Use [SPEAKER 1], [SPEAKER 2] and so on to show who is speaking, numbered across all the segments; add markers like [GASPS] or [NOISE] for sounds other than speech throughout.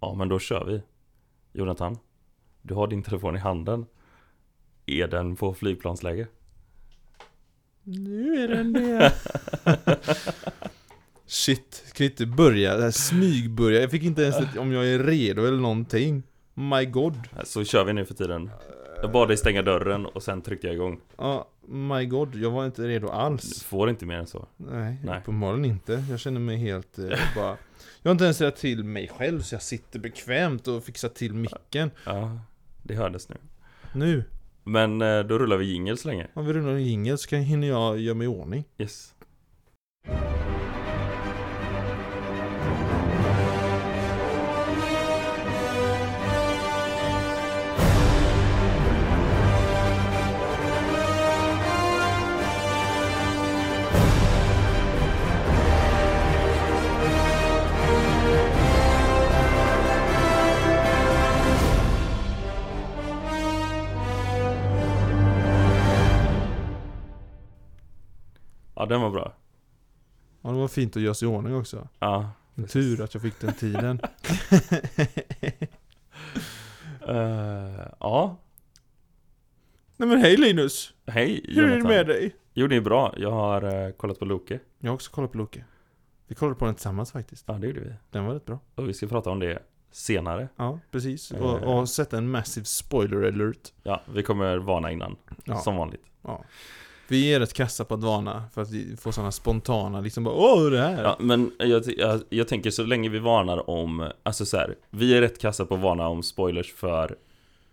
[SPEAKER 1] Ja, men då kör vi. Jonathan, du har din telefon i handen. Är den på flygplansläge?
[SPEAKER 2] Nu är den det. [LAUGHS] Shit, kan inte börja, det här smygbörja. Jag fick inte ens ett, om jag är redo eller någonting. My god.
[SPEAKER 1] Äh, Så kör vi nu för tiden. Jag bad dig stänga dörren och sen tryckte jag igång.
[SPEAKER 2] Ja, my god, jag var inte redo
[SPEAKER 1] Du
[SPEAKER 2] alls.
[SPEAKER 1] får inte mer än så.
[SPEAKER 2] Nej,
[SPEAKER 1] Nej.
[SPEAKER 2] uppenbarligen inte. Jag känner mig helt eh, bara... Jag har inte ens rätt till mig själv så jag sitter bekvämt och fixar till micken.
[SPEAKER 1] Ja, det hördes nu.
[SPEAKER 2] Nu,
[SPEAKER 1] Men eh, då rullar vi jingel så länge.
[SPEAKER 2] om vi rullar en jingel så kan hinner jag göra mig i ordning.
[SPEAKER 1] Yes. Ja, den var bra.
[SPEAKER 2] Ja, det var fint att göra sig i ordning också.
[SPEAKER 1] Ja.
[SPEAKER 2] Tur att jag fick den tiden.
[SPEAKER 1] Eh, ja.
[SPEAKER 2] Nej men hej Linus!
[SPEAKER 1] Hej
[SPEAKER 2] Hur är det
[SPEAKER 1] Jonathan.
[SPEAKER 2] med dig?
[SPEAKER 1] Jo, det är bra. Jag har eh, kollat på Loke.
[SPEAKER 2] Jag har också kollat på Loke. Vi kollade på den tillsammans faktiskt.
[SPEAKER 1] Ja, det gjorde vi.
[SPEAKER 2] Den var rätt bra.
[SPEAKER 1] Och vi ska prata om det senare.
[SPEAKER 2] Ja, precis.
[SPEAKER 1] Eh.
[SPEAKER 2] Och, och sätta en massiv spoiler alert.
[SPEAKER 1] Ja, vi kommer varna innan.
[SPEAKER 2] Ja.
[SPEAKER 1] Som vanligt.
[SPEAKER 2] Ja. Vi är rätt kassa på att varna för att vi får sådana spontana liksom bara Åh, det här!
[SPEAKER 1] Ja, men jag, jag, jag tänker så länge vi varnar om, alltså så här, vi är rätt kassa på att varna om spoilers för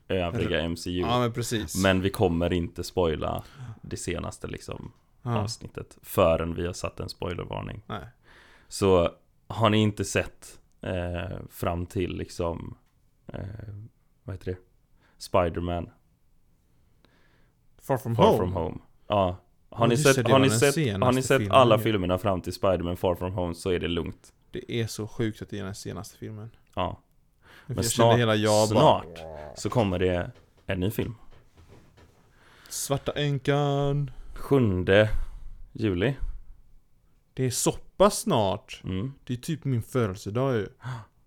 [SPEAKER 1] övriga MCU.
[SPEAKER 2] Ja, men precis.
[SPEAKER 1] Men vi kommer inte spoila det senaste liksom,
[SPEAKER 2] ja.
[SPEAKER 1] avsnittet förrän vi har satt en spoilervarning.
[SPEAKER 2] Nej.
[SPEAKER 1] Så har ni inte sett eh, fram till liksom, eh, vad heter det? Spider-Man
[SPEAKER 2] Far from
[SPEAKER 1] Far
[SPEAKER 2] home.
[SPEAKER 1] From Home. Ja. Har
[SPEAKER 2] Ja,
[SPEAKER 1] ni
[SPEAKER 2] just det,
[SPEAKER 1] sett,
[SPEAKER 2] det
[SPEAKER 1] har
[SPEAKER 2] var
[SPEAKER 1] ni
[SPEAKER 2] den
[SPEAKER 1] sett,
[SPEAKER 2] senaste
[SPEAKER 1] har ni sett
[SPEAKER 2] filmen
[SPEAKER 1] alla
[SPEAKER 2] ju.
[SPEAKER 1] filmerna fram till Spider-Man Far From Home så är det lugnt.
[SPEAKER 2] Det är så sjukt att det är den senaste filmen.
[SPEAKER 1] Ja.
[SPEAKER 2] Men
[SPEAKER 1] Men
[SPEAKER 2] jag
[SPEAKER 1] snart,
[SPEAKER 2] känner hela jag bara
[SPEAKER 1] snart så kommer det en ny film.
[SPEAKER 2] Svarta änkan.
[SPEAKER 1] 7 juli.
[SPEAKER 2] Det är soppa snart.
[SPEAKER 1] Mm.
[SPEAKER 2] Det är typ min födelsedag ju.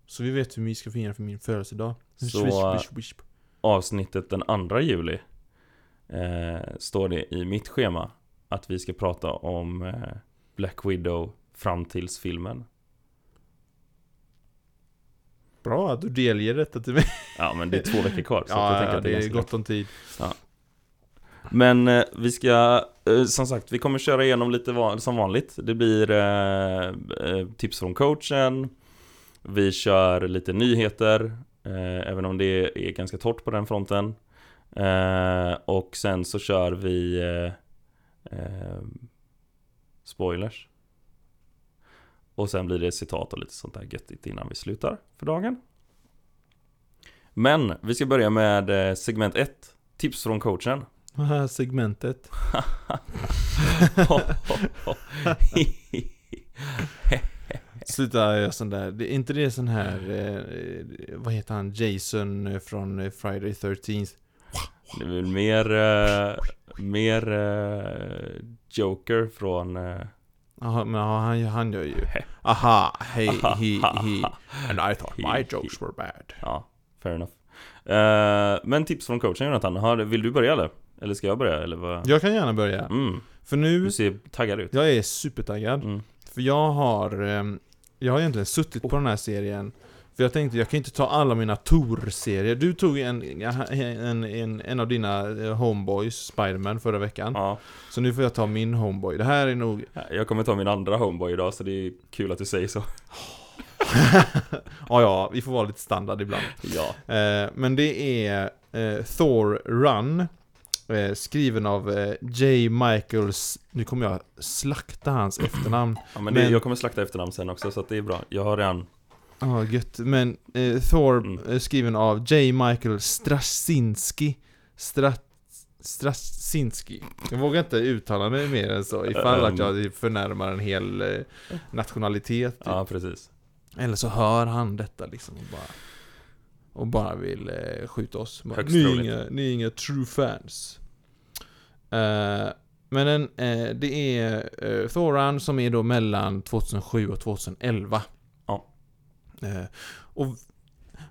[SPEAKER 2] Så vi vet hur vi ska fira för min födelsedag.
[SPEAKER 1] Så-
[SPEAKER 2] Swish, swish, swish.
[SPEAKER 1] Avsnittet den 2 juli eh, står det i mitt schema att vi ska prata om eh, Black Widow fram tills filmen.
[SPEAKER 2] Bra att du delger detta till mig.
[SPEAKER 1] Ja men det är två veckor kvar. Så att jag
[SPEAKER 2] Ja,
[SPEAKER 1] tänker
[SPEAKER 2] ja
[SPEAKER 1] att det är
[SPEAKER 2] det är
[SPEAKER 1] ganska lugnt.
[SPEAKER 2] gott om [LAUGHS] tid.
[SPEAKER 1] Men eh, vi ska, eh, som sagt, vi kommer köra igenom lite va- som vanligt. Det blir eh, eh, tips från coachen, vi kör lite nyheter, eh, även om det är ganska torrt på den fronten. Eh, och sen så kör vi eh, eh, spoilers. Och sen blir det citat och lite sånt där göttigt innan vi slutar för dagen. Men vi ska börja med eh, segment 1, tips från coachen.
[SPEAKER 2] Haha, segmentet. [LAUGHS] Sluta göra sån där. Det, är inte det sån här, eh, vad heter han, Jason från eh, Friday 13th?
[SPEAKER 1] det är väl mer, eh, mer eh, Joker från... eh,
[SPEAKER 2] Jaha, men ja, han, han gör ju. Aha, he, he, he. And I thought
[SPEAKER 1] He,
[SPEAKER 2] my
[SPEAKER 1] he.
[SPEAKER 2] jokes were bad.
[SPEAKER 1] ja, fair enough. Eh, men tips från coachen Jonathan, Har- vill du börja eller? Eller ska jag börja eller vad?
[SPEAKER 2] Jag kan gärna börja.
[SPEAKER 1] Mm,
[SPEAKER 2] För nu,
[SPEAKER 1] du ser taggad ut.
[SPEAKER 2] jag är supertaggad.
[SPEAKER 1] Mm.
[SPEAKER 2] För jag har, ehm, jag har egentligen suttit på den här serien För jag tänkte, jag kan inte ta alla mina Tor-serier Du tog en, en, en, en av dina eh, homeboys, Spiderman, förra veckan
[SPEAKER 1] Ja,
[SPEAKER 2] Så nu får jag ta min homeboy, det här är nog
[SPEAKER 1] jag kommer ta min andra homeboy idag så det är kul att du säger så.
[SPEAKER 2] Ja, ja, vi får vara lite standard ibland
[SPEAKER 1] Ja.
[SPEAKER 2] eh, Men det är eh, Thor Run eh, Skriven av eh, J. Michaels, nu kommer jag slakta hans efternamn
[SPEAKER 1] ja men det,
[SPEAKER 2] Men-
[SPEAKER 1] jag kommer slakta efternamn sen också så att det är bra. Jag har redan...
[SPEAKER 2] Ja, gött. Men eh, Thor
[SPEAKER 1] Mm.
[SPEAKER 2] eh, skriven av J. Michael Straczynski. Strat Straczynski. Jag vågar inte uttala mig mer än så ifall att jag förnärmar en hel eh, nationalitet. typ.
[SPEAKER 1] Ja, precis.
[SPEAKER 2] Eller så hör han detta liksom och bara, och bara vill eh, skjuta oss. Bara,
[SPEAKER 1] Högst
[SPEAKER 2] Ni är
[SPEAKER 1] troligt.
[SPEAKER 2] inga, ni är inga true fans. Eh, men den, eh, det är eh, Thoran som är då mellan 2007 och 2011.
[SPEAKER 1] Ja.
[SPEAKER 2] Eh, och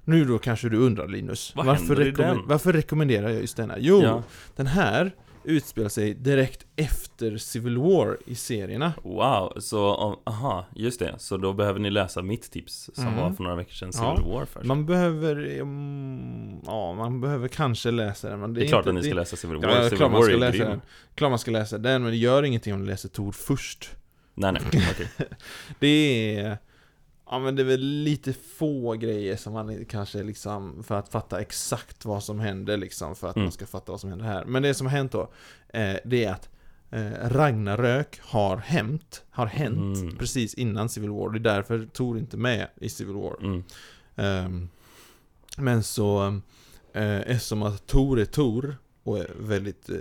[SPEAKER 2] Nu då kanske du undrar Linus,
[SPEAKER 1] Vad
[SPEAKER 2] varför,
[SPEAKER 1] händer i
[SPEAKER 2] rekomme-
[SPEAKER 1] den?
[SPEAKER 2] varför rekommenderar jag just denna? Jo,
[SPEAKER 1] Ja.
[SPEAKER 2] den här utspelar sig direkt efter Civil War i serierna.
[SPEAKER 1] Wow, så om, aha, just det. Så då behöver ni läsa mitt tips som
[SPEAKER 2] Mm.
[SPEAKER 1] var för några veckor sedan, Civil
[SPEAKER 2] Ja.
[SPEAKER 1] War först.
[SPEAKER 2] Man behöver, mm, ja man behöver kanske läsa den men det
[SPEAKER 1] det
[SPEAKER 2] är
[SPEAKER 1] är klart
[SPEAKER 2] inte,
[SPEAKER 1] att ni ska
[SPEAKER 2] det-
[SPEAKER 1] läsa Civil War,
[SPEAKER 2] Ja,
[SPEAKER 1] Civil
[SPEAKER 2] klart man
[SPEAKER 1] War
[SPEAKER 2] ska
[SPEAKER 1] är
[SPEAKER 2] läsa den.
[SPEAKER 1] grym.
[SPEAKER 2] Klart man ska läsa den, men det gör ingenting om du läser Tor först.
[SPEAKER 1] Nej, nej,
[SPEAKER 2] Mm.
[SPEAKER 1] okej.
[SPEAKER 2] Det är... Ja men det är väl lite få grejer som man kanske liksom för att fatta exakt vad som händer liksom för att
[SPEAKER 1] Mm.
[SPEAKER 2] man ska fatta vad som händer här. Men det som har hänt då, eh, det är att eh, Ragnarök har hänt, har hänt
[SPEAKER 1] Mm.
[SPEAKER 2] precis innan Civil War. Det är därför Tor inte är med i Civil War.
[SPEAKER 1] Mm.
[SPEAKER 2] Ehm, men så, eh, eftersom att Tor är Tor och är väldigt eh,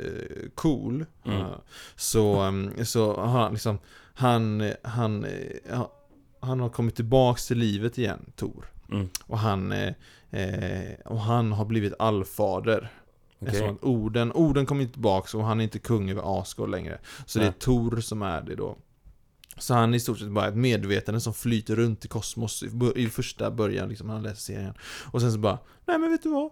[SPEAKER 2] cool,
[SPEAKER 1] Mm.
[SPEAKER 2] eh, så, ehm, så har han liksom, han, han, eh, ha- han har kommit tillbaks till livet igen, Tor.
[SPEAKER 1] Mm.
[SPEAKER 2] Och han, eh, eh, och han har blivit allfader.
[SPEAKER 1] Okej.
[SPEAKER 2] Eftersom att orden, orden kommer inte tillbaks och han är inte kung över Asgård längre. Så det
[SPEAKER 1] Nej.
[SPEAKER 2] är Tor som är det då. Så han är i stort sett bara ett medvetande som flyter runt i kosmos i, bör- i första början, liksom, när han läser serien. Och sen så bara, nej men vet du vad?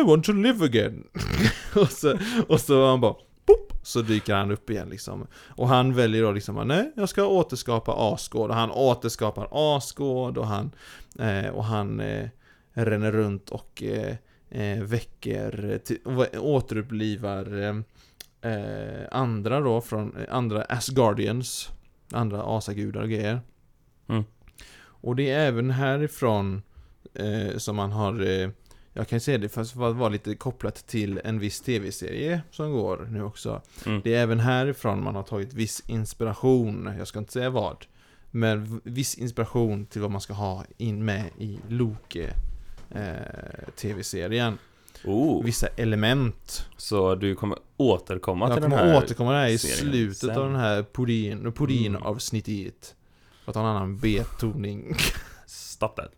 [SPEAKER 2] I want to live again. [LAUGHS] och, så, och så han bara, pop, så dyker han upp igen liksom. Och han väljer då liksom, nej jag ska återskapa Asgård. Och han återskapar Asgård och han, eh, och han eh, ränner runt och eh, eh, väcker, eh, till, och återupplivar eh, eh, andra då från, eh, andra Asgardians, andra asagudar och grejer.
[SPEAKER 1] Mm.
[SPEAKER 2] Och det är även härifrån eh, som man har, eh, jag kan säga det fast för att vara lite kopplat till en viss tv-serie som går nu också.
[SPEAKER 1] Mm.
[SPEAKER 2] Det är även härifrån man har tagit viss inspiration, jag ska inte säga vad, men v- viss inspiration till vad man ska ha in med i Loke eh, tv-serien.
[SPEAKER 1] Oh,
[SPEAKER 2] Vissa element
[SPEAKER 1] så du kommer återkomma
[SPEAKER 2] jag
[SPEAKER 1] till den
[SPEAKER 2] kommer
[SPEAKER 1] här?
[SPEAKER 2] återkomma där i
[SPEAKER 1] serien
[SPEAKER 2] slutet
[SPEAKER 1] sen.
[SPEAKER 2] av den här podin,
[SPEAKER 1] Mm.
[SPEAKER 2] podin-avsnittet. För att ha en
[SPEAKER 1] [LAUGHS]
[SPEAKER 2] annan betoning.
[SPEAKER 1] Stop that.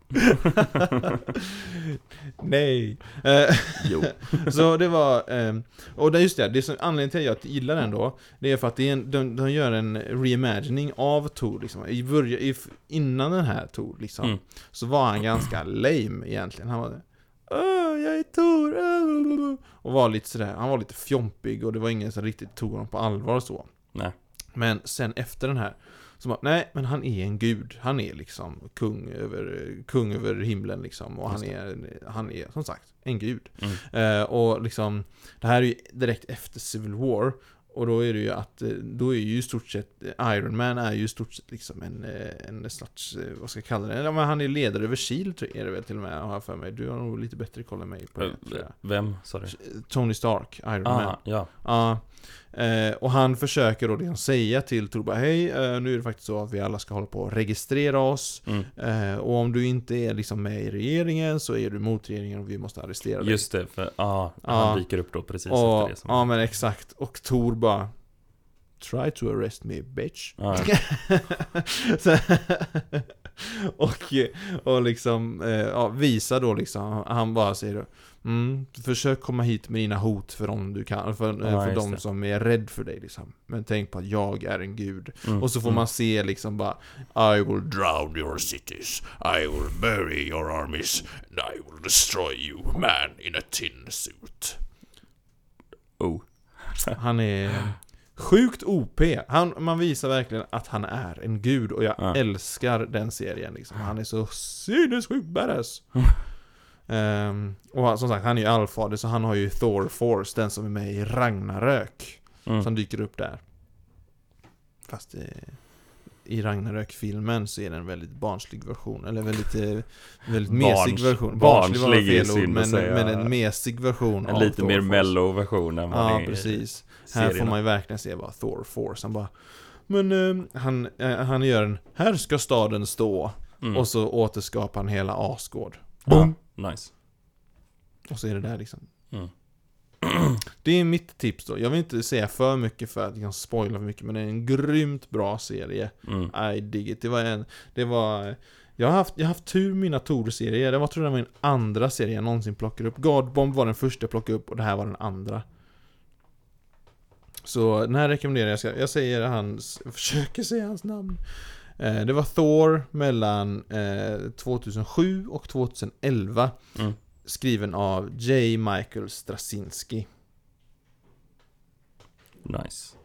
[SPEAKER 2] Nej. Eh,
[SPEAKER 1] [LAUGHS] Jo.
[SPEAKER 2] [LAUGHS] så det var... Eh, och det är just det, det som, anledningen till att jag gillar den då, det är för att det är en, de, de gör en reimagining av Tor liksom. I början, i, innan den här Tor liksom,
[SPEAKER 1] Mm.
[SPEAKER 2] så var han ganska lame egentligen. Han var Åh, jag är Tor! [LAUGHS] Åh. Och var lite sådär, han var lite fjompig och det var ingen som riktigt tog honom på allvar och så.
[SPEAKER 1] Nej.
[SPEAKER 2] Men sen efter den här, så bara, nej men han är en gud. Han är liksom kung över, kung över himlen liksom. Och han
[SPEAKER 1] Just
[SPEAKER 2] är, han är som sagt en gud.
[SPEAKER 1] Mm.
[SPEAKER 2] Eh, och liksom, det här är ju direkt efter Civil War. Och då är det ju att, eh, då är ju i stort sett, eh, Iron Man är ju i stort sett liksom en, eh, en slags, eh, vad ska jag kalla det? Ja, men han är ledare över Shield E tror jag är det väl till och med, har jag för mig. Du har nog lite bättre koll än mig på det. tror jag.
[SPEAKER 1] Vem, sa du?
[SPEAKER 2] Tony Stark, Iron Man.
[SPEAKER 1] Ah, ja.
[SPEAKER 2] Ja. Eh, och han försöker då liksom säga till Torba, hej, eh, nu är det faktiskt så att vi alla ska hålla på och registrera oss.
[SPEAKER 1] Mm.
[SPEAKER 2] Eh, och om du inte är liksom med i regeringen så är du mot regeringen och vi måste arrestera dig.
[SPEAKER 1] Just det, för ah,
[SPEAKER 2] Ja.
[SPEAKER 1] han dyker upp då precis
[SPEAKER 2] och, ah.
[SPEAKER 1] efter det. Som...
[SPEAKER 2] Ja men exakt. Och Tor bara, try to arrest me bitch.
[SPEAKER 1] Ah, Ja.
[SPEAKER 2] [LAUGHS] Så- och, och liksom, eh, ja, visa då liksom, han bara säger då, mm, försök komma hit med dina hot för dem du kan, för, eh,
[SPEAKER 1] Ja,
[SPEAKER 2] för
[SPEAKER 1] just
[SPEAKER 2] de
[SPEAKER 1] det.
[SPEAKER 2] som är rädd för dig liksom. Men tänk på att jag är en gud.
[SPEAKER 1] Mm.
[SPEAKER 2] Och så får
[SPEAKER 1] Mm.
[SPEAKER 2] man se liksom bara, I will drown your cities, I will bury your armies, and I will destroy you, man in a tin suit.
[SPEAKER 1] Oh.
[SPEAKER 2] Han är sjukt OP. Han, man visar verkligen att han är en gud och jag
[SPEAKER 1] Ja.
[SPEAKER 2] älskar den serien liksom. Han är så
[SPEAKER 1] [LAUGHS]
[SPEAKER 2] sinnessjukt badass. Ehm, och han- som sagt, han är ju allfader så han har ju Thor Force, den som är med i Ragnarök.
[SPEAKER 1] Mm.
[SPEAKER 2] Som dyker upp där. Fast eh, i Ragnarök-filmen så är det en väldigt barnslig version, eller väldigt, eh, väldigt mesig
[SPEAKER 1] Barns-
[SPEAKER 2] version.
[SPEAKER 1] barnslig
[SPEAKER 2] var väl
[SPEAKER 1] är
[SPEAKER 2] fel ord,
[SPEAKER 1] synd att
[SPEAKER 2] men,
[SPEAKER 1] säga.
[SPEAKER 2] men en mesig version
[SPEAKER 1] En
[SPEAKER 2] av
[SPEAKER 1] lite
[SPEAKER 2] Thor
[SPEAKER 1] mer
[SPEAKER 2] Force.
[SPEAKER 1] mellow version än vad
[SPEAKER 2] Ja,
[SPEAKER 1] det är i
[SPEAKER 2] precis. Här
[SPEAKER 1] serierna.
[SPEAKER 2] får man ju verkligen se vad Thor Force, han bara Men eh, han, eh, han gör en Här ska staden stå
[SPEAKER 1] Mm.
[SPEAKER 2] Och så återskapar han hela Asgård
[SPEAKER 1] Ja, nice.
[SPEAKER 2] Och så är det där liksom
[SPEAKER 1] Mm.
[SPEAKER 2] [CLEARS THROAT] Det är mitt tips då, jag vill inte säga för mycket för att jag kan spoila för mycket Men det är en grymt bra serie
[SPEAKER 1] Mm.
[SPEAKER 2] I dig it. Det var en, det var jag har, haft, jag har haft tur med mina Tor-serier, det var tror jag det var min andra serie jag någonsin plockade upp Godbomb var den första jag plockade upp och det här var den andra Så den här rekommenderar jag, jag, ska, jag säger hans, jag försöker säga hans namn Eh, Det var Thor mellan eh, 2007 och 2011
[SPEAKER 1] Mm.
[SPEAKER 2] Skriven av J. Michael Straczynski
[SPEAKER 1] Nice.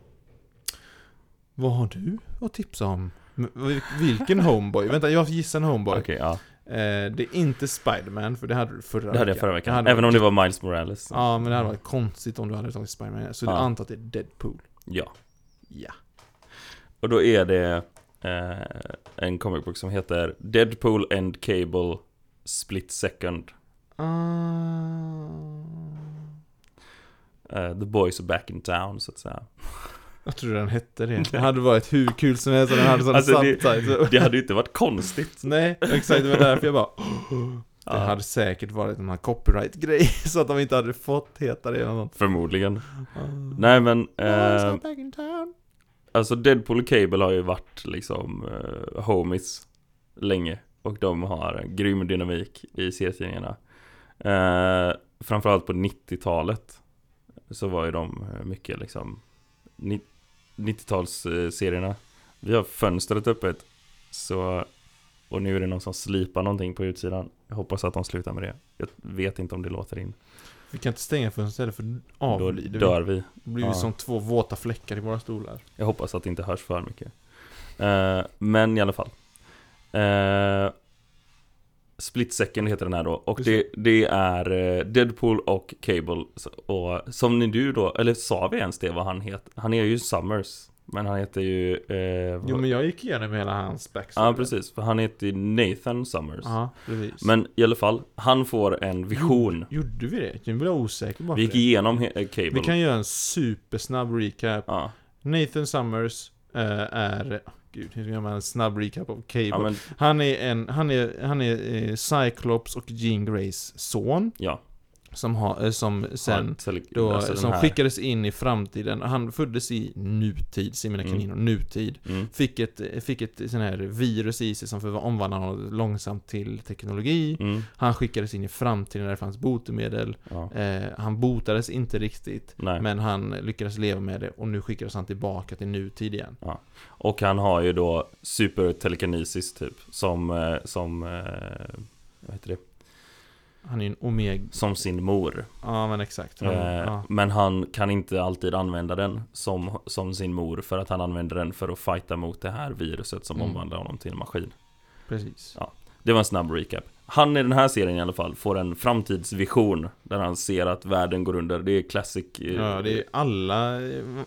[SPEAKER 2] Vad har du att tipsa om? Men vil- Vilken Homeboy? Vänta, jag gissar en Homeboy
[SPEAKER 1] Okej, ja.
[SPEAKER 2] eh, Det är inte Spiderman, för det hade du förra
[SPEAKER 1] Det hade jag förra veckan.
[SPEAKER 2] hade
[SPEAKER 1] Även
[SPEAKER 2] varit-
[SPEAKER 1] om det var Miles Morales.
[SPEAKER 2] Ja, men det hade varit konstigt om du hade tagit Spiderman Så jag
[SPEAKER 1] Ja.
[SPEAKER 2] antar att det är Deadpool
[SPEAKER 1] Ja.
[SPEAKER 2] Ja
[SPEAKER 1] Och då är det eh, en comic book som heter Deadpool and Cable Split Second.
[SPEAKER 2] Ah.
[SPEAKER 1] Eh, the Boys are back in town, så att säga.
[SPEAKER 2] Jag tror den
[SPEAKER 1] [LAUGHS]
[SPEAKER 2] hette det. Det hade varit hur kul som helst om den hade sån
[SPEAKER 1] Alltså, det-
[SPEAKER 2] subtitle.
[SPEAKER 1] Det hade ju inte varit konstigt.
[SPEAKER 2] [LAUGHS] Nej, exakt. Det var därför jag bara [GASPS] Det
[SPEAKER 1] Ja,
[SPEAKER 2] hade säkert varit en copyright-grej [LAUGHS] så att de inte hade fått heta det eller något.
[SPEAKER 1] Förmodligen.
[SPEAKER 2] Ah.
[SPEAKER 1] Nej men,
[SPEAKER 2] Oh, it's
[SPEAKER 1] eh,
[SPEAKER 2] not back in town.
[SPEAKER 1] alltså Deadpool och Cable har ju varit liksom eh, homies länge. Och de har en grym dynamik i serietidningarna. Eh, framförallt på 90-talet. Så var ju de eh, mycket liksom ni- 90-talsserierna. Vi har fönstret öppet. Så, och nu är det någon som slipar någonting på utsidan. Jag hoppas att de slutar med det. Jag vet inte om det låter in.
[SPEAKER 2] Vi kan inte stänga fönstret för
[SPEAKER 1] Då
[SPEAKER 2] avlider vi.
[SPEAKER 1] dör vi.
[SPEAKER 2] Det blir ju
[SPEAKER 1] Ja.
[SPEAKER 2] som två våta fläckar i våra stolar.
[SPEAKER 1] Jag hoppas att det inte hörs för mycket. Eh, men i alla fall. Eh, Split Second heter den här då. Och
[SPEAKER 2] Just
[SPEAKER 1] det, det är eh, Deadpool och Cable. Så- Och som ni du då, eller sa vi ens det vad han heter? Han är ju Summers. Men han heter ju... Eh,
[SPEAKER 2] Jo men jag gick igenom hela hans backstory.
[SPEAKER 1] Ja precis, för han heter ju Nathan Summers.
[SPEAKER 2] Ja, precis.
[SPEAKER 1] Men i alla fall, han får en vision.
[SPEAKER 2] Gjorde vi det? Nu blir jag osäker bara
[SPEAKER 1] Vi gick
[SPEAKER 2] för det.
[SPEAKER 1] igenom he- eh, Cable.
[SPEAKER 2] Vi kan göra en supersnabb recap.
[SPEAKER 1] ja.
[SPEAKER 2] Nathan Summers eh, är... Gud, hur gör man en snabb recap av Cable?
[SPEAKER 1] ja, men
[SPEAKER 2] Han är en, han är, han är eh, Cyclops och Jean Greys son.
[SPEAKER 1] ja.
[SPEAKER 2] Som, har, eh, som sen,
[SPEAKER 1] Tele-
[SPEAKER 2] då,
[SPEAKER 1] alltså den
[SPEAKER 2] som
[SPEAKER 1] här.
[SPEAKER 2] skickades in i framtiden. Han föddes i nutid, ser mina
[SPEAKER 1] Mm.
[SPEAKER 2] kaniner, nutid.
[SPEAKER 1] Mm.
[SPEAKER 2] Fick ett, eh, fick ett sån här virus i sig som för- omvandlade honom långsamt till teknologi.
[SPEAKER 1] Mm.
[SPEAKER 2] Han skickades in i framtiden där det fanns botemedel.
[SPEAKER 1] Ja.
[SPEAKER 2] Eh, han botades inte riktigt.
[SPEAKER 1] Nej.
[SPEAKER 2] Men han lyckades leva med det och nu skickades han tillbaka till nutid igen.
[SPEAKER 1] Och han har ju då supertelekinesis typ Som, eh, som, eh, vad heter det?
[SPEAKER 2] Han är ju en omeg...
[SPEAKER 1] Som sin mor
[SPEAKER 2] Ja men exakt. Han,
[SPEAKER 1] eh,
[SPEAKER 2] ja.
[SPEAKER 1] Men han kan inte alltid använda den som, som sin mor För att han använder den för att fighta mot det här viruset som
[SPEAKER 2] Mm.
[SPEAKER 1] omvandlar honom till en maskin
[SPEAKER 2] Precis.
[SPEAKER 1] Det var en snabb recap Han i den här serien i alla fall får en framtidsvision Där han ser att världen går under Det är classic eh,
[SPEAKER 2] Ja, det är alla,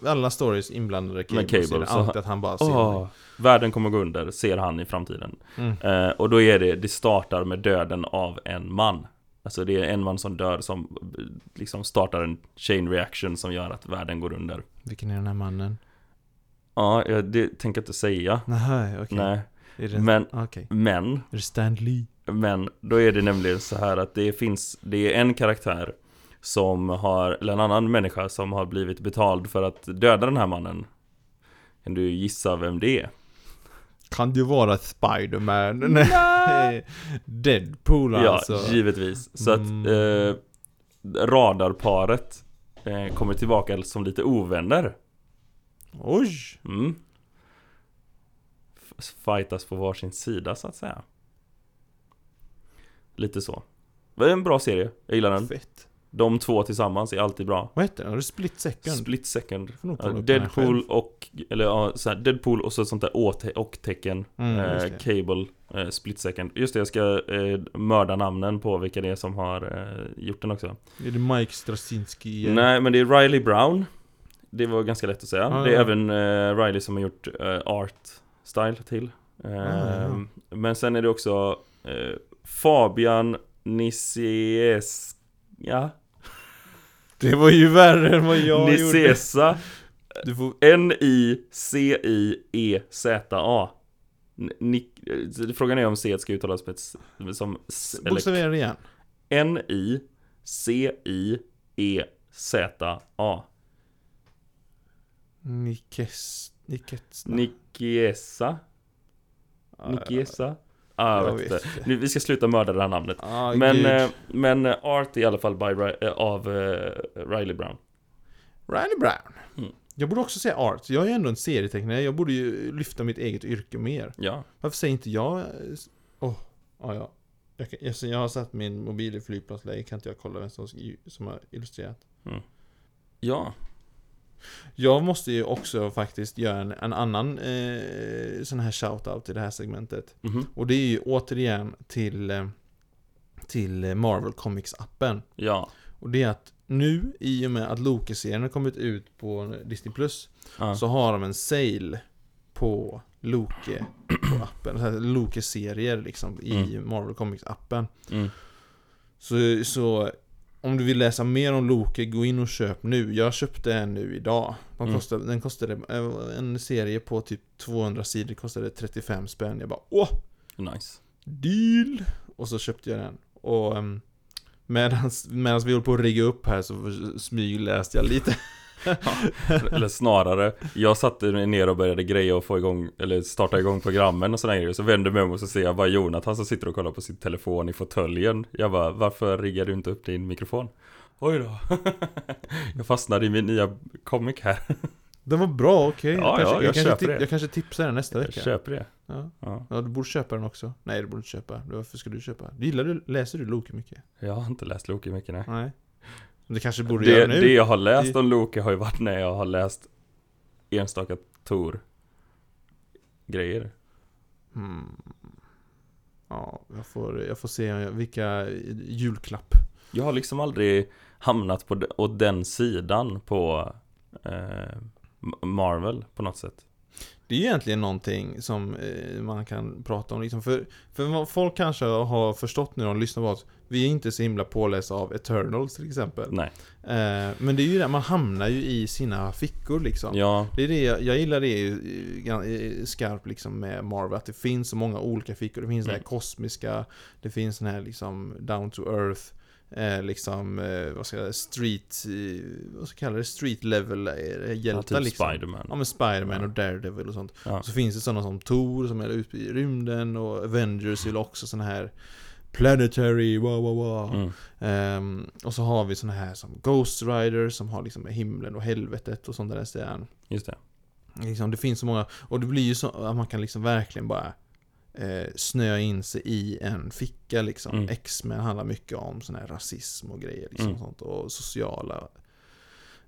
[SPEAKER 2] alla stories inblandade Cable,
[SPEAKER 1] Cable,
[SPEAKER 2] så är det
[SPEAKER 1] så-
[SPEAKER 2] alltid att han bara ser
[SPEAKER 1] Åh, Världen kommer gå under, ser han i framtiden
[SPEAKER 2] det. mm.
[SPEAKER 1] Eh, och då är det, det startar med döden av en man. Alltså det är en man som dör som eh, liksom startar en chain reaction som gör att världen går under.
[SPEAKER 2] Vilken är den här mannen?
[SPEAKER 1] Ja, jag- det tänker jag inte säga.
[SPEAKER 2] Nej, okej.
[SPEAKER 1] Nej.
[SPEAKER 2] Är det,
[SPEAKER 1] Men,
[SPEAKER 2] Okej.
[SPEAKER 1] men,
[SPEAKER 2] Är det Stan Lee?
[SPEAKER 1] men, då är det nämligen så här att det finns, det är en karaktär som har, eller en annan människa som har blivit betald för att döda den här mannen. Kan du gissa vem det är?
[SPEAKER 2] Kan det vara Spiderman? Nej! Deadpool alltså.
[SPEAKER 1] Ja, givetvis. Så att
[SPEAKER 2] Mm.
[SPEAKER 1] eh, radarparet eh, kommer tillbaka som lite ovänner.
[SPEAKER 2] Oj!
[SPEAKER 1] Mm. F- Fightas på varsin sida så att säga. Lite så. Det är en bra serie, jag gillar den.
[SPEAKER 2] Fett.
[SPEAKER 1] De två tillsammans är alltid bra.
[SPEAKER 2] Vad heter den? Har du Split Second?
[SPEAKER 1] Split second.
[SPEAKER 2] Får nog
[SPEAKER 1] Ja,
[SPEAKER 2] kolla upp den här
[SPEAKER 1] Alltså, Deadpool
[SPEAKER 2] själv.
[SPEAKER 1] och, eller ja, så här, Deadpool och så ett sånt där åte- och tecken.
[SPEAKER 2] Mm, just
[SPEAKER 1] eh,
[SPEAKER 2] det.
[SPEAKER 1] cable, eh, split second. Just det, jag ska eh, mörda namnen på vilka det är som har eh, gjort den också.
[SPEAKER 2] Är det Mike Straczynski igen?
[SPEAKER 1] Nej, men det är Riley Brown. Det var ganska lätt att säga.
[SPEAKER 2] Ah,
[SPEAKER 1] det är
[SPEAKER 2] ja.
[SPEAKER 1] även eh, Riley som har gjort eh, art style till. Eh,
[SPEAKER 2] Ah, ja.
[SPEAKER 1] Men sen är det också eh, Fabian Nicies... Ja,
[SPEAKER 2] Det var ju värre än vad jag gjorde.
[SPEAKER 1] Nicesa.
[SPEAKER 2] Du får...
[SPEAKER 1] N-I-C-I-E-Z-A. E N- Nick, eh, frågan är om C ska uttalas med ett, s- som s, eller
[SPEAKER 2] Bokstavera det igen.
[SPEAKER 1] E N-I-C-I-E-Z-A.
[SPEAKER 2] Nikes... Nikets...
[SPEAKER 1] Nikiesa? Nikiesa? Ah, jag
[SPEAKER 2] jag
[SPEAKER 1] vet
[SPEAKER 2] vet
[SPEAKER 1] inte. Nu, vi ska sluta mörda det här namnet.
[SPEAKER 2] Ah,
[SPEAKER 1] men,
[SPEAKER 2] gud.
[SPEAKER 1] eh, men eh, Art är i alla fall by, Ri- eh, av eh, Riley Brown.
[SPEAKER 2] Riley Brown.
[SPEAKER 1] Mm.
[SPEAKER 2] Jag borde också säga art. Jag är ändå en serietecknare. Jag borde ju lyfta mitt eget yrke mer.
[SPEAKER 1] Ja.
[SPEAKER 2] Varför säger inte jag... eh, Åh, ja, ja. Jag, kan, eftersom jag har satt min mobil i flygplansläge kan inte jag kolla vem som, som har illustrerat.
[SPEAKER 1] Ja.
[SPEAKER 2] Jag måste ju också faktiskt göra en, en annan eh, sån här shoutout i det här segmentet.
[SPEAKER 1] Mhm.
[SPEAKER 2] Och det är ju återigen till, eh, till Marvel Comics-appen.
[SPEAKER 1] Ja.
[SPEAKER 2] Och det är att nu, i och med att Loki-serien har kommit ut på Disney+, Plus
[SPEAKER 1] Ja.
[SPEAKER 2] så har de en sale på Loki på appen. Så här Loki-serier liksom i Marvel Comics-appen.
[SPEAKER 1] Mm.
[SPEAKER 2] Så, så om du vill läsa mer om Loki, gå in och köp nu. Jag köpte en nu idag. De
[SPEAKER 1] Mm.
[SPEAKER 2] kostade, Den kostade, eh, en serie på typ 200 sidor kostade 35 spänn. Jag bara åh,
[SPEAKER 1] Mm. Nice.
[SPEAKER 2] deal! Och så köpte jag den. Och um, medans, medans vi håller på att rigga upp här så smygläste jag lite.
[SPEAKER 1] [LAUGHS] Eller snarare, jag satte mig ner och började greja och få igång, eller starta igång programmen och sådana grejer. Så vände jag mig om och så ser jag bara Jonathan som sitter och kollar på sin telefon i fåtöljen. Jag bara, varför riggar du inte upp din mikrofon? Oj då. [LAUGHS] jag fastnade i min nya comic här.
[SPEAKER 2] [LAUGHS] Den var bra, okej.
[SPEAKER 1] Ja,
[SPEAKER 2] kanske-
[SPEAKER 1] ja, jag
[SPEAKER 2] kanske
[SPEAKER 1] köper det.
[SPEAKER 2] jag kanske tipsar den nästa
[SPEAKER 1] Jag
[SPEAKER 2] vecka.
[SPEAKER 1] köper det.
[SPEAKER 2] Ja.
[SPEAKER 1] Ja.
[SPEAKER 2] ja, du borde köpa den också. Nej, du borde inte köpa. Varför ska du köpa? Du gillar du, läser du Loki mycket?
[SPEAKER 1] Jag har inte läst Loki mycket nej.
[SPEAKER 2] Nej. Men Det kanske du borde
[SPEAKER 1] Det,
[SPEAKER 2] göra nu.
[SPEAKER 1] det jag har läst
[SPEAKER 2] Det-
[SPEAKER 1] om Loki har ju varit när jag har läst enstaka Tor grejer.
[SPEAKER 2] Hmm. Ja, jag får, jag får se vilka julklapp.
[SPEAKER 1] Jag har liksom aldrig hamnat på de, åt den sidan på eh, M- Marvel på något sätt.
[SPEAKER 2] Det är egentligen någonting som eh, man kan prata om liksom. För, för vad folk kanske har förstått nu när de lyssnar på oss. Vi är inte så himla pålästa av Eternals till exempel.
[SPEAKER 1] Nej.
[SPEAKER 2] Eh, men det är ju det, man hamnar ju i sina fickor liksom.
[SPEAKER 1] Ja,
[SPEAKER 2] Det är det jag, jag gillar det ju eh, gan- eh, skarpt liksom med Marvel, att det finns så många olika fickor. Det finns det här
[SPEAKER 1] Mm.
[SPEAKER 2] kosmiska, det finns den här liksom down to earth, eh, liksom eh, vad ska jag street, eh, vad ska jag kalla det, street level eh,
[SPEAKER 1] ja,
[SPEAKER 2] hjältar
[SPEAKER 1] typ
[SPEAKER 2] liksom. Ja
[SPEAKER 1] Spiderman.
[SPEAKER 2] men Spiderman
[SPEAKER 1] Ja.
[SPEAKER 2] och Daredevil och sånt.
[SPEAKER 1] Ja.
[SPEAKER 2] Och så finns det sådana som Thor som är ute i rymden och Avengers är väl också sådana här Planetary, wow wow wow.
[SPEAKER 1] Mm.
[SPEAKER 2] Ehm, och så har vi såna här som Ghost Rider som har liksom himlen och helvetet och sånt där. Ställen.
[SPEAKER 1] Just det.
[SPEAKER 2] Liksom, det finns så många, och det blir ju så att man kan liksom verkligen bara eh, snöa in sig i en ficka liksom.
[SPEAKER 1] Mm.
[SPEAKER 2] X-Men handlar mycket om sån här rasism och grejer liksom,
[SPEAKER 1] Mm.
[SPEAKER 2] och sånt, och sociala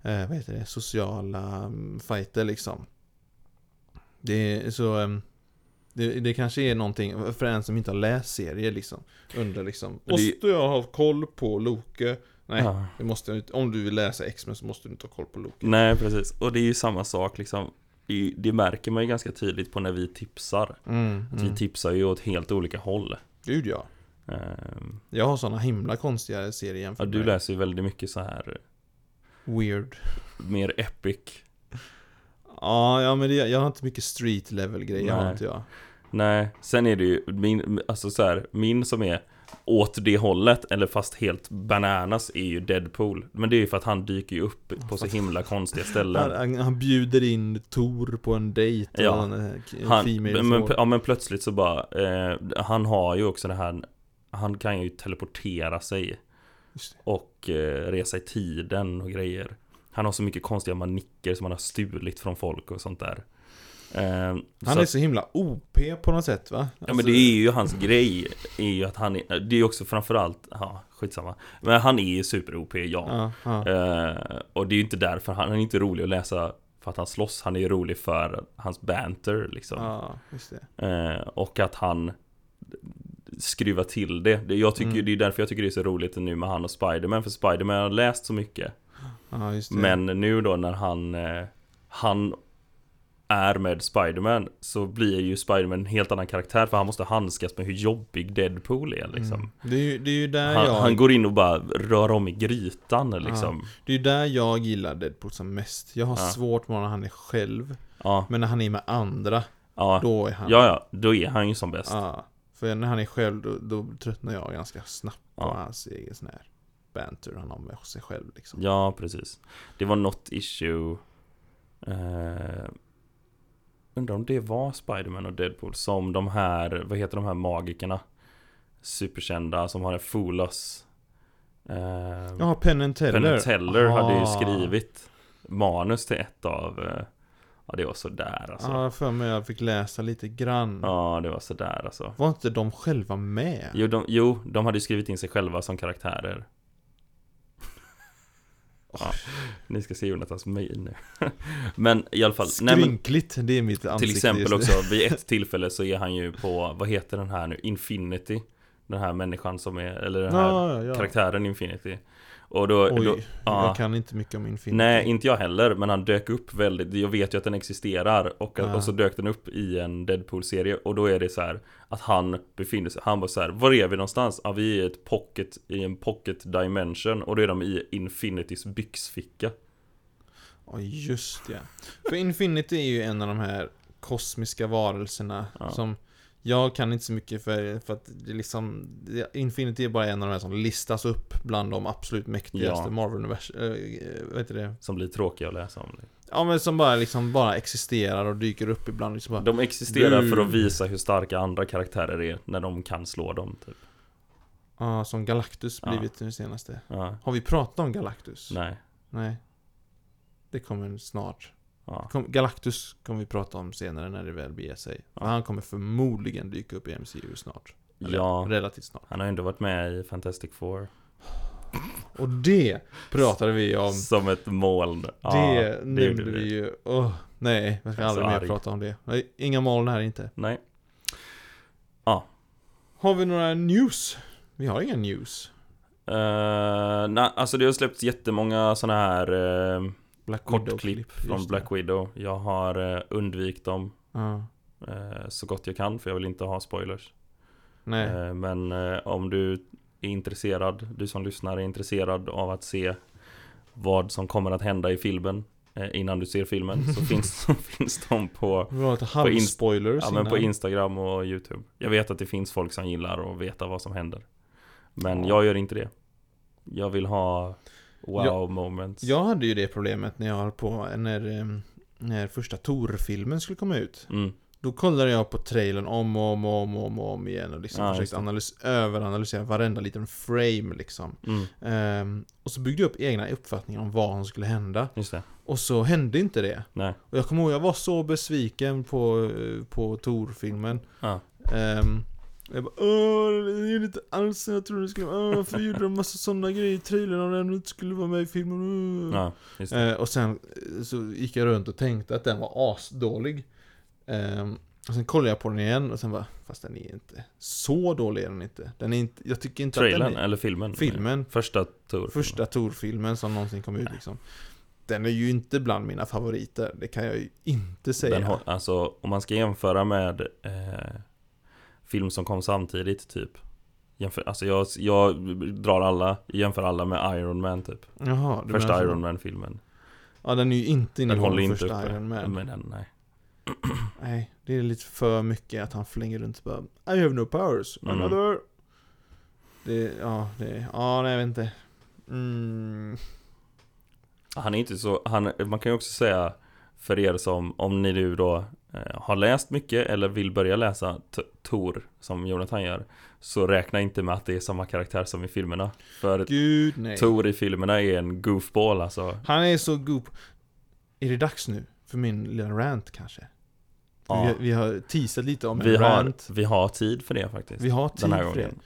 [SPEAKER 2] eh, vad heter det, sociala mm, fighter liksom. Det är så ehm, det, det kanske är någonting för en som inte har läst serier liksom. Undrar liksom.
[SPEAKER 1] Det-
[SPEAKER 2] Måste jag ha koll på Loke? Nej,
[SPEAKER 1] Ja.
[SPEAKER 2] det måste jag inte. Om du vill läsa X-Men så måste du inte ha koll på Loke.
[SPEAKER 1] Nej, precis. Och det är ju samma sak liksom. Det, är ju- det märker man ju ganska tydligt på när vi tipsar.
[SPEAKER 2] Mm,
[SPEAKER 1] Att
[SPEAKER 2] mm.
[SPEAKER 1] Vi tipsar ju åt helt olika håll.
[SPEAKER 2] Gud ja.
[SPEAKER 1] Ehm,
[SPEAKER 2] Jag har såna himla konstiga serier
[SPEAKER 1] ja,
[SPEAKER 2] jämfört
[SPEAKER 1] du
[SPEAKER 2] med
[SPEAKER 1] läser ju väldigt mycket så här
[SPEAKER 2] Weird.
[SPEAKER 1] mer epic.
[SPEAKER 2] Ja, ja men det, jag har inte mycket street level grejer har
[SPEAKER 1] Nej.
[SPEAKER 2] inte jag.
[SPEAKER 1] Nej, sen är det ju min, alltså så här, min som är åt det hållet, eller fast helt bananas, är ju Deadpool. Men det är ju för att han dyker ju upp på så himla konstiga
[SPEAKER 2] Han,
[SPEAKER 1] ställen.
[SPEAKER 2] han, han bjuder in Tor på en dejt. och
[SPEAKER 1] Ja.
[SPEAKER 2] en, eh, k- en
[SPEAKER 1] Han,
[SPEAKER 2] female
[SPEAKER 1] men,
[SPEAKER 2] sword.
[SPEAKER 1] ja, men plötsligt så bara, eh, han har ju också det här, han kan ju teleportera sig
[SPEAKER 2] Just det.
[SPEAKER 1] och eh, resa i tiden och grejer. Han har så mycket konstiga manicker som han har stulit från folk och sånt där. Eh,
[SPEAKER 2] Han
[SPEAKER 1] så
[SPEAKER 2] är så himla OP på något sätt va? Alltså,
[SPEAKER 1] Ja men det är ju hans grej, är ju att han är, det är ju också framförallt, ja skitsamma Men han är ju super-OP, ja,
[SPEAKER 2] Ja, ja.
[SPEAKER 1] Eh, Och det är ju inte därför, han han är inte rolig att läsa för att han slåss, han är ju rolig för hans banter liksom
[SPEAKER 2] ja, just det.
[SPEAKER 1] Eh, Och att han skruvar till det, Det- jag tycker,
[SPEAKER 2] Mm.
[SPEAKER 1] det är därför jag tycker det är så roligt nu med han och Spiderman För Spiderman har läst så mycket
[SPEAKER 2] Ja, just det.
[SPEAKER 1] Typ. Men nu då när han, eh, han är med Spiderman så blir ju Spiderman en helt annan karaktär för han måste handskas med hur jobbig Deadpool är liksom.
[SPEAKER 2] Mm. Det, är ju, det är ju där
[SPEAKER 1] Han,
[SPEAKER 2] jag...
[SPEAKER 1] han går in och bara rör om i grytan liksom.
[SPEAKER 2] Det är ju där jag gillar Deadpool som mest. Jag har
[SPEAKER 1] Ja.
[SPEAKER 2] svårt med när han är själv.
[SPEAKER 1] Ja,
[SPEAKER 2] Men när han är med andra,
[SPEAKER 1] ja,
[SPEAKER 2] då är han...
[SPEAKER 1] ja, ja, då är han ju som bäst.
[SPEAKER 2] Ja, för när han är själv då, då tröttnar jag ganska snabbt på
[SPEAKER 1] Ja.
[SPEAKER 2] hans egen sån här banter han har med sig själv liksom.
[SPEAKER 1] Ja, precis. Det var något issue. Eh, undrar om det var Spiderman och Deadpool som de här, vad heter de här magikerna? Superkända som har en Fool Us. Eh,
[SPEAKER 2] Ja, Penn and Teller.
[SPEAKER 1] Penn Teller hade ju
[SPEAKER 2] Ah.
[SPEAKER 1] skrivit manus till ett av... eh, Ja, det var sådär alltså.
[SPEAKER 2] Ah. Ja, jag för mig jag fick läsa lite grann.
[SPEAKER 1] Ja, det var sådär alltså.
[SPEAKER 2] Var inte de själva med?
[SPEAKER 1] Jo de, jo, de hade ju skrivit in sig själva som karaktärer. Ja, ni ska se Jonathans min nu. [LAUGHS] Men i alla fall. nej, men-
[SPEAKER 2] Skrynkligt, det är mitt ansikte
[SPEAKER 1] Till exempel
[SPEAKER 2] just nu.
[SPEAKER 1] också, vid
[SPEAKER 2] [LAUGHS]
[SPEAKER 1] ett tillfälle så är han ju på, vad heter den här nu, Infinity? Den här människan som är, eller den här
[SPEAKER 2] Ja, ja, ja.
[SPEAKER 1] karaktären Infinity. Och då,
[SPEAKER 2] Oj,
[SPEAKER 1] då ja.
[SPEAKER 2] jag kan inte mycket om Infinity.
[SPEAKER 1] nej inte jag heller, men han dök upp väldigt, jag vet ju att den existerar och,
[SPEAKER 2] Ja.
[SPEAKER 1] och så dök den upp i en Deadpool-serie och då är det så här att han befinner sig, han var så här, var är vi någonstans? Ja vi är i ett pocket, i en pocket dimension och då är de i Infinitys byxficka.
[SPEAKER 2] Ja, just ja. För Infinity är ju en av de här kosmiska varelserna
[SPEAKER 1] Ja.
[SPEAKER 2] som jag kan inte så mycket för, för att det är liksom det- Infinity är bara en av de här som listas upp bland de absolut mäktigaste
[SPEAKER 1] Ja.
[SPEAKER 2] Marvel-universum, äh, vet du det?
[SPEAKER 1] Som blir tråkiga att läsa om.
[SPEAKER 2] Ja men som bara liksom bara existerar och dyker upp ibland liksom bara,
[SPEAKER 1] De existerar
[SPEAKER 2] Du-
[SPEAKER 1] för att visa hur starka andra karaktärer är när de kan slå dem typ.
[SPEAKER 2] ja, som Galactus
[SPEAKER 1] Ja.
[SPEAKER 2] blivit nu senaste.
[SPEAKER 1] Ja,
[SPEAKER 2] Har vi pratat om Galactus?
[SPEAKER 1] nej.
[SPEAKER 2] Nej. Det kommer snart.
[SPEAKER 1] Ja,
[SPEAKER 2] Kom, Galactus kommer vi prata om senare när det väl beger sig.
[SPEAKER 1] Ja.
[SPEAKER 2] Men Han kommer förmodligen dyka upp i MCU snart. Eller,
[SPEAKER 1] ja
[SPEAKER 2] Relativt snart.
[SPEAKER 1] han har ändå varit med i Fantastic Four.
[SPEAKER 2] Och det pratade vi om.
[SPEAKER 1] Som ett moln. Ja,
[SPEAKER 2] det nämnde
[SPEAKER 1] gjorde
[SPEAKER 2] vi ju. Åh, nej, jag ska
[SPEAKER 1] Jag är så
[SPEAKER 2] aldrig mer
[SPEAKER 1] arg.
[SPEAKER 2] prata om det. Nej, inga moln här inte.
[SPEAKER 1] Nej.
[SPEAKER 2] Har vi några news? Vi har inga news.
[SPEAKER 1] Uh, nej, alltså det har släppts jättemånga såna här eh,
[SPEAKER 2] Black
[SPEAKER 1] kortklipp från
[SPEAKER 2] just det.
[SPEAKER 1] Black Widow. Jag har eh, undvikit dem
[SPEAKER 2] Ja.
[SPEAKER 1] eh, så gott jag kan för jag vill inte ha spoilers.
[SPEAKER 2] Nej.
[SPEAKER 1] Eh, Men eh, om du är intresserad, du som lyssnar är intresserad av att se vad som kommer att hända i filmen eh, innan du ser filmen
[SPEAKER 2] [LAUGHS]
[SPEAKER 1] så finns, så finns de på,
[SPEAKER 2] Vi har lite halvspoilers
[SPEAKER 1] ja, men på Instagram och YouTube. Jag vet att det finns folk som gillar att veta vad som händer. Men
[SPEAKER 2] Ja.
[SPEAKER 1] jag gör inte det. Jag vill ha wow moments.
[SPEAKER 2] Jag hade ju det problemet när jag höll på, när, ehm, när första Tor-filmen skulle komma ut.
[SPEAKER 1] Mm,
[SPEAKER 2] Då kollade jag på trailern om och om och om och om, och om igen och liksom
[SPEAKER 1] Ja, just
[SPEAKER 2] försökte analys- överanalysera varenda liten frame liksom.
[SPEAKER 1] mm,
[SPEAKER 2] Ehm, och så byggde jag upp egna uppfattningar om vad som skulle hända.
[SPEAKER 1] just det.
[SPEAKER 2] Och så hände inte det.
[SPEAKER 1] Nej.
[SPEAKER 2] Och jag kommer ihåg, jag var så besviken på, eh, på Tor-filmen.
[SPEAKER 1] Ja.
[SPEAKER 2] Ehm, jag bara Åh, det är inte alls som jag trodde det skulle vara. Åh, varför gjorde de massa sådana grejer i trailern om den inte skulle vara med i filmen? Åh."
[SPEAKER 1] Ja, just det.
[SPEAKER 2] Eh, och sen eh, så gick jag runt och tänkte att den var asdålig. Ehm, och sen kollade jag på den igen och sen bara, fast den är inte så dålig är den inte. Den är inte, jag tycker inte att
[SPEAKER 1] Trailern
[SPEAKER 2] den är...
[SPEAKER 1] eller filmen?
[SPEAKER 2] Filmen.
[SPEAKER 1] Första tur.
[SPEAKER 2] Första Tor-filmen som någonsin kom ut liksom. Den är ju inte bland mina favoriter, det kan jag ju inte säga.
[SPEAKER 1] Den har, alltså om man ska jämföra med eh, film som kom samtidigt typ. Jämför, alltså jag, jag drar alla, jämför alla med Iron Man typ.
[SPEAKER 2] Jaha, du menar
[SPEAKER 1] Första
[SPEAKER 2] så.
[SPEAKER 1] Iron Man-filmen.
[SPEAKER 2] Ja, den är ju inte
[SPEAKER 1] Den
[SPEAKER 2] innehåller
[SPEAKER 1] håller inte
[SPEAKER 2] första
[SPEAKER 1] uppe.
[SPEAKER 2] Iron Man.
[SPEAKER 1] Men den, nej.
[SPEAKER 2] Nej, det är lite för mycket att han flänger runt och bara I have no powers,
[SPEAKER 1] Mm.
[SPEAKER 2] another. Det, ja, det, ja, nej jag vet inte. Mm.
[SPEAKER 1] Han är inte så, han, man kan ju också säga för er som, om ni nu då eh, har läst mycket eller vill börja läsa T- Tor som Jonathan gör. Så räkna inte med att det är samma karaktär som i filmerna. För
[SPEAKER 2] Gud nej.
[SPEAKER 1] Tor i filmerna är en goofball alltså.
[SPEAKER 2] Han är så god på... Är det dags nu? För min lilla rant kanske?
[SPEAKER 1] Ja.
[SPEAKER 2] Vi, vi har teasat lite om
[SPEAKER 1] Vi
[SPEAKER 2] en
[SPEAKER 1] har,
[SPEAKER 2] rant.
[SPEAKER 1] vi har tid för det faktiskt.
[SPEAKER 2] Vi har tid
[SPEAKER 1] den här
[SPEAKER 2] för det.
[SPEAKER 1] gången.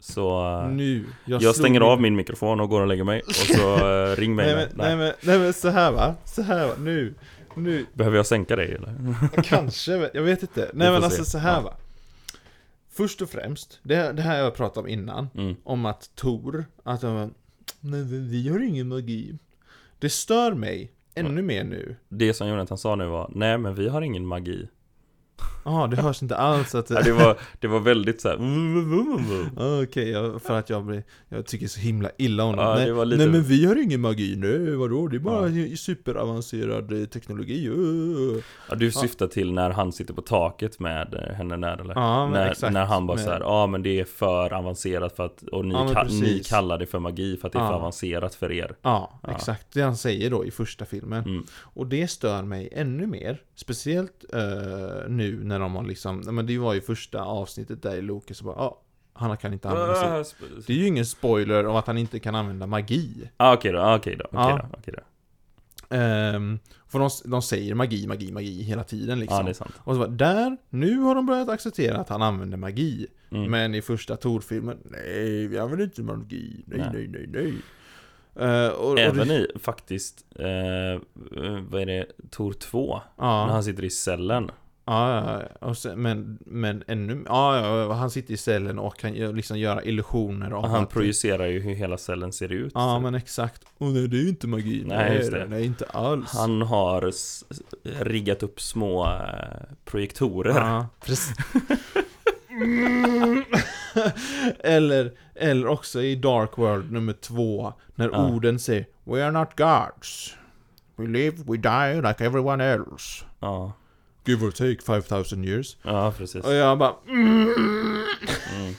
[SPEAKER 1] Så eh,
[SPEAKER 2] Nu.
[SPEAKER 1] jag,
[SPEAKER 2] slog
[SPEAKER 1] stänger av min mikrofon och går och lägger mig och
[SPEAKER 2] [LAUGHS]
[SPEAKER 1] så eh, ring mig
[SPEAKER 2] Nej
[SPEAKER 1] när-
[SPEAKER 2] men,
[SPEAKER 1] nej.
[SPEAKER 2] nej, men, nej men så här va? Så här va? Nu. Nu.
[SPEAKER 1] Behöver jag sänka dig eller?
[SPEAKER 2] Kanske, men- jag vet inte. Nej
[SPEAKER 1] får
[SPEAKER 2] men
[SPEAKER 1] se.
[SPEAKER 2] alltså så här
[SPEAKER 1] Ja.
[SPEAKER 2] va. Först och främst, det, här- det här jag pratat om innan.
[SPEAKER 1] Mm.
[SPEAKER 2] Om att Tor, att de bara, Nej men vi har ingen magi. Det stör mig ännu mer nu.
[SPEAKER 1] Det som Jonathan sa nu var Nej men vi har ingen magi
[SPEAKER 2] Ja, det hörs inte alls att...
[SPEAKER 1] Ja, [LAUGHS] Det
[SPEAKER 2] [LAUGHS]
[SPEAKER 1] var, det var väldigt mm, såhär
[SPEAKER 2] Ah, Okej, jag- för att jag, blir, jag tycker så himla illa om
[SPEAKER 1] Ja,
[SPEAKER 2] honom.
[SPEAKER 1] det
[SPEAKER 2] nej,
[SPEAKER 1] var lite-
[SPEAKER 2] nej men vi har ingen magi, nej vadå? Det är bara superavancerad eh, teknologi. Uh.
[SPEAKER 1] ja, Du syftar till när han sitter på taket med eh, henne där eller?
[SPEAKER 2] Ja, men
[SPEAKER 1] när,
[SPEAKER 2] exakt.
[SPEAKER 1] när han bara
[SPEAKER 2] Med-
[SPEAKER 1] såhär, ja men det är för avancerat för att Och ni,
[SPEAKER 2] Ja, men
[SPEAKER 1] ka-
[SPEAKER 2] precis.
[SPEAKER 1] ni kallar det för magi för att det är för
[SPEAKER 2] Ja.
[SPEAKER 1] avancerat för er
[SPEAKER 2] Ja,
[SPEAKER 1] Ja.
[SPEAKER 2] exakt. Det han säger då i första filmen.
[SPEAKER 1] Mm.
[SPEAKER 2] Och det stör mig ännu mer. Speciellt eh, nu när de har liksom, nej, men det var ju första avsnittet där i Loki så bara, ja, han kan inte använda sig.
[SPEAKER 1] Ah,
[SPEAKER 2] Det är ju ingen spoiler om att han inte kan använda magi.
[SPEAKER 1] Ah, Okej då, ah, okej då, okej
[SPEAKER 2] Ja.
[SPEAKER 1] då, okej då
[SPEAKER 2] Eh, Ehm, för de, de säger magi, magi, magi hela tiden liksom.
[SPEAKER 1] Ja, det är sant.
[SPEAKER 2] Och så bara, där, nu har de börjat acceptera att han använder magi.
[SPEAKER 1] Mm.
[SPEAKER 2] Men i första Thor-filmen, nej, vi använder inte magi, nej,
[SPEAKER 1] Nej.
[SPEAKER 2] nej, nej, nej. Eh, och, och
[SPEAKER 1] Även
[SPEAKER 2] det,
[SPEAKER 1] i faktiskt, eh, eh, vad är det, Tor 2? När
[SPEAKER 2] Ja,
[SPEAKER 1] han sitter i cellen.
[SPEAKER 2] ja, ja, ja. och sen, men, men ännu, ja, ja, ja, han sitter i cellen och kan ju liksom göra illusioner av
[SPEAKER 1] Och han
[SPEAKER 2] allt.
[SPEAKER 1] projicerar ju hur hela cellen ser ut.
[SPEAKER 2] Ja, men exakt. Och nej, det är ju inte magi,
[SPEAKER 1] Nej, just det.
[SPEAKER 2] nej, inte alls.
[SPEAKER 1] Han har s- riggat upp små eh, projektorer. [LAUGHS]
[SPEAKER 2] Ja, precis. Mm. [LAUGHS] eller, eller också i Dark World nummer två, när
[SPEAKER 1] Ja.
[SPEAKER 2] orden säger We are not gods. We live, we die like everyone else.
[SPEAKER 1] Ja,
[SPEAKER 2] Give or take 5000 years.
[SPEAKER 1] ja precis.
[SPEAKER 2] Och jag bara mm. [LAUGHS]
[SPEAKER 1] Mm.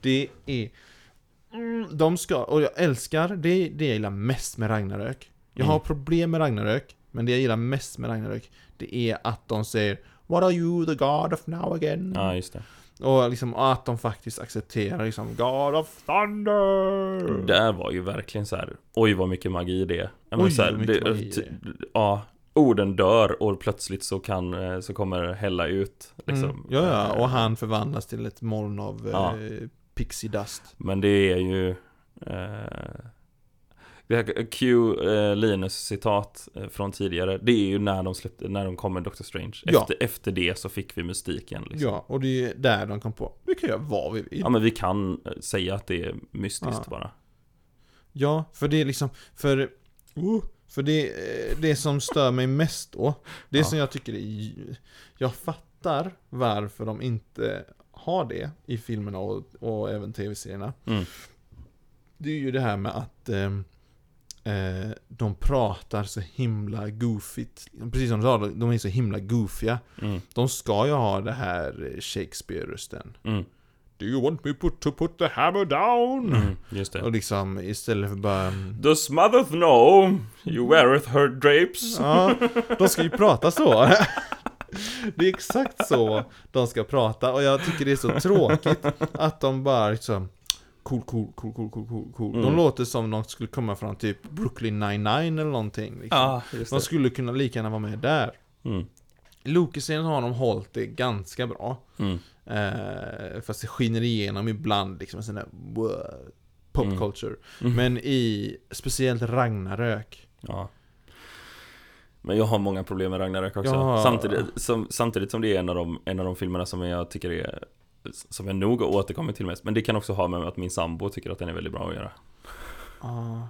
[SPEAKER 2] Det är... Mm, de ska... Och jag älskar, det, det jag gillar mest med Ragnarök. Jag har
[SPEAKER 1] Mm.
[SPEAKER 2] problem med Ragnarök, men det jag gillar mest med Ragnarök, det är att de säger What are you the god of now again?
[SPEAKER 1] Ja, just det.
[SPEAKER 2] Och liksom och att de faktiskt accepterar liksom God of Thunder!
[SPEAKER 1] Där var ju verkligen så här. oj vad mycket magi det är. Ja, men
[SPEAKER 2] Oj,
[SPEAKER 1] så här,
[SPEAKER 2] vad mycket
[SPEAKER 1] det-
[SPEAKER 2] magi
[SPEAKER 1] ty-
[SPEAKER 2] det
[SPEAKER 1] Ja, orden dör och plötsligt så kan, eh, så kommer Hella ut. Liksom.
[SPEAKER 2] Mm. Ja, ja, och han förvandlas till ett moln av
[SPEAKER 1] Ja.
[SPEAKER 2] eh, pixie dust.
[SPEAKER 1] Men det är ju... Eh, det här Q eh, Linus citat eh, från tidigare. Det är ju när de släppte, när de kom med Doctor Strange.
[SPEAKER 2] Ja.
[SPEAKER 1] Efter, efter det så fick vi mystiken. Liksom.
[SPEAKER 2] Ja, och det är där de kom på, vi kan göra vad vi vill.
[SPEAKER 1] Ja men vi kan eh, säga att det är mystiskt
[SPEAKER 2] Ja.
[SPEAKER 1] bara.
[SPEAKER 2] Ja, för det är liksom, för... Oh, för det, eh, det som stör mig mest då, det
[SPEAKER 1] Ja.
[SPEAKER 2] som jag tycker är... Jag fattar varför de inte har det i filmerna och, och även tv-serierna.
[SPEAKER 1] Mm.
[SPEAKER 2] Det är ju det här med att ehm, eh, de pratar så himla goofigt. Precis som du sa, de är så himla goofiga.
[SPEAKER 1] Mm,
[SPEAKER 2] De ska ju ha det här eh, Shakespeare-rösten.
[SPEAKER 1] mm,
[SPEAKER 2] Do you want me put, to put the hammer down?
[SPEAKER 1] mm, just
[SPEAKER 2] Och
[SPEAKER 1] det.
[SPEAKER 2] liksom istället för bara... mm,
[SPEAKER 1] The smothereth know, you weareth her drapes. [LAUGHS]
[SPEAKER 2] Ja, de ska ju prata så. [LAUGHS] Det är exakt så de ska prata och jag tycker det är så tråkigt att de bara liksom Cool, cool, cool, cool, cool, cool, cool. De
[SPEAKER 1] Mm.
[SPEAKER 2] låter som de skulle komma från typ Brooklyn 99 eller någonting. Liksom.
[SPEAKER 1] Ja, just
[SPEAKER 2] de
[SPEAKER 1] det.
[SPEAKER 2] skulle kunna lika gärna vara med där.
[SPEAKER 1] Mm,
[SPEAKER 2] I Loki-serien har de hållit det ganska bra.
[SPEAKER 1] mm,
[SPEAKER 2] Eh, fast det skiner igenom ibland liksom en sån där wow,
[SPEAKER 1] Mm.
[SPEAKER 2] popculture.
[SPEAKER 1] Mm.
[SPEAKER 2] Men i speciellt Ragnarök.
[SPEAKER 1] ja. Men jag har många problem med Ragnarök också.
[SPEAKER 2] Ja.
[SPEAKER 1] Samtidigt, som, samtidigt som det är en av, de, en av de filmerna som jag tycker är som jag nog har återkommit till mest. Men det kan också ha med att min sambo tycker att den är väldigt bra att göra.
[SPEAKER 2] Ja.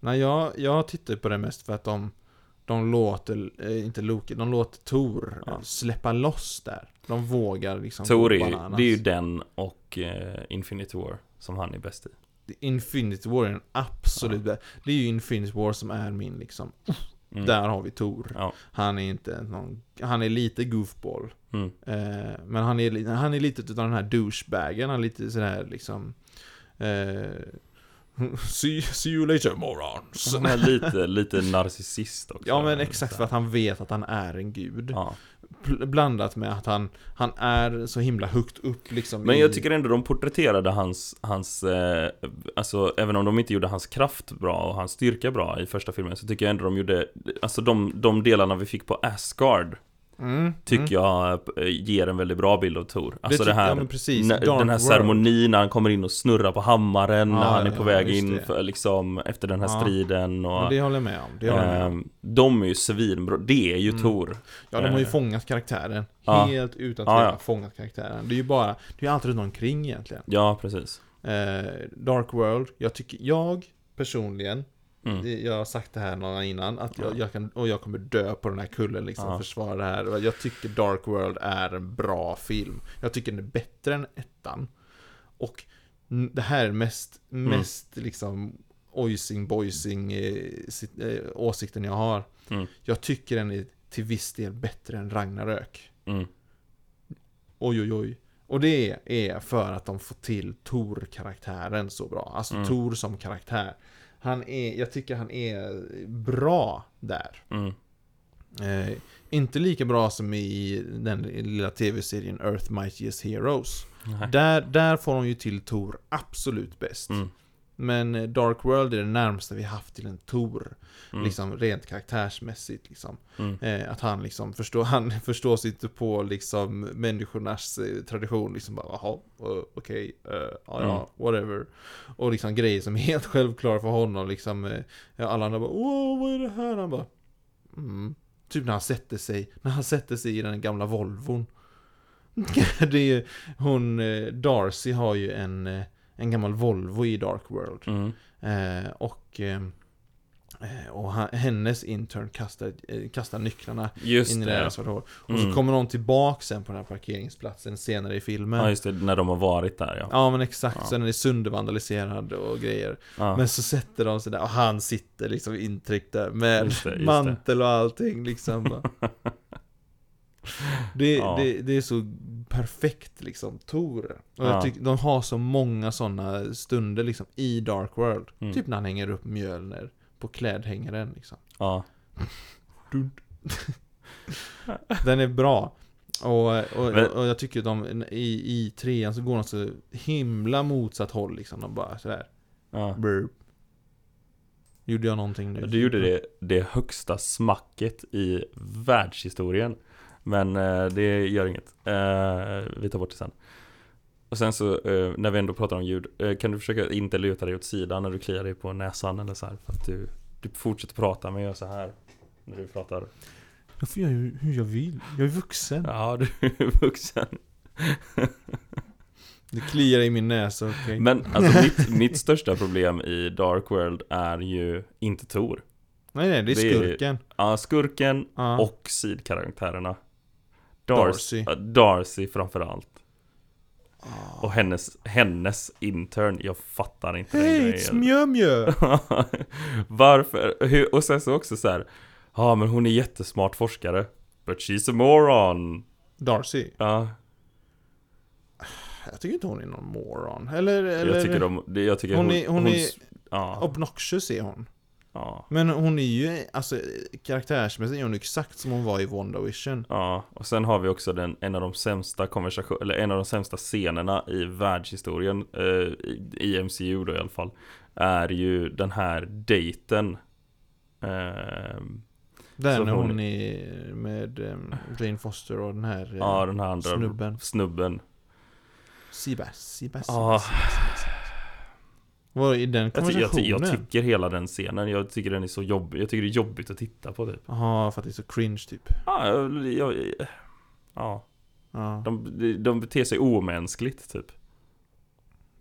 [SPEAKER 2] Nej, jag, jag tittar på det mest för att de, de låter, eh, inte Loki, de låter Tor
[SPEAKER 1] Ja.
[SPEAKER 2] släppa loss där. De vågar liksom
[SPEAKER 1] Thor
[SPEAKER 2] gå
[SPEAKER 1] är ju,
[SPEAKER 2] bananas.
[SPEAKER 1] det är ju den och eh, Infinity War som han är bäst i.
[SPEAKER 2] Infinity War är den absolut bästa. Det är ju Infinity War som är min liksom,
[SPEAKER 1] Mm.
[SPEAKER 2] där har vi Tor.
[SPEAKER 1] Ja.
[SPEAKER 2] Han är inte någon, han är lite goofball.
[SPEAKER 1] Mm.
[SPEAKER 2] Eh, men han är, li- han är lite utav den här douchebagen, han är lite sådär liksom... Eh, [LAUGHS] see, see you later morons.
[SPEAKER 1] Han är lite, lite narcissist också.
[SPEAKER 2] Ja men exakt för
[SPEAKER 1] Så.
[SPEAKER 2] att han vet att han är en gud.
[SPEAKER 1] Ja.
[SPEAKER 2] Pl- Blandat med att han, han är så himla högt upp liksom
[SPEAKER 1] Men
[SPEAKER 2] i-
[SPEAKER 1] jag tycker ändå de porträtterade hans, hans eh, alltså även om de inte gjorde hans kraft bra och hans styrka bra i första filmen så tycker jag ändå de gjorde, alltså de, de delarna vi fick på Asgard
[SPEAKER 2] mm,
[SPEAKER 1] tycker
[SPEAKER 2] mm.
[SPEAKER 1] jag eh, ger en väldigt bra bild av Thor. Alltså det,
[SPEAKER 2] tyck-
[SPEAKER 1] här,
[SPEAKER 2] ja, men precis.
[SPEAKER 1] när-
[SPEAKER 2] Dark
[SPEAKER 1] den här
[SPEAKER 2] World.
[SPEAKER 1] ceremonin när han kommer in och snurrar på hammaren,
[SPEAKER 2] Ja,
[SPEAKER 1] när han är
[SPEAKER 2] ja,
[SPEAKER 1] på väg
[SPEAKER 2] just
[SPEAKER 1] in
[SPEAKER 2] det.
[SPEAKER 1] för, liksom, efter den här
[SPEAKER 2] Ja.
[SPEAKER 1] striden och...
[SPEAKER 2] Men det håller jag med om. Det håller jag med om.
[SPEAKER 1] Ehm, de är ju svinbra, det är ju
[SPEAKER 2] Mm.
[SPEAKER 1] Tor.
[SPEAKER 2] Ja, de har ju
[SPEAKER 1] eh.
[SPEAKER 2] fångat karaktären.
[SPEAKER 1] Ja.
[SPEAKER 2] Helt utan
[SPEAKER 1] Ja,
[SPEAKER 2] tvekan
[SPEAKER 1] ja.
[SPEAKER 2] fångat karaktären. Det är ju bara, det är ju allt runt omkring egentligen.
[SPEAKER 1] Ja, precis.
[SPEAKER 2] Eh, Dark World, jag tycker, jag personligen,
[SPEAKER 1] Mm.
[SPEAKER 2] jag har sagt det här någon gång innan, att jag,
[SPEAKER 1] Ja.
[SPEAKER 2] jag kan, och jag kommer dö på den här kullen liksom,
[SPEAKER 1] Ja.
[SPEAKER 2] försvara det här. Jag tycker Dark World är en bra film. Jag tycker den är bättre än ettan. Och n- det här är mest,
[SPEAKER 1] Mm.
[SPEAKER 2] mest liksom ojsing boysing eh, sit- eh, åsikten jag har.
[SPEAKER 1] Mm.
[SPEAKER 2] Jag tycker den är till viss del bättre än Ragnarök.
[SPEAKER 1] Mm.
[SPEAKER 2] Oj oj oj. Och det är för att de får till Tor-karaktären så bra. Alltså
[SPEAKER 1] Mm.
[SPEAKER 2] Tor som karaktär. Han är, jag tycker han är bra där.
[SPEAKER 1] Mm.
[SPEAKER 2] Eh, inte lika bra som i den lilla tv-serien Earth Mightiest Heroes.
[SPEAKER 1] Nej.
[SPEAKER 2] Där, där får de ju till Tor absolut bäst.
[SPEAKER 1] Mm.
[SPEAKER 2] Men eh, Dark World är det närmaste vi haft till en Tor.
[SPEAKER 1] Mm.
[SPEAKER 2] Liksom rent karaktärsmässigt liksom.
[SPEAKER 1] Mm.
[SPEAKER 2] Eh, att han liksom förstår, han [LAUGHS] förstår sig inte på liksom människornas eh, tradition liksom bara jaha, eh, okej, eh, ja,
[SPEAKER 1] Mm.
[SPEAKER 2] ja, whatever. Och liksom grejer som är [LAUGHS] helt självklara för honom liksom. eh, ja, alla andra bara åh, vad är det här? Han bara mm. Typ när han sätter sig, när han sätter sig i den gamla Volvon. [LAUGHS] det är ju, hon, eh, Darcy har ju en, eh, en gammal Volvo i Dark World.
[SPEAKER 1] Mm.
[SPEAKER 2] Eh, och eh, eh, och han, hennes intern kastar, eh, kastar nycklarna
[SPEAKER 1] Just
[SPEAKER 2] in i
[SPEAKER 1] det.
[SPEAKER 2] det här
[SPEAKER 1] ja.
[SPEAKER 2] svarta hålet. Och
[SPEAKER 1] Mm.
[SPEAKER 2] så kommer någon tillbaka sen på den här parkeringsplatsen senare i filmen.
[SPEAKER 1] Ja
[SPEAKER 2] Ja,
[SPEAKER 1] just det, när de har varit där ja.
[SPEAKER 2] men exakt,
[SPEAKER 1] Ja.
[SPEAKER 2] sen är det söndervandaliserad och grejer.
[SPEAKER 1] ja.
[SPEAKER 2] Men så sätter de sig där och han sitter liksom intryckt där med
[SPEAKER 1] Just det, just det.
[SPEAKER 2] mantel och allting liksom.
[SPEAKER 1] [LAUGHS]
[SPEAKER 2] bara. Det,
[SPEAKER 1] Ja.
[SPEAKER 2] det, det är så perfekt liksom, Tor. Och
[SPEAKER 1] Ja.
[SPEAKER 2] jag tycker de har så många sådana stunder liksom i Dark World.
[SPEAKER 1] Mm.
[SPEAKER 2] Typ när han hänger upp Mjölner på klädhängaren liksom.
[SPEAKER 1] ja.
[SPEAKER 2] Den är bra. Och, och,
[SPEAKER 1] Men-
[SPEAKER 2] och jag tycker de, i, i trean så går de så himla motsatt håll liksom. De bara sådär,
[SPEAKER 1] ja.
[SPEAKER 2] burp. Gjorde jag någonting nu?
[SPEAKER 1] Du gjorde det, det högsta smacket i världshistorien Men eh, det gör inget eh, Vi tar bort det sen Och sen så, eh, när vi ändå pratar om ljud eh, Kan du försöka inte luta dig åt sidan när du kliar dig på näsan eller så här För att du, du fortsätter prata men gör så här När du pratar
[SPEAKER 2] Jag får göra hur hur jag vill. Jag är vuxen.
[SPEAKER 1] Ja, du är vuxen
[SPEAKER 2] Det kliar i min näsa, okej.
[SPEAKER 1] Men alltså mitt, mitt största problem i Dark World är ju inte Tor
[SPEAKER 2] Nej, nej, det är
[SPEAKER 1] det är-
[SPEAKER 2] skurken.
[SPEAKER 1] Ja, skurken
[SPEAKER 2] Ja.
[SPEAKER 1] och sidkaraktärerna
[SPEAKER 2] Darcy.
[SPEAKER 1] Ja, Darcy framförallt
[SPEAKER 2] Ah.
[SPEAKER 1] Och hennes, hennes intern, jag fattar inte
[SPEAKER 2] Hej, it's
[SPEAKER 1] grejen.
[SPEAKER 2] mjö, mjö.
[SPEAKER 1] [LAUGHS] Varför? Hur? Och sen så också så här. Ja men hon är jättesmart forskare. But she's a moron.
[SPEAKER 2] Darcy.
[SPEAKER 1] Ja,
[SPEAKER 2] Jag tycker inte hon är någon moron. Eller, eller...
[SPEAKER 1] jag tycker de, det- jag tycker
[SPEAKER 2] hon är- hon är-
[SPEAKER 1] ja,
[SPEAKER 2] Obnoxious är hon.
[SPEAKER 1] ja,
[SPEAKER 2] Men hon är ju, alltså karaktärsmässigt är hon exakt som hon var i WandaVision.
[SPEAKER 1] ja. Och sen har vi också den, en av de sämsta konversation, eller en av de sämsta scenerna i världshistorien, eh, i, i MCU då i alla fall, är ju den här dejten. Ehm,
[SPEAKER 2] Där
[SPEAKER 1] Så
[SPEAKER 2] när
[SPEAKER 1] hon-
[SPEAKER 2] hon, är med ehm, Jane Foster och den här eh,
[SPEAKER 1] ja, den här andra
[SPEAKER 2] snubben.
[SPEAKER 1] snubben.
[SPEAKER 2] Seabass, Seabass,
[SPEAKER 1] Ja.
[SPEAKER 2] Seabass, Seabass, Seabass. Vad är den
[SPEAKER 1] Ah. Jag, ty- jag, ty- jag
[SPEAKER 2] konversationen?
[SPEAKER 1] tycker hela den scenen, jag tycker den är så jobbig, jag tycker det är jobbigt att titta på typ
[SPEAKER 2] Jaha, för att det är så cringe typ.
[SPEAKER 1] Ja, jag, jag, ja
[SPEAKER 2] Ja.
[SPEAKER 1] de, de beter sig omänskligt typ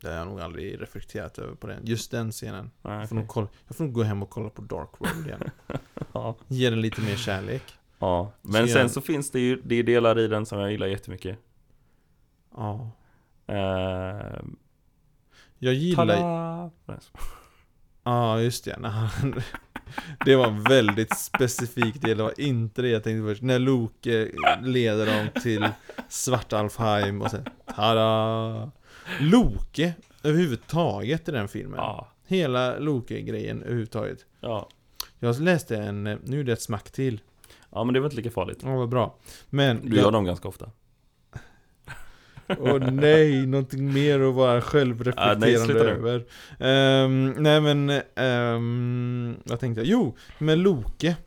[SPEAKER 2] Det har jag nog aldrig reflekterat över på den. Just den scenen.
[SPEAKER 1] Nej,
[SPEAKER 2] Jag får,
[SPEAKER 1] okej.
[SPEAKER 2] nog kolla, jag får nog gå hem och kolla på Dark World igen.
[SPEAKER 1] ja.
[SPEAKER 2] Ge den lite mer kärlek.
[SPEAKER 1] ja, men
[SPEAKER 2] Så
[SPEAKER 1] sen
[SPEAKER 2] jag-
[SPEAKER 1] så finns det ju det är delar i den som jag gillar jättemycket
[SPEAKER 2] Ja.
[SPEAKER 1] eh,
[SPEAKER 2] Jag gillar...
[SPEAKER 1] tada! Nej, så-
[SPEAKER 2] Ja, just det. När han, [LAUGHS] det var en väldigt specifik del. Det var inte det jag tänkte först. När Loke leder dem till Svartalfheim och sen... Tada! Loke överhuvudtaget i den filmen.
[SPEAKER 1] Ja,
[SPEAKER 2] Hela Loke-grejen överhuvudtaget.
[SPEAKER 1] ja
[SPEAKER 2] Jag läste en... Nu är det ett smack till.
[SPEAKER 1] Ja men det var inte lika farligt
[SPEAKER 2] Ja, vad bra. Men...
[SPEAKER 1] Du gör dem ganska ofta
[SPEAKER 2] Åh nej, någonting mer att vara självreflekterande
[SPEAKER 1] Ah, nej, sluta nu.
[SPEAKER 2] över. Ehm, nej men, ehm, vad tänkte jag? Jo, med Loke.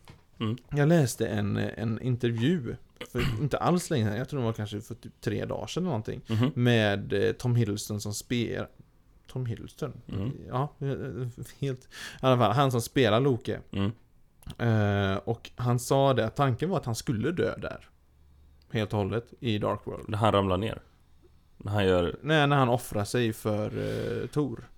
[SPEAKER 1] Mm.
[SPEAKER 2] Jag läste en, en intervju, för inte alls länge sedan, jag tror det var kanske för typ tre dagar sedan eller någonting.
[SPEAKER 1] Mhm.
[SPEAKER 2] Med eh, Tom Hiddleston som spelar... Tom Hiddleston?
[SPEAKER 1] Mm.
[SPEAKER 2] Ja, eh, helt... I alla fall, han som spelar Loke.
[SPEAKER 1] Mm.
[SPEAKER 2] Eh, och han sa det att tanken var att han skulle dö där. Helt och hållet, i Dark World.
[SPEAKER 1] När han ramlar ner När han gör
[SPEAKER 2] Nej, när han offrar sig för uh, Tor.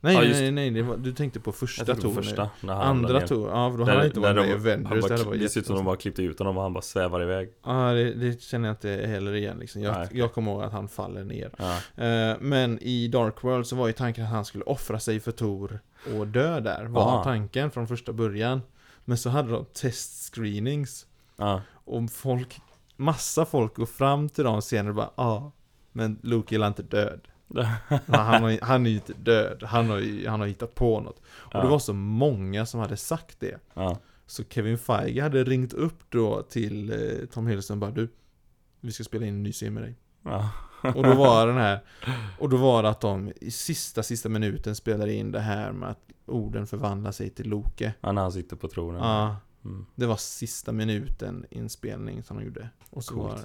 [SPEAKER 2] Nej,
[SPEAKER 1] Ja, just
[SPEAKER 2] nej, nej, det var, du tänkte på första
[SPEAKER 1] jag tänkte
[SPEAKER 2] Tor.
[SPEAKER 1] på första, när han ramlar
[SPEAKER 2] Andra
[SPEAKER 1] ner.
[SPEAKER 2] Tor, ja för då
[SPEAKER 1] Där-
[SPEAKER 2] hade han inte varit
[SPEAKER 1] där
[SPEAKER 2] med i
[SPEAKER 1] de- han
[SPEAKER 2] Avengers.
[SPEAKER 1] bara,
[SPEAKER 2] Det hade varit
[SPEAKER 1] Det ser ut som de
[SPEAKER 2] jättekonstigt.
[SPEAKER 1] bara klippte ut honom och han bara svävar iväg
[SPEAKER 2] Ja, det, det känner jag inte heller igen liksom. Jag,
[SPEAKER 1] Nej.
[SPEAKER 2] jag kommer ihåg att han faller ner.
[SPEAKER 1] ja.
[SPEAKER 2] Eh, men i Dark World så var ju tanken att han skulle offra sig för Tor och dö där. Var
[SPEAKER 1] Aha.
[SPEAKER 2] tanken från första början. Men så hade de testscreenings.
[SPEAKER 1] Ja.
[SPEAKER 2] Och folk, massa folk går fram till dem senare och bara ja, ah, men Loki är inte död.
[SPEAKER 1] [LAUGHS]
[SPEAKER 2] Ja, han, har, han är ju inte död, han har, ju- han har hittat på något. Och det
[SPEAKER 1] Ja.
[SPEAKER 2] var så många som hade sagt det.
[SPEAKER 1] Ja.
[SPEAKER 2] Så Kevin Feige hade ringt upp då till eh, Tom Hiddleston och bara du, vi ska spela in en ny scen med dig.
[SPEAKER 1] Ja.
[SPEAKER 2] Och då var den här Och då var det att de i sista, sista minuten spelade in det här med att orden förvandlar sig till Loke.
[SPEAKER 1] Ja, när han sitter på tronen.
[SPEAKER 2] Ja,
[SPEAKER 1] Mm.
[SPEAKER 2] det var sista minuten inspelning som de gjorde. Och så
[SPEAKER 1] Coolt.
[SPEAKER 2] var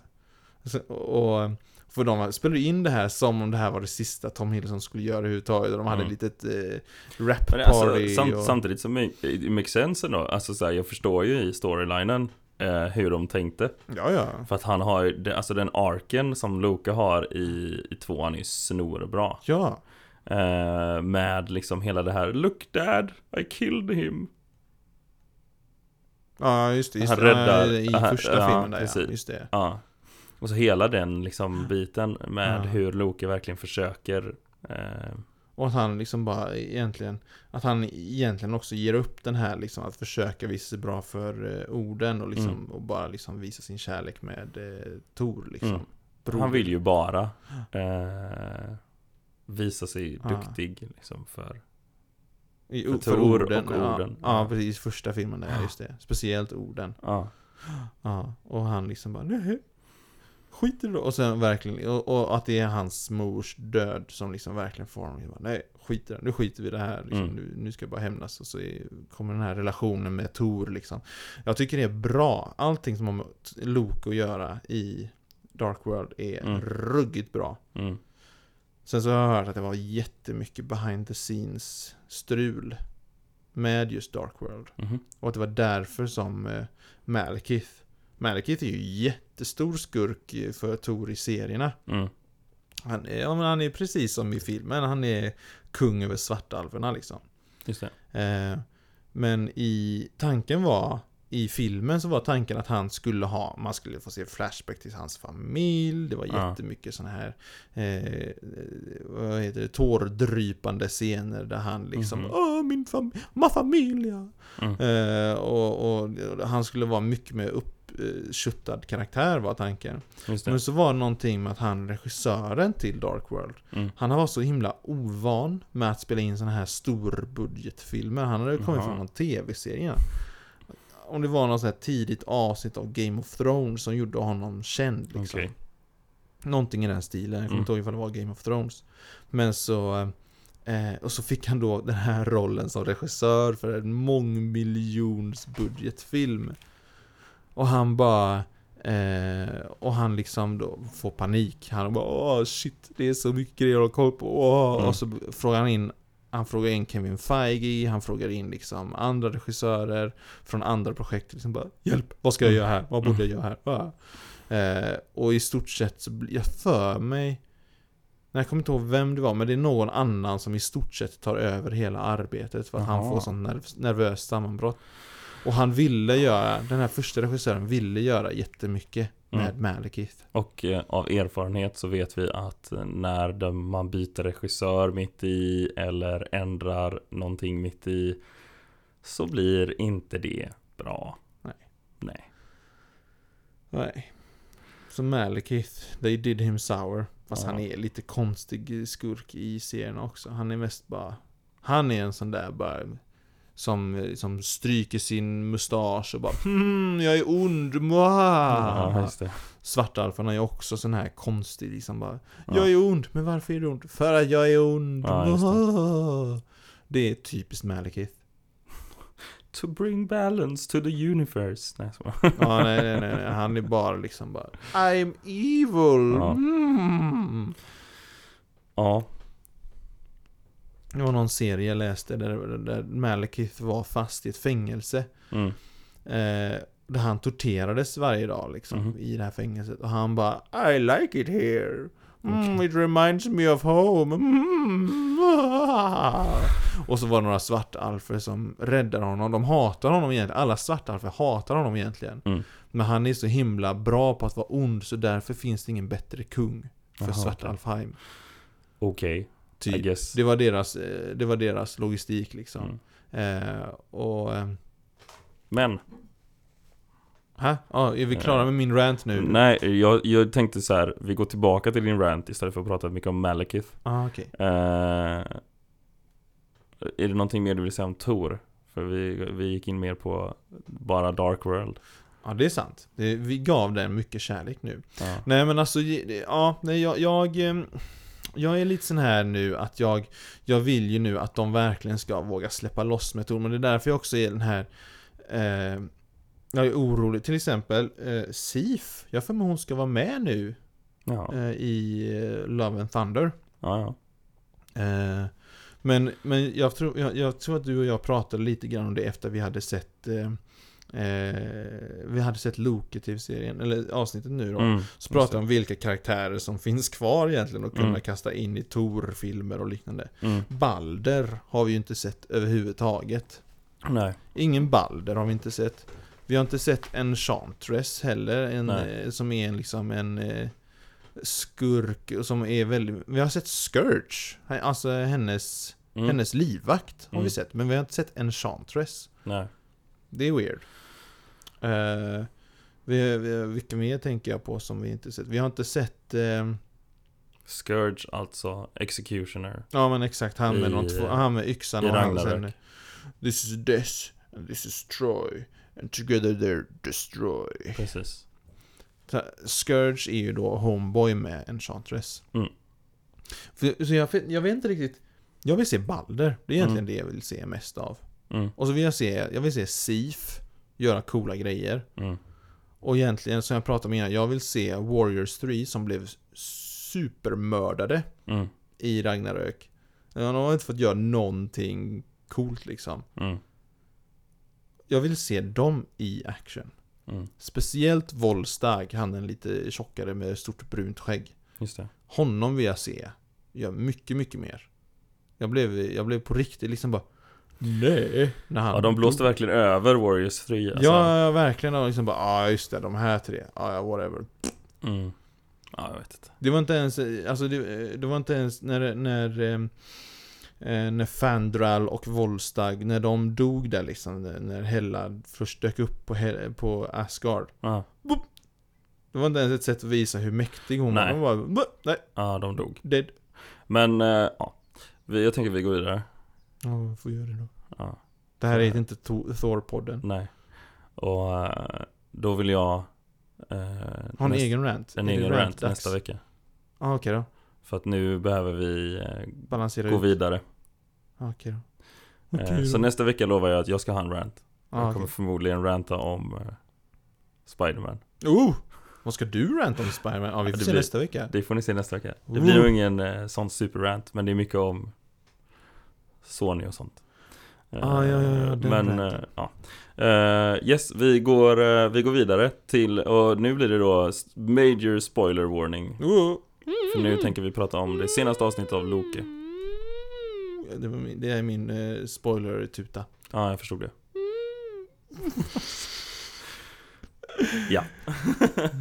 [SPEAKER 2] det. Så- Och för de spelade in det här som om det här var det sista Tom Hiddleston skulle göra överhuvudtaget. Och de hade
[SPEAKER 1] Mm.
[SPEAKER 2] ett litet eh,
[SPEAKER 1] Men alltså,
[SPEAKER 2] rap-party.
[SPEAKER 1] sam
[SPEAKER 2] och...
[SPEAKER 1] samtidigt som make- it makes sense ändå. Alltså så här, jag förstår ju i storylinen eh, hur de tänkte.
[SPEAKER 2] Ja, ja.
[SPEAKER 1] För att han har, ju- det- alltså den arken som Loke har i, i tvåan är ju snorbra.
[SPEAKER 2] Ja,
[SPEAKER 1] Eh, med liksom hela det här Look dad, I killed him.
[SPEAKER 2] ja just det. Just
[SPEAKER 1] Han
[SPEAKER 2] det. Ja,
[SPEAKER 1] räddar-
[SPEAKER 2] I
[SPEAKER 1] aha,
[SPEAKER 2] första
[SPEAKER 1] ja,
[SPEAKER 2] filmen där, ja.
[SPEAKER 1] precis.
[SPEAKER 2] Just det.
[SPEAKER 1] Ja. Och så hela den liksom biten med
[SPEAKER 2] Ja.
[SPEAKER 1] hur Loke verkligen försöker eh,
[SPEAKER 2] Och att han liksom bara egentligen Att han egentligen också ger upp den här liksom att försöka visa sig bra för eh, orden och liksom
[SPEAKER 1] Mm.
[SPEAKER 2] och bara liksom visa sin kärlek med eh, Tor liksom
[SPEAKER 1] Mm.
[SPEAKER 2] Bror.
[SPEAKER 1] Han vill ju bara eh, visa sig
[SPEAKER 2] Ja.
[SPEAKER 1] duktig liksom för
[SPEAKER 2] I-
[SPEAKER 1] för
[SPEAKER 2] för
[SPEAKER 1] Tor
[SPEAKER 2] orden,
[SPEAKER 1] och
[SPEAKER 2] ja.
[SPEAKER 1] orden.
[SPEAKER 2] Ja, precis, första filmen där, just det Speciellt orden
[SPEAKER 1] Ja,
[SPEAKER 2] Ja, och han liksom bara nej Skiter du då? Och sen verkligen, och, och att det är hans mors död som liksom verkligen får honom att bara, nej skiter i det. nu skiter vi i det här liksom.
[SPEAKER 1] Mm.
[SPEAKER 2] nu, nu ska jag bara hämnas och så är, kommer den här relationen med Tor liksom Jag tycker det är bra, allting som har med Luke att göra i Dark World är
[SPEAKER 1] Mm.
[SPEAKER 2] ruggigt bra
[SPEAKER 1] mm,
[SPEAKER 2] Sen så har jag hört att det var jättemycket behind the scenes strul med just Dark World
[SPEAKER 1] mhm,
[SPEAKER 2] och att det var därför som eh, Malekith Malekith är ju jättestor skurk eh, för Thor i serierna.
[SPEAKER 1] mm,
[SPEAKER 2] Han är, ja, men han är precis som i filmen, han är kung över svartalverna liksom.
[SPEAKER 1] just det.
[SPEAKER 2] Eh, men i tanken var, i filmen så var tanken att han skulle ha, man skulle få se flashback till hans familj, det var
[SPEAKER 1] Ja.
[SPEAKER 2] jättemycket sådana här, eh, vad heter det, tårdrypande scener där han liksom,
[SPEAKER 1] Mhm.
[SPEAKER 2] åh min fam- ma familj!
[SPEAKER 1] Mm.
[SPEAKER 2] Eh, och, och han skulle vara mycket mer uppköttad karaktär var tanken.
[SPEAKER 1] Just det.
[SPEAKER 2] Men så var det någonting med att han, regissören till Dark World,
[SPEAKER 1] Mm.
[SPEAKER 2] han var så himla ovan med att spela in sådana här storbudgetfilmer. Han hade ju kommit
[SPEAKER 1] Jaha.
[SPEAKER 2] från någon tv-serie. Om det var något så här tidigt avsnitt av Game of Thrones som gjorde honom känd liksom.
[SPEAKER 1] Okej.
[SPEAKER 2] Någonting i den stilen, jag kommer
[SPEAKER 1] Mm.
[SPEAKER 2] inte ihåg ifall det var Game of Thrones. Men så... Eh, och så fick han då den här rollen som regissör för en mångmiljonsbudgetfilm. Och han bara... Eh, och han liksom då får panik. Han bara åh shit, det är så mycket grejer att hålla koll på. Åh.
[SPEAKER 1] Mm.
[SPEAKER 2] Och så frågar han in han frågar in Kevin Feige, han frågar in liksom andra regissörer från andra projekt. Liksom bara, Hjälp, vad ska jag göra här? Vad borde jag göra här? Va? Eh, och i stort sett så blir jag för mig Nej, jag kommer inte ihåg vem det var, men det är någon annan som i stort sett tar över hela arbetet för att han
[SPEAKER 1] Jaha.
[SPEAKER 2] får sånt nerv- nervöst sammanbrott. Och han ville göra, den här första regissören ville göra jättemycket med
[SPEAKER 1] Mm.
[SPEAKER 2] Malekith.
[SPEAKER 1] Och eh, av erfarenhet så vet vi att när de, man byter regissör mitt i eller ändrar någonting mitt i så blir inte det bra.
[SPEAKER 2] Nej. Så Malekith, they did him sour. Fast
[SPEAKER 1] Ja.
[SPEAKER 2] han är lite konstig skurk i serien också. Han är mest bara... Han är en sån där bara... Som, som stryker sin mustasch och bara hmm, jag är ond,
[SPEAKER 1] Ja,
[SPEAKER 2] mwah!
[SPEAKER 1] just det.
[SPEAKER 2] Svartalfarna är också sån här konstig liksom bara
[SPEAKER 1] Ja.
[SPEAKER 2] Jag är ond, men varför är du ond? För att jag är ond,
[SPEAKER 1] Ja, just det.
[SPEAKER 2] mwah! Det är typiskt Malekith.
[SPEAKER 1] To bring balance to the universe. Nej, så.
[SPEAKER 2] Ja, nej, nej, nej, nej, han är bara liksom bara I'm evil!
[SPEAKER 1] Ja.
[SPEAKER 2] Mm.
[SPEAKER 1] Ja,
[SPEAKER 2] Det var någon serie jag läste där, där Malekith var fast i ett fängelse.
[SPEAKER 1] mm,
[SPEAKER 2] Eh, där han torterades varje dag liksom,
[SPEAKER 1] Mhm.
[SPEAKER 2] i det här fängelset. Och han bara I like it here. Mm,
[SPEAKER 1] Okej.
[SPEAKER 2] It reminds me of home. Mm. ah." Och så var det några svartalfer som räddade honom. De hatar honom egentligen. Alla svartalfer hatar honom egentligen.
[SPEAKER 1] Mm.
[SPEAKER 2] Men han är så himla bra på att vara ond så därför finns det ingen bättre kung för
[SPEAKER 1] Jaha,
[SPEAKER 2] svartalfheim.
[SPEAKER 1] okej. I
[SPEAKER 2] Typ.
[SPEAKER 1] guess.
[SPEAKER 2] Det var deras, eh, det var deras logistik liksom.
[SPEAKER 1] Mm.
[SPEAKER 2] Eh, och... eh,
[SPEAKER 1] Men,
[SPEAKER 2] Hä? Ja, är vi klara med min rant nu?
[SPEAKER 1] Eh. nej, jag, jag tänkte så här. Vi går tillbaka till din rant istället för att prata mycket om Malekith.
[SPEAKER 2] Ah, okej.
[SPEAKER 1] Eh, är det någonting mer du vill säga om Tor? För vi, vi gick in mer på bara Dark World.
[SPEAKER 2] Ja, det är sant. Det, vi gav den mycket kärlek nu.
[SPEAKER 1] Ja.
[SPEAKER 2] Nej men alltså, ge- ja, nej jag, jag, eh, jag är lite sån här nu att jag, jag vill ju nu att de verkligen ska våga släppa loss metoden. Det är därför jag också är den här, eh, jag är orolig. Till exempel eh, Sif, jag för mig hon ska vara med nu
[SPEAKER 1] Ja,
[SPEAKER 2] eh, i eh, Love and Thunder.
[SPEAKER 1] ja, ja.
[SPEAKER 2] Eh, men men jag, tror, jag, jag tror att du och jag pratade lite grann om det efter vi hade sett eh, eh, Vi hade sett Loke tv-serien, eller avsnittet nu då.
[SPEAKER 1] Mm.
[SPEAKER 2] Så pratar jag om vilka karaktärer som finns kvar egentligen och kunna
[SPEAKER 1] Mm.
[SPEAKER 2] kasta in i Tor-filmer och liknande.
[SPEAKER 1] Mm.
[SPEAKER 2] Balder har vi ju inte sett överhuvudtaget.
[SPEAKER 1] Nej.
[SPEAKER 2] Ingen Balder har vi inte sett. Vi har inte sett en Chantress heller, en,
[SPEAKER 1] Nej.
[SPEAKER 2] eh, som är en, liksom en eh, skurk och som är väldigt... Vi har sett Scourge, alltså hennes,
[SPEAKER 1] Mm.
[SPEAKER 2] hennes livvakt har vi
[SPEAKER 1] Mm.
[SPEAKER 2] sett, men vi har inte sett en Chantress.
[SPEAKER 1] Nej.
[SPEAKER 2] Det är weird. Eh, vi, vi, vilka mer tänker jag på som vi inte sett? Vi har inte sett... eh,
[SPEAKER 1] Scourge, alltså Executioner.
[SPEAKER 2] ja men exakt, han med,
[SPEAKER 1] I,
[SPEAKER 2] de två,
[SPEAKER 1] eh,
[SPEAKER 2] han med yxan
[SPEAKER 1] i
[SPEAKER 2] och han
[SPEAKER 1] Ragnarök.
[SPEAKER 2] sen... This is death, and this is Troy, and together they're destroy.
[SPEAKER 1] Precis.
[SPEAKER 2] Så Scourge är ju då homeboy med Enchantress.
[SPEAKER 1] Mm.
[SPEAKER 2] För, så jag, jag vet inte riktigt... Jag vill se Balder, det är egentligen det jag vill se mest av.
[SPEAKER 1] Mm.
[SPEAKER 2] Och så vill jag se, jag vill se Sif göra coola grejer.
[SPEAKER 1] Mm.
[SPEAKER 2] Och egentligen, som jag pratade om innan, jag vill se Warriors 3 som blev supermördade
[SPEAKER 1] Mm.
[SPEAKER 2] i Ragnarök. De har inte fått göra någonting coolt liksom.
[SPEAKER 1] Mm.
[SPEAKER 2] Jag vill se dem i action.
[SPEAKER 1] Mm.
[SPEAKER 2] Speciellt Volstag, han den lite tjockare med stort brunt skägg.
[SPEAKER 1] Just det.
[SPEAKER 2] Honom vill jag se göra mycket, mycket mer. Jag blev, jag blev på riktigt liksom bara Nej. När han
[SPEAKER 1] Ja, de blåste verkligen över Warriors 3 alltså.
[SPEAKER 2] Ja, verkligen. Och liksom bara, ja ah, just det, de här tre. Ah, Ja, ja, whatever.
[SPEAKER 1] Mm. Ja, jag vet inte.
[SPEAKER 2] Det var inte ens, alltså det, det var inte ens när, när, ehm, eh, när Fandral och Volstag, när de dog där liksom, när- när Hella först dök upp på, Hel- på Asgard.
[SPEAKER 1] Ja,
[SPEAKER 2] Det var inte ens ett sätt att visa hur mäktig hon
[SPEAKER 1] Nej.
[SPEAKER 2] var. De bara, nej,
[SPEAKER 1] ja de dog.
[SPEAKER 2] dead.
[SPEAKER 1] Men, eh, ja. Vi, jag tänker vi går vidare.
[SPEAKER 2] Ja, vi får göra det då.
[SPEAKER 1] Ja,
[SPEAKER 2] Det här är inte To- Thor-podden.
[SPEAKER 1] nej. Och eh, då vill jag... Eh,
[SPEAKER 2] Har en
[SPEAKER 1] näst-
[SPEAKER 2] egen rant?
[SPEAKER 1] en
[SPEAKER 2] Är det
[SPEAKER 1] egen rant
[SPEAKER 2] rantdags?
[SPEAKER 1] nästa vecka.
[SPEAKER 2] Ja, okej då.
[SPEAKER 1] För att nu behöver vi eh,
[SPEAKER 2] Balansera
[SPEAKER 1] gå
[SPEAKER 2] ut.
[SPEAKER 1] vidare.
[SPEAKER 2] Ja, okej då.
[SPEAKER 1] Eh,
[SPEAKER 2] Okej
[SPEAKER 1] så
[SPEAKER 2] då.
[SPEAKER 1] nästa vecka lovar jag att jag ska ha en rant.
[SPEAKER 2] Ja,
[SPEAKER 1] jag kommer
[SPEAKER 2] okej.
[SPEAKER 1] förmodligen ranta om eh, Spiderman.
[SPEAKER 2] Oh! Vad ska du ranta om Spiderman? Ja,
[SPEAKER 1] Ja,
[SPEAKER 2] vi får
[SPEAKER 1] det
[SPEAKER 2] se
[SPEAKER 1] blir-
[SPEAKER 2] nästa vecka.
[SPEAKER 1] Det får ni se nästa vecka. Det
[SPEAKER 2] Ooh.
[SPEAKER 1] blir nog ingen eh, sån superrant, men det är mycket om Sony och sånt. Eh,
[SPEAKER 2] Ah, ja, ja, ja, den
[SPEAKER 1] men
[SPEAKER 2] ranten.
[SPEAKER 1] eh, ja. Eh, yes, vi går, eh, vi går vidare till, och nu blir det då s- Major spoiler warning.
[SPEAKER 2] Oh!
[SPEAKER 1] För nu tänker vi prata om det senaste avsnittet av Loke. Ja,
[SPEAKER 2] Det, var min, det är min eh, spoiler-tuta.
[SPEAKER 1] ah, jag förstod det. Ja.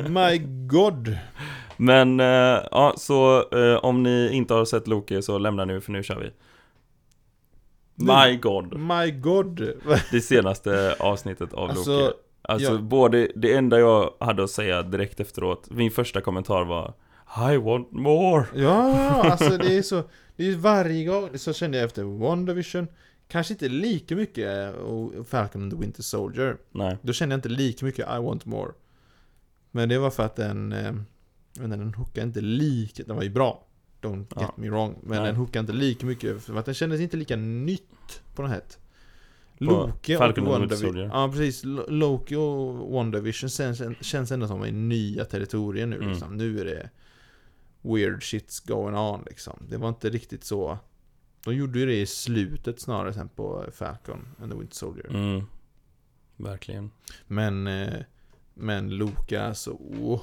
[SPEAKER 2] My God!
[SPEAKER 1] Men eh, ja, så eh, om ni inte har sett Loke så lämna nu för nu kör vi.
[SPEAKER 2] Nu.
[SPEAKER 1] My God.
[SPEAKER 2] My God!
[SPEAKER 1] Det senaste avsnittet av Loki.
[SPEAKER 2] Alltså,
[SPEAKER 1] Alltså
[SPEAKER 2] jag-
[SPEAKER 1] både, det enda jag hade att säga direkt efteråt, min första kommentar var I want more!
[SPEAKER 2] ja, alltså det är så... Det är varje gång så kände jag efter WandaVision, kanske inte lika mycket eh, och Falcon and the Winter Soldier.
[SPEAKER 1] Nej,
[SPEAKER 2] Då kände jag inte lika mycket I want more. Men det var för att den... Eh, jag vet inte, den hookade inte lika... Den var ju bra. Don't get
[SPEAKER 1] Ja.
[SPEAKER 2] me wrong. Men
[SPEAKER 1] Nej.
[SPEAKER 2] den hookade inte lika mycket för att den kändes inte lika nytt på något sätt.
[SPEAKER 1] På
[SPEAKER 2] Loki och
[SPEAKER 1] Falcon and the Winter
[SPEAKER 2] WandaVision.
[SPEAKER 1] Soldier.
[SPEAKER 2] Ja precis. Lo- Loki och WandaVision sen, sen, känns ändå som i nya territorier nu
[SPEAKER 1] Mm.
[SPEAKER 2] liksom. Nu är det weird shits going on liksom. Det var inte riktigt så... De gjorde ju det i slutet snarare sen på Falcon and the Winter Soldier.
[SPEAKER 1] mm. Verkligen.
[SPEAKER 2] Men, eh, men Loka, alltså, åh.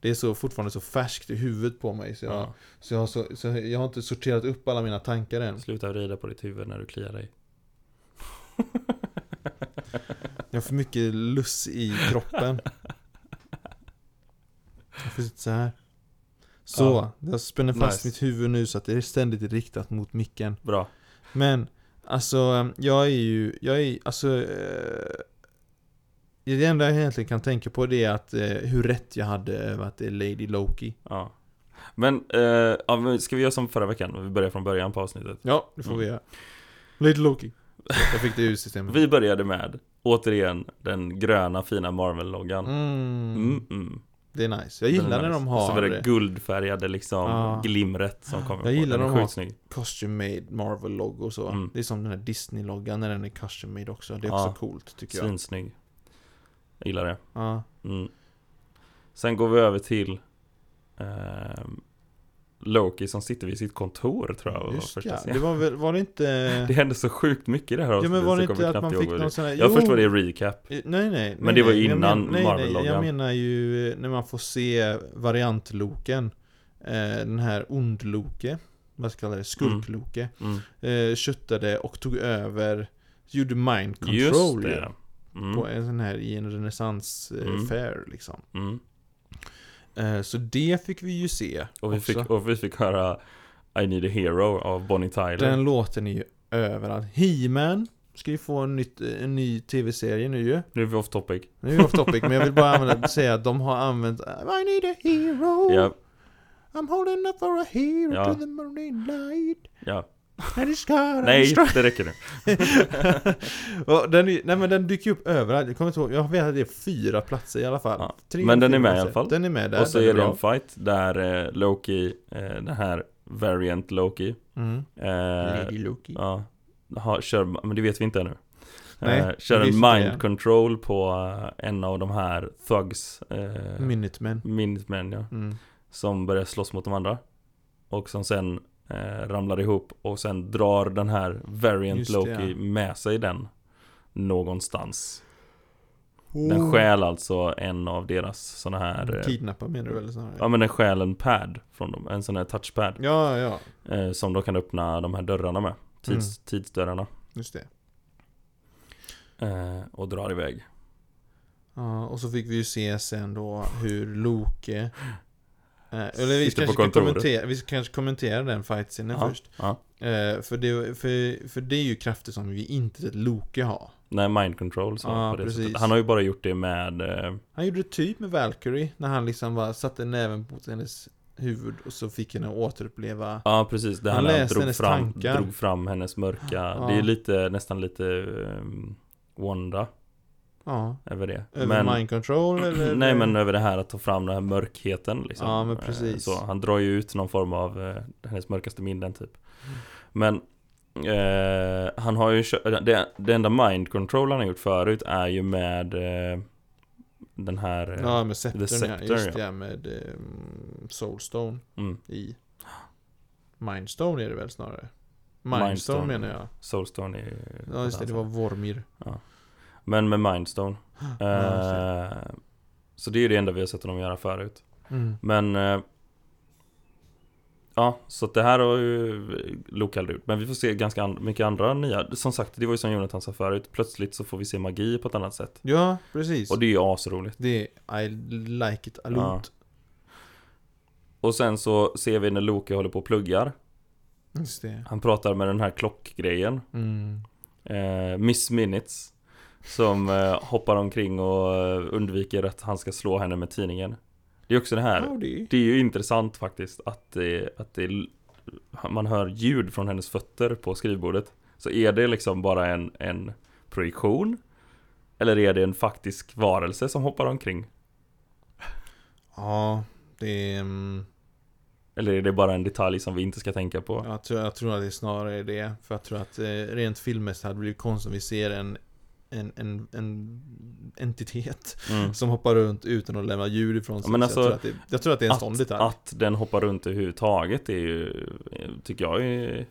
[SPEAKER 2] Det är så, fortfarande så färskt i huvudet på mig så jag,
[SPEAKER 1] Ja.
[SPEAKER 2] så, jag har så, så jag har inte sorterat upp alla mina tankar än.
[SPEAKER 1] Sluta vrida på ditt huvud när du kliar dig.
[SPEAKER 2] Jag har för mycket luss i kroppen. Jag får sitta så här. Så,
[SPEAKER 1] Ja.
[SPEAKER 2] jag spänner fast
[SPEAKER 1] Nice.
[SPEAKER 2] mitt huvud nu så att det är ständigt riktat mot micken.
[SPEAKER 1] Bra.
[SPEAKER 2] Men, alltså eh, jag är ju, jag är, alltså eh, Det enda jag egentligen kan tänka på det är att eh, hur rätt jag hade över att det är Lady Loki.
[SPEAKER 1] Ja. Men, eh, ja, men ska vi göra som förra veckan? Vi börjar från början på avsnittet.
[SPEAKER 2] Ja, det får vi göra. Lady Loki. Så, jag fick det ur systemet.
[SPEAKER 1] Vi började med Återigen, den gröna fina Marvel-loggan. Mm, mm.
[SPEAKER 2] Det är nice. Jag
[SPEAKER 1] Den är
[SPEAKER 2] gillar när
[SPEAKER 1] nice.
[SPEAKER 2] de
[SPEAKER 1] Och Så var
[SPEAKER 2] har
[SPEAKER 1] det guldfärgade liksom
[SPEAKER 2] Ja.
[SPEAKER 1] glimret som kommer
[SPEAKER 2] Jag
[SPEAKER 1] på.
[SPEAKER 2] gillar
[SPEAKER 1] Den är
[SPEAKER 2] de har-
[SPEAKER 1] skitsnygg.
[SPEAKER 2] custom made Marvel-logg och så.
[SPEAKER 1] Mm.
[SPEAKER 2] Det är som den här Disney-loggan när den är custom made också. Det är också
[SPEAKER 1] Ja.
[SPEAKER 2] coolt tycker jag.
[SPEAKER 1] Svinsnygg. Jag gillar det.
[SPEAKER 2] Ja.
[SPEAKER 1] Mm. Sen går vi över till ehm, Loki som sitter vid sitt kontor tror jag var
[SPEAKER 2] Just
[SPEAKER 1] första
[SPEAKER 2] ja.
[SPEAKER 1] scenen.
[SPEAKER 2] Det var väl, var det inte...
[SPEAKER 1] [LAUGHS] Det hände så sjukt mycket i det här
[SPEAKER 2] ja
[SPEAKER 1] avsnittet,
[SPEAKER 2] men var
[SPEAKER 1] så
[SPEAKER 2] det
[SPEAKER 1] kommer
[SPEAKER 2] inte
[SPEAKER 1] knappt
[SPEAKER 2] att man
[SPEAKER 1] ihåg
[SPEAKER 2] fick
[SPEAKER 1] vad
[SPEAKER 2] någon sån här...
[SPEAKER 1] Jag
[SPEAKER 2] Jo!
[SPEAKER 1] först var det recap
[SPEAKER 2] Eh, Nej nej.
[SPEAKER 1] Men
[SPEAKER 2] nej,
[SPEAKER 1] det var
[SPEAKER 2] nej. Jag
[SPEAKER 1] innan
[SPEAKER 2] men- nej, Nej,
[SPEAKER 1] Marvel-loggan.
[SPEAKER 2] jag menar ju eh, när man får se variantloken. Eh, den här ondloke. Vad ska jag kalla det? Skurkloke.
[SPEAKER 1] mm.
[SPEAKER 2] Eh, köttade och tog över. Gjorde mind control
[SPEAKER 1] Just
[SPEAKER 2] ju.
[SPEAKER 1] det
[SPEAKER 2] På
[SPEAKER 1] mm.
[SPEAKER 2] en sån här i en renässans eh,
[SPEAKER 1] Mm.
[SPEAKER 2] fair liksom.
[SPEAKER 1] Mm.
[SPEAKER 2] Eh, så det fick vi ju se.
[SPEAKER 1] Och, vi
[SPEAKER 2] också.
[SPEAKER 1] fick, och vi fick höra I need a hero av Bonnie Tyler
[SPEAKER 2] Den låten är ju överallt. He-Man ska ju få en, nytt, eh, en ny tv-serie nu ju.
[SPEAKER 1] Nu är vi off topic
[SPEAKER 2] Nu är vi off topic, men jag vill bara använda, [LAUGHS] säga att de har använt I need a hero.
[SPEAKER 1] Ja,
[SPEAKER 2] I'm holding up for a hero
[SPEAKER 1] Ja.
[SPEAKER 2] to the morning light.
[SPEAKER 1] ja
[SPEAKER 2] And it's got a
[SPEAKER 1] Nej,
[SPEAKER 2] strong-
[SPEAKER 1] det räcker nu
[SPEAKER 2] [LAUGHS] Och den, är- nej men den dyker ju upp överallt. Jag kommer inte ihåg, jag vet att det är fyra platser i alla fall.
[SPEAKER 1] Ja.
[SPEAKER 2] Tre,
[SPEAKER 1] Men den
[SPEAKER 2] fyra
[SPEAKER 1] är med i
[SPEAKER 2] platser.
[SPEAKER 1] alla fall.
[SPEAKER 2] Den är med [LAUGHS] där.
[SPEAKER 1] Och så
[SPEAKER 2] den
[SPEAKER 1] är det
[SPEAKER 2] bra.
[SPEAKER 1] en fight där eh, Loki, eh, den här Variant Loki
[SPEAKER 2] Mm.
[SPEAKER 1] eh,
[SPEAKER 2] Lady Loki.
[SPEAKER 1] Ja, ha, kör, men det vet vi inte ännu.
[SPEAKER 2] Nej,
[SPEAKER 1] eh, kör
[SPEAKER 2] det
[SPEAKER 1] en
[SPEAKER 2] visste
[SPEAKER 1] mind
[SPEAKER 2] jag.
[SPEAKER 1] control på eh, en av de här thugs, eh,
[SPEAKER 2] Minutemen.
[SPEAKER 1] Minutemen ja,
[SPEAKER 2] Mm.
[SPEAKER 1] som börjar slåss mot de andra. Och som sen eh, ramlar ihop och sen drar den här variant
[SPEAKER 2] Just det,
[SPEAKER 1] Loki
[SPEAKER 2] ja.
[SPEAKER 1] med sig den någonstans.
[SPEAKER 2] Oh.
[SPEAKER 1] Den stjäl alltså en av deras såna här, eh,
[SPEAKER 2] Kidnappar menar du väl snarare?
[SPEAKER 1] ja men den stjäl en pad från dem, en sån här touchpad.
[SPEAKER 2] Ja, ja, Mm.
[SPEAKER 1] Eh, som de kan öppna de här dörrarna med, tids, tidsdörrarna.
[SPEAKER 2] just det.
[SPEAKER 1] Eh, och drar iväg.
[SPEAKER 2] Ja, och så fick vi ju se sen då hur Loke... Eh, eller vi
[SPEAKER 1] Sitter på
[SPEAKER 2] kanske, kan
[SPEAKER 1] kontoret.
[SPEAKER 2] kommentera, vi kanske kommenterar den fight-scenen
[SPEAKER 1] Ja,
[SPEAKER 2] först.
[SPEAKER 1] ja.
[SPEAKER 2] Eh, för, det, för, för det är ju krafter som vi inte sett Loke ha.
[SPEAKER 1] Nej, mind control så
[SPEAKER 2] Ja,
[SPEAKER 1] på det
[SPEAKER 2] precis.
[SPEAKER 1] sättet. Han har ju bara gjort det med eh,
[SPEAKER 2] Han gjorde det typ med Valkyrie, när han liksom bara satte näven mot hennes huvud och så fick henne återuppleva...
[SPEAKER 1] Ja precis, det
[SPEAKER 2] Han
[SPEAKER 1] han, han
[SPEAKER 2] läste
[SPEAKER 1] drog,
[SPEAKER 2] hennes
[SPEAKER 1] fram,
[SPEAKER 2] tankar.
[SPEAKER 1] drog fram hennes mörka
[SPEAKER 2] Ja.
[SPEAKER 1] Det är lite, nästan lite um, Wanda
[SPEAKER 2] Ja.
[SPEAKER 1] över det
[SPEAKER 2] Över
[SPEAKER 1] men, [CLEARS THROAT]
[SPEAKER 2] mind control eller?
[SPEAKER 1] Nej men över det här att ta fram den här mörkheten liksom
[SPEAKER 2] Ja, men
[SPEAKER 1] Eh,
[SPEAKER 2] precis.
[SPEAKER 1] så, Han drar ju ut någon form av eh, hennes mörkaste minnen typ Men eh, Han har ju kö- det, det enda mind control han har gjort förut är ju med eh, Den här eh,
[SPEAKER 2] Ja, med Sceptern
[SPEAKER 1] Scepter,
[SPEAKER 2] ja. Just
[SPEAKER 1] ja.
[SPEAKER 2] det, ja, med eh, Soulstone.
[SPEAKER 1] mm,
[SPEAKER 2] i Mindstone är det väl snarare? Mindstone,
[SPEAKER 1] Mindstone.
[SPEAKER 2] menar jag.
[SPEAKER 1] Soulstone är ju-
[SPEAKER 2] Ja just det, det var Vormir.
[SPEAKER 1] Men med Mindstone.
[SPEAKER 2] Ja,
[SPEAKER 1] Eh, så det är ju det enda vi har sett honom göra förut.
[SPEAKER 2] Mm.
[SPEAKER 1] Men... Eh, ja, så att det här har ju Luke aldrig gjort. Men vi får se ganska an- mycket andra nya. Som sagt, det var ju som Jonathan sa förut. Plötsligt så får vi se magi på ett annat sätt.
[SPEAKER 2] Ja, precis.
[SPEAKER 1] Och det är ju asroligt.
[SPEAKER 2] det är I like it a lot.
[SPEAKER 1] Och sen så ser vi när Loke håller på och pluggar.
[SPEAKER 2] Just det.
[SPEAKER 1] Han pratar med den här klockgrejen.
[SPEAKER 2] Mm.
[SPEAKER 1] eh, Miss Minutes. Som eh, hoppar omkring och eh, undviker att han ska slå henne med tidningen. Det är också det här.
[SPEAKER 2] Howdy.
[SPEAKER 1] Det är ju intressant faktiskt att, det, att det, man hör ljud från hennes fötter på skrivbordet. Så är det liksom bara en, en projektion? Eller är det en faktisk varelse som hoppar omkring?
[SPEAKER 2] Ja, det är... mm,
[SPEAKER 1] Eller är det bara en detalj som vi inte ska tänka på?
[SPEAKER 2] Jag tror, jag tror att det snarare är det. För jag tror att eh, rent filmmässigt hade det blivit konstigt om vi ser en, en, en, en entitet
[SPEAKER 1] Mm.
[SPEAKER 2] som hoppar runt utan att lämna ljud ifrån sig.
[SPEAKER 1] men
[SPEAKER 2] Så
[SPEAKER 1] alltså,
[SPEAKER 2] jag, tror att det, jag tror att det är en typ. sån
[SPEAKER 1] Att,
[SPEAKER 2] detalj.
[SPEAKER 1] att den hoppar runt överhuvudtaget är ju, tycker jag är,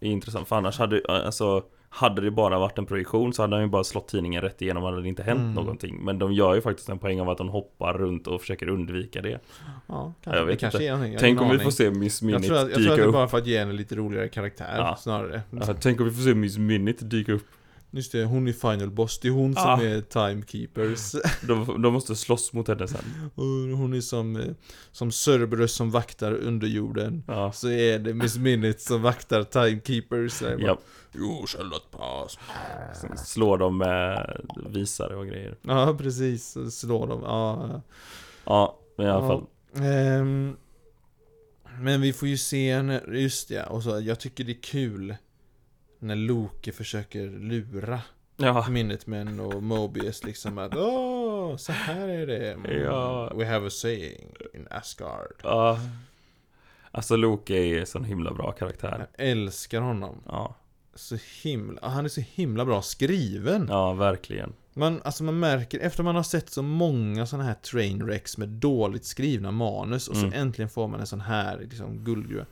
[SPEAKER 1] är intressant. För annars hade, alltså, hade det bara varit en projektion så hade han ju bara slått tidningen rätt igenom och hade det inte hänt
[SPEAKER 2] Mm.
[SPEAKER 1] någonting. Men de gör ju faktiskt en poäng av att de hoppar runt och försöker undvika det.
[SPEAKER 2] Ja, kanske.
[SPEAKER 1] jag
[SPEAKER 2] det
[SPEAKER 1] vet
[SPEAKER 2] kanske
[SPEAKER 1] inte.
[SPEAKER 2] är någonting. Jag har
[SPEAKER 1] Tänk
[SPEAKER 2] ingen
[SPEAKER 1] om vi
[SPEAKER 2] aning.
[SPEAKER 1] får se Miss
[SPEAKER 2] Jag
[SPEAKER 1] Minute
[SPEAKER 2] tror, att, jag tror
[SPEAKER 1] dyka
[SPEAKER 2] att det är
[SPEAKER 1] upp.
[SPEAKER 2] bara för att ge henne lite roligare karaktär
[SPEAKER 1] Ja.
[SPEAKER 2] snarare.
[SPEAKER 1] Ja, tänk om vi får se Miss Minute dyka upp.
[SPEAKER 2] Just det, hon är final boss. Det är hon som
[SPEAKER 1] Ah.
[SPEAKER 2] är timekeepers. [LAUGHS]
[SPEAKER 1] De, de måste slåss mot henne sen.
[SPEAKER 2] Och hon är som, eh, som Cerberus som vaktar underjorden. [LAUGHS]
[SPEAKER 1] Ja.
[SPEAKER 2] Så är det Miss Minute som vaktar timekeepers. Så jag bara,
[SPEAKER 1] Ja,
[SPEAKER 2] You shall not pass.
[SPEAKER 1] sen slår de med visare och grejer.
[SPEAKER 2] Ja, precis. Så Slår dem. Ja, ja.
[SPEAKER 1] Ja, men i alla
[SPEAKER 2] Ja.
[SPEAKER 1] fall.
[SPEAKER 2] Ehm, men vi får ju se henne, just ja. Och så, jag tycker det är kul när Loke försöker lura
[SPEAKER 1] Ja,
[SPEAKER 2] Minutemen och Mobius liksom att Åh, så här är det. Mm.
[SPEAKER 1] Ja.
[SPEAKER 2] We have a saying in Asgard.
[SPEAKER 1] ja. Alltså Loke är en sån himla bra karaktär.
[SPEAKER 2] Jag älskar honom.
[SPEAKER 1] Ja,
[SPEAKER 2] Så himla, han är så himla bra skriven.
[SPEAKER 1] ja verkligen.
[SPEAKER 2] Man, alltså man märker, efter man har sett så många sådana här trainwrecks med dåligt skrivna manus och så
[SPEAKER 1] Mm.
[SPEAKER 2] äntligen får man en sån här liksom guldgruva.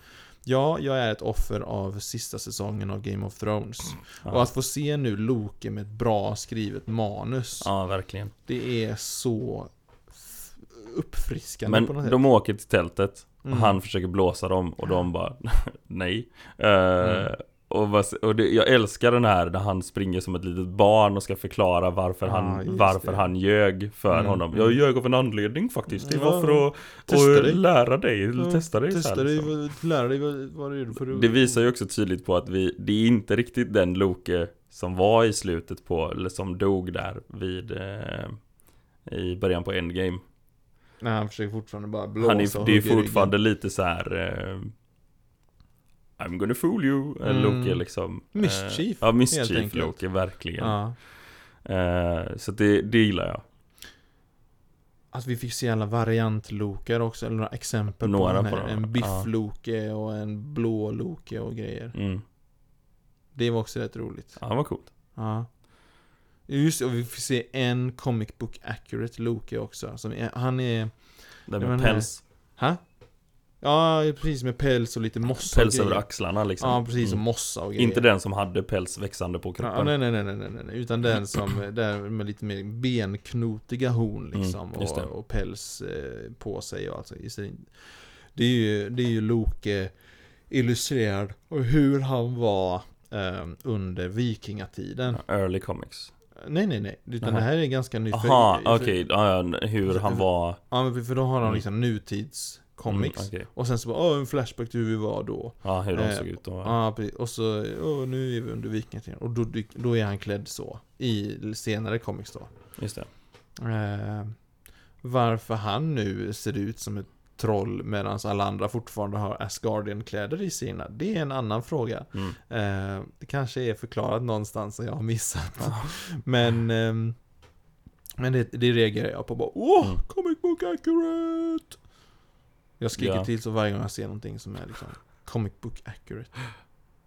[SPEAKER 2] Ja, jag är ett offer av sista säsongen av Game of Thrones.
[SPEAKER 1] Ja.
[SPEAKER 2] Och att få se nu Loke med ett bra skrivet manus,
[SPEAKER 1] Ja, verkligen.
[SPEAKER 2] det är så f- uppfriskande på något
[SPEAKER 1] Men
[SPEAKER 2] sätt.
[SPEAKER 1] de åker till tältet och
[SPEAKER 2] Mm.
[SPEAKER 1] han försöker blåsa dem och de bara [LAUGHS] nej. Eh,
[SPEAKER 2] Mm.
[SPEAKER 1] Och, vad, och det, jag älskar den här när han springer som ett litet barn och ska förklara varför,
[SPEAKER 2] Ja, just
[SPEAKER 1] han, varför
[SPEAKER 2] det.
[SPEAKER 1] han ljög för
[SPEAKER 2] Mm,
[SPEAKER 1] honom.
[SPEAKER 2] mm.
[SPEAKER 1] Jag ljög av en anledning faktiskt. Det
[SPEAKER 2] Ja,
[SPEAKER 1] var för att
[SPEAKER 2] testa
[SPEAKER 1] och
[SPEAKER 2] dig.
[SPEAKER 1] lära dig, eller
[SPEAKER 2] Ja,
[SPEAKER 1] testa dig. så här,
[SPEAKER 2] Testa dig,
[SPEAKER 1] liksom.
[SPEAKER 2] vad- lära dig vad, vad du gjorde för
[SPEAKER 1] Det visar ju också tydligt på att vi, det är inte riktigt den Loke som var i slutet på, eller som dog där vid eh, i början på Endgame.
[SPEAKER 2] Nej, han försöker fortfarande bara blåsa
[SPEAKER 1] Han är,
[SPEAKER 2] och
[SPEAKER 1] det är ju
[SPEAKER 2] hugga i ryggen.
[SPEAKER 1] fortfarande lite så här. Eh, I'm gonna fool you, eh,
[SPEAKER 2] Mm.
[SPEAKER 1] Loke liksom. Eh,
[SPEAKER 2] Mischief,
[SPEAKER 1] ja,
[SPEAKER 2] helt
[SPEAKER 1] mischief
[SPEAKER 2] enkelt.
[SPEAKER 1] Loke, verkligen.
[SPEAKER 2] Ja.
[SPEAKER 1] Eh, så det, det gillar jag.
[SPEAKER 2] Att vi fick se alla variantlokar också, eller några exempel
[SPEAKER 1] Några
[SPEAKER 2] på, den
[SPEAKER 1] på
[SPEAKER 2] här.
[SPEAKER 1] dem, ja.
[SPEAKER 2] En biffloke och en blå loke och grejer.
[SPEAKER 1] Mm.
[SPEAKER 2] Det var också rätt roligt.
[SPEAKER 1] Ja, vad coolt.
[SPEAKER 2] Ja. Just det, och vi fick se en comic book accurate loke också. Som är, han är...
[SPEAKER 1] Det
[SPEAKER 2] Ja, men
[SPEAKER 1] med
[SPEAKER 2] det-
[SPEAKER 1] päls,
[SPEAKER 2] Ha? Ja, precis med päls och lite mossa
[SPEAKER 1] päls
[SPEAKER 2] och
[SPEAKER 1] över
[SPEAKER 2] grejer.
[SPEAKER 1] axlarna liksom.
[SPEAKER 2] eh, Ja, precis. Och
[SPEAKER 1] Mm.
[SPEAKER 2] mossa och grejer.
[SPEAKER 1] Inte den som hade päls växande på
[SPEAKER 2] Ja,
[SPEAKER 1] kroppen.
[SPEAKER 2] nej, nej, nej, nej, nej, nej, utan den som, där med lite mer benknotiga horn liksom
[SPEAKER 1] Mm, just
[SPEAKER 2] och,
[SPEAKER 1] det.
[SPEAKER 2] och päls eh, på sig och alltså, det är ju, det är ju Loke illustrerad och hur han var eh, under vikingatiden.
[SPEAKER 1] Early comics.
[SPEAKER 2] Nej, nej, nej, utan
[SPEAKER 1] Nähä.
[SPEAKER 2] det här är ganska nytt. för-
[SPEAKER 1] Aha,
[SPEAKER 2] för-
[SPEAKER 1] okej. Ja, ja,
[SPEAKER 2] Alltså,
[SPEAKER 1] hur
[SPEAKER 2] typ
[SPEAKER 1] han var.
[SPEAKER 2] Ja, men för då har de
[SPEAKER 1] Mm.
[SPEAKER 2] liksom nutidscomics.
[SPEAKER 1] Mm, okej.
[SPEAKER 2] Och sen så bara, åh, en flashback till hur vi var då.
[SPEAKER 1] Ja, hur
[SPEAKER 2] Eh,
[SPEAKER 1] de såg ut. Och,
[SPEAKER 2] Ja, precis. Och så, åh, nu är vi under vikingatiden. Och då, dyk- då är han klädd så. I senare comics då.
[SPEAKER 1] Just det.
[SPEAKER 2] Eh, varför han nu ser ut som ett troll medan alla andra fortfarande har Asgardian-kläder i sina. Det är en annan fråga.
[SPEAKER 1] Mm.
[SPEAKER 2] Eh, det kanske är förklarat någonstans som jag har missat. [LAUGHS] men ehm, men det, det reagerar jag på bara Åh,
[SPEAKER 1] Mm.
[SPEAKER 2] comic book accurate! Jag skriker
[SPEAKER 1] Ja.
[SPEAKER 2] till så varje gång jag ser någonting som är liksom comic book accurate.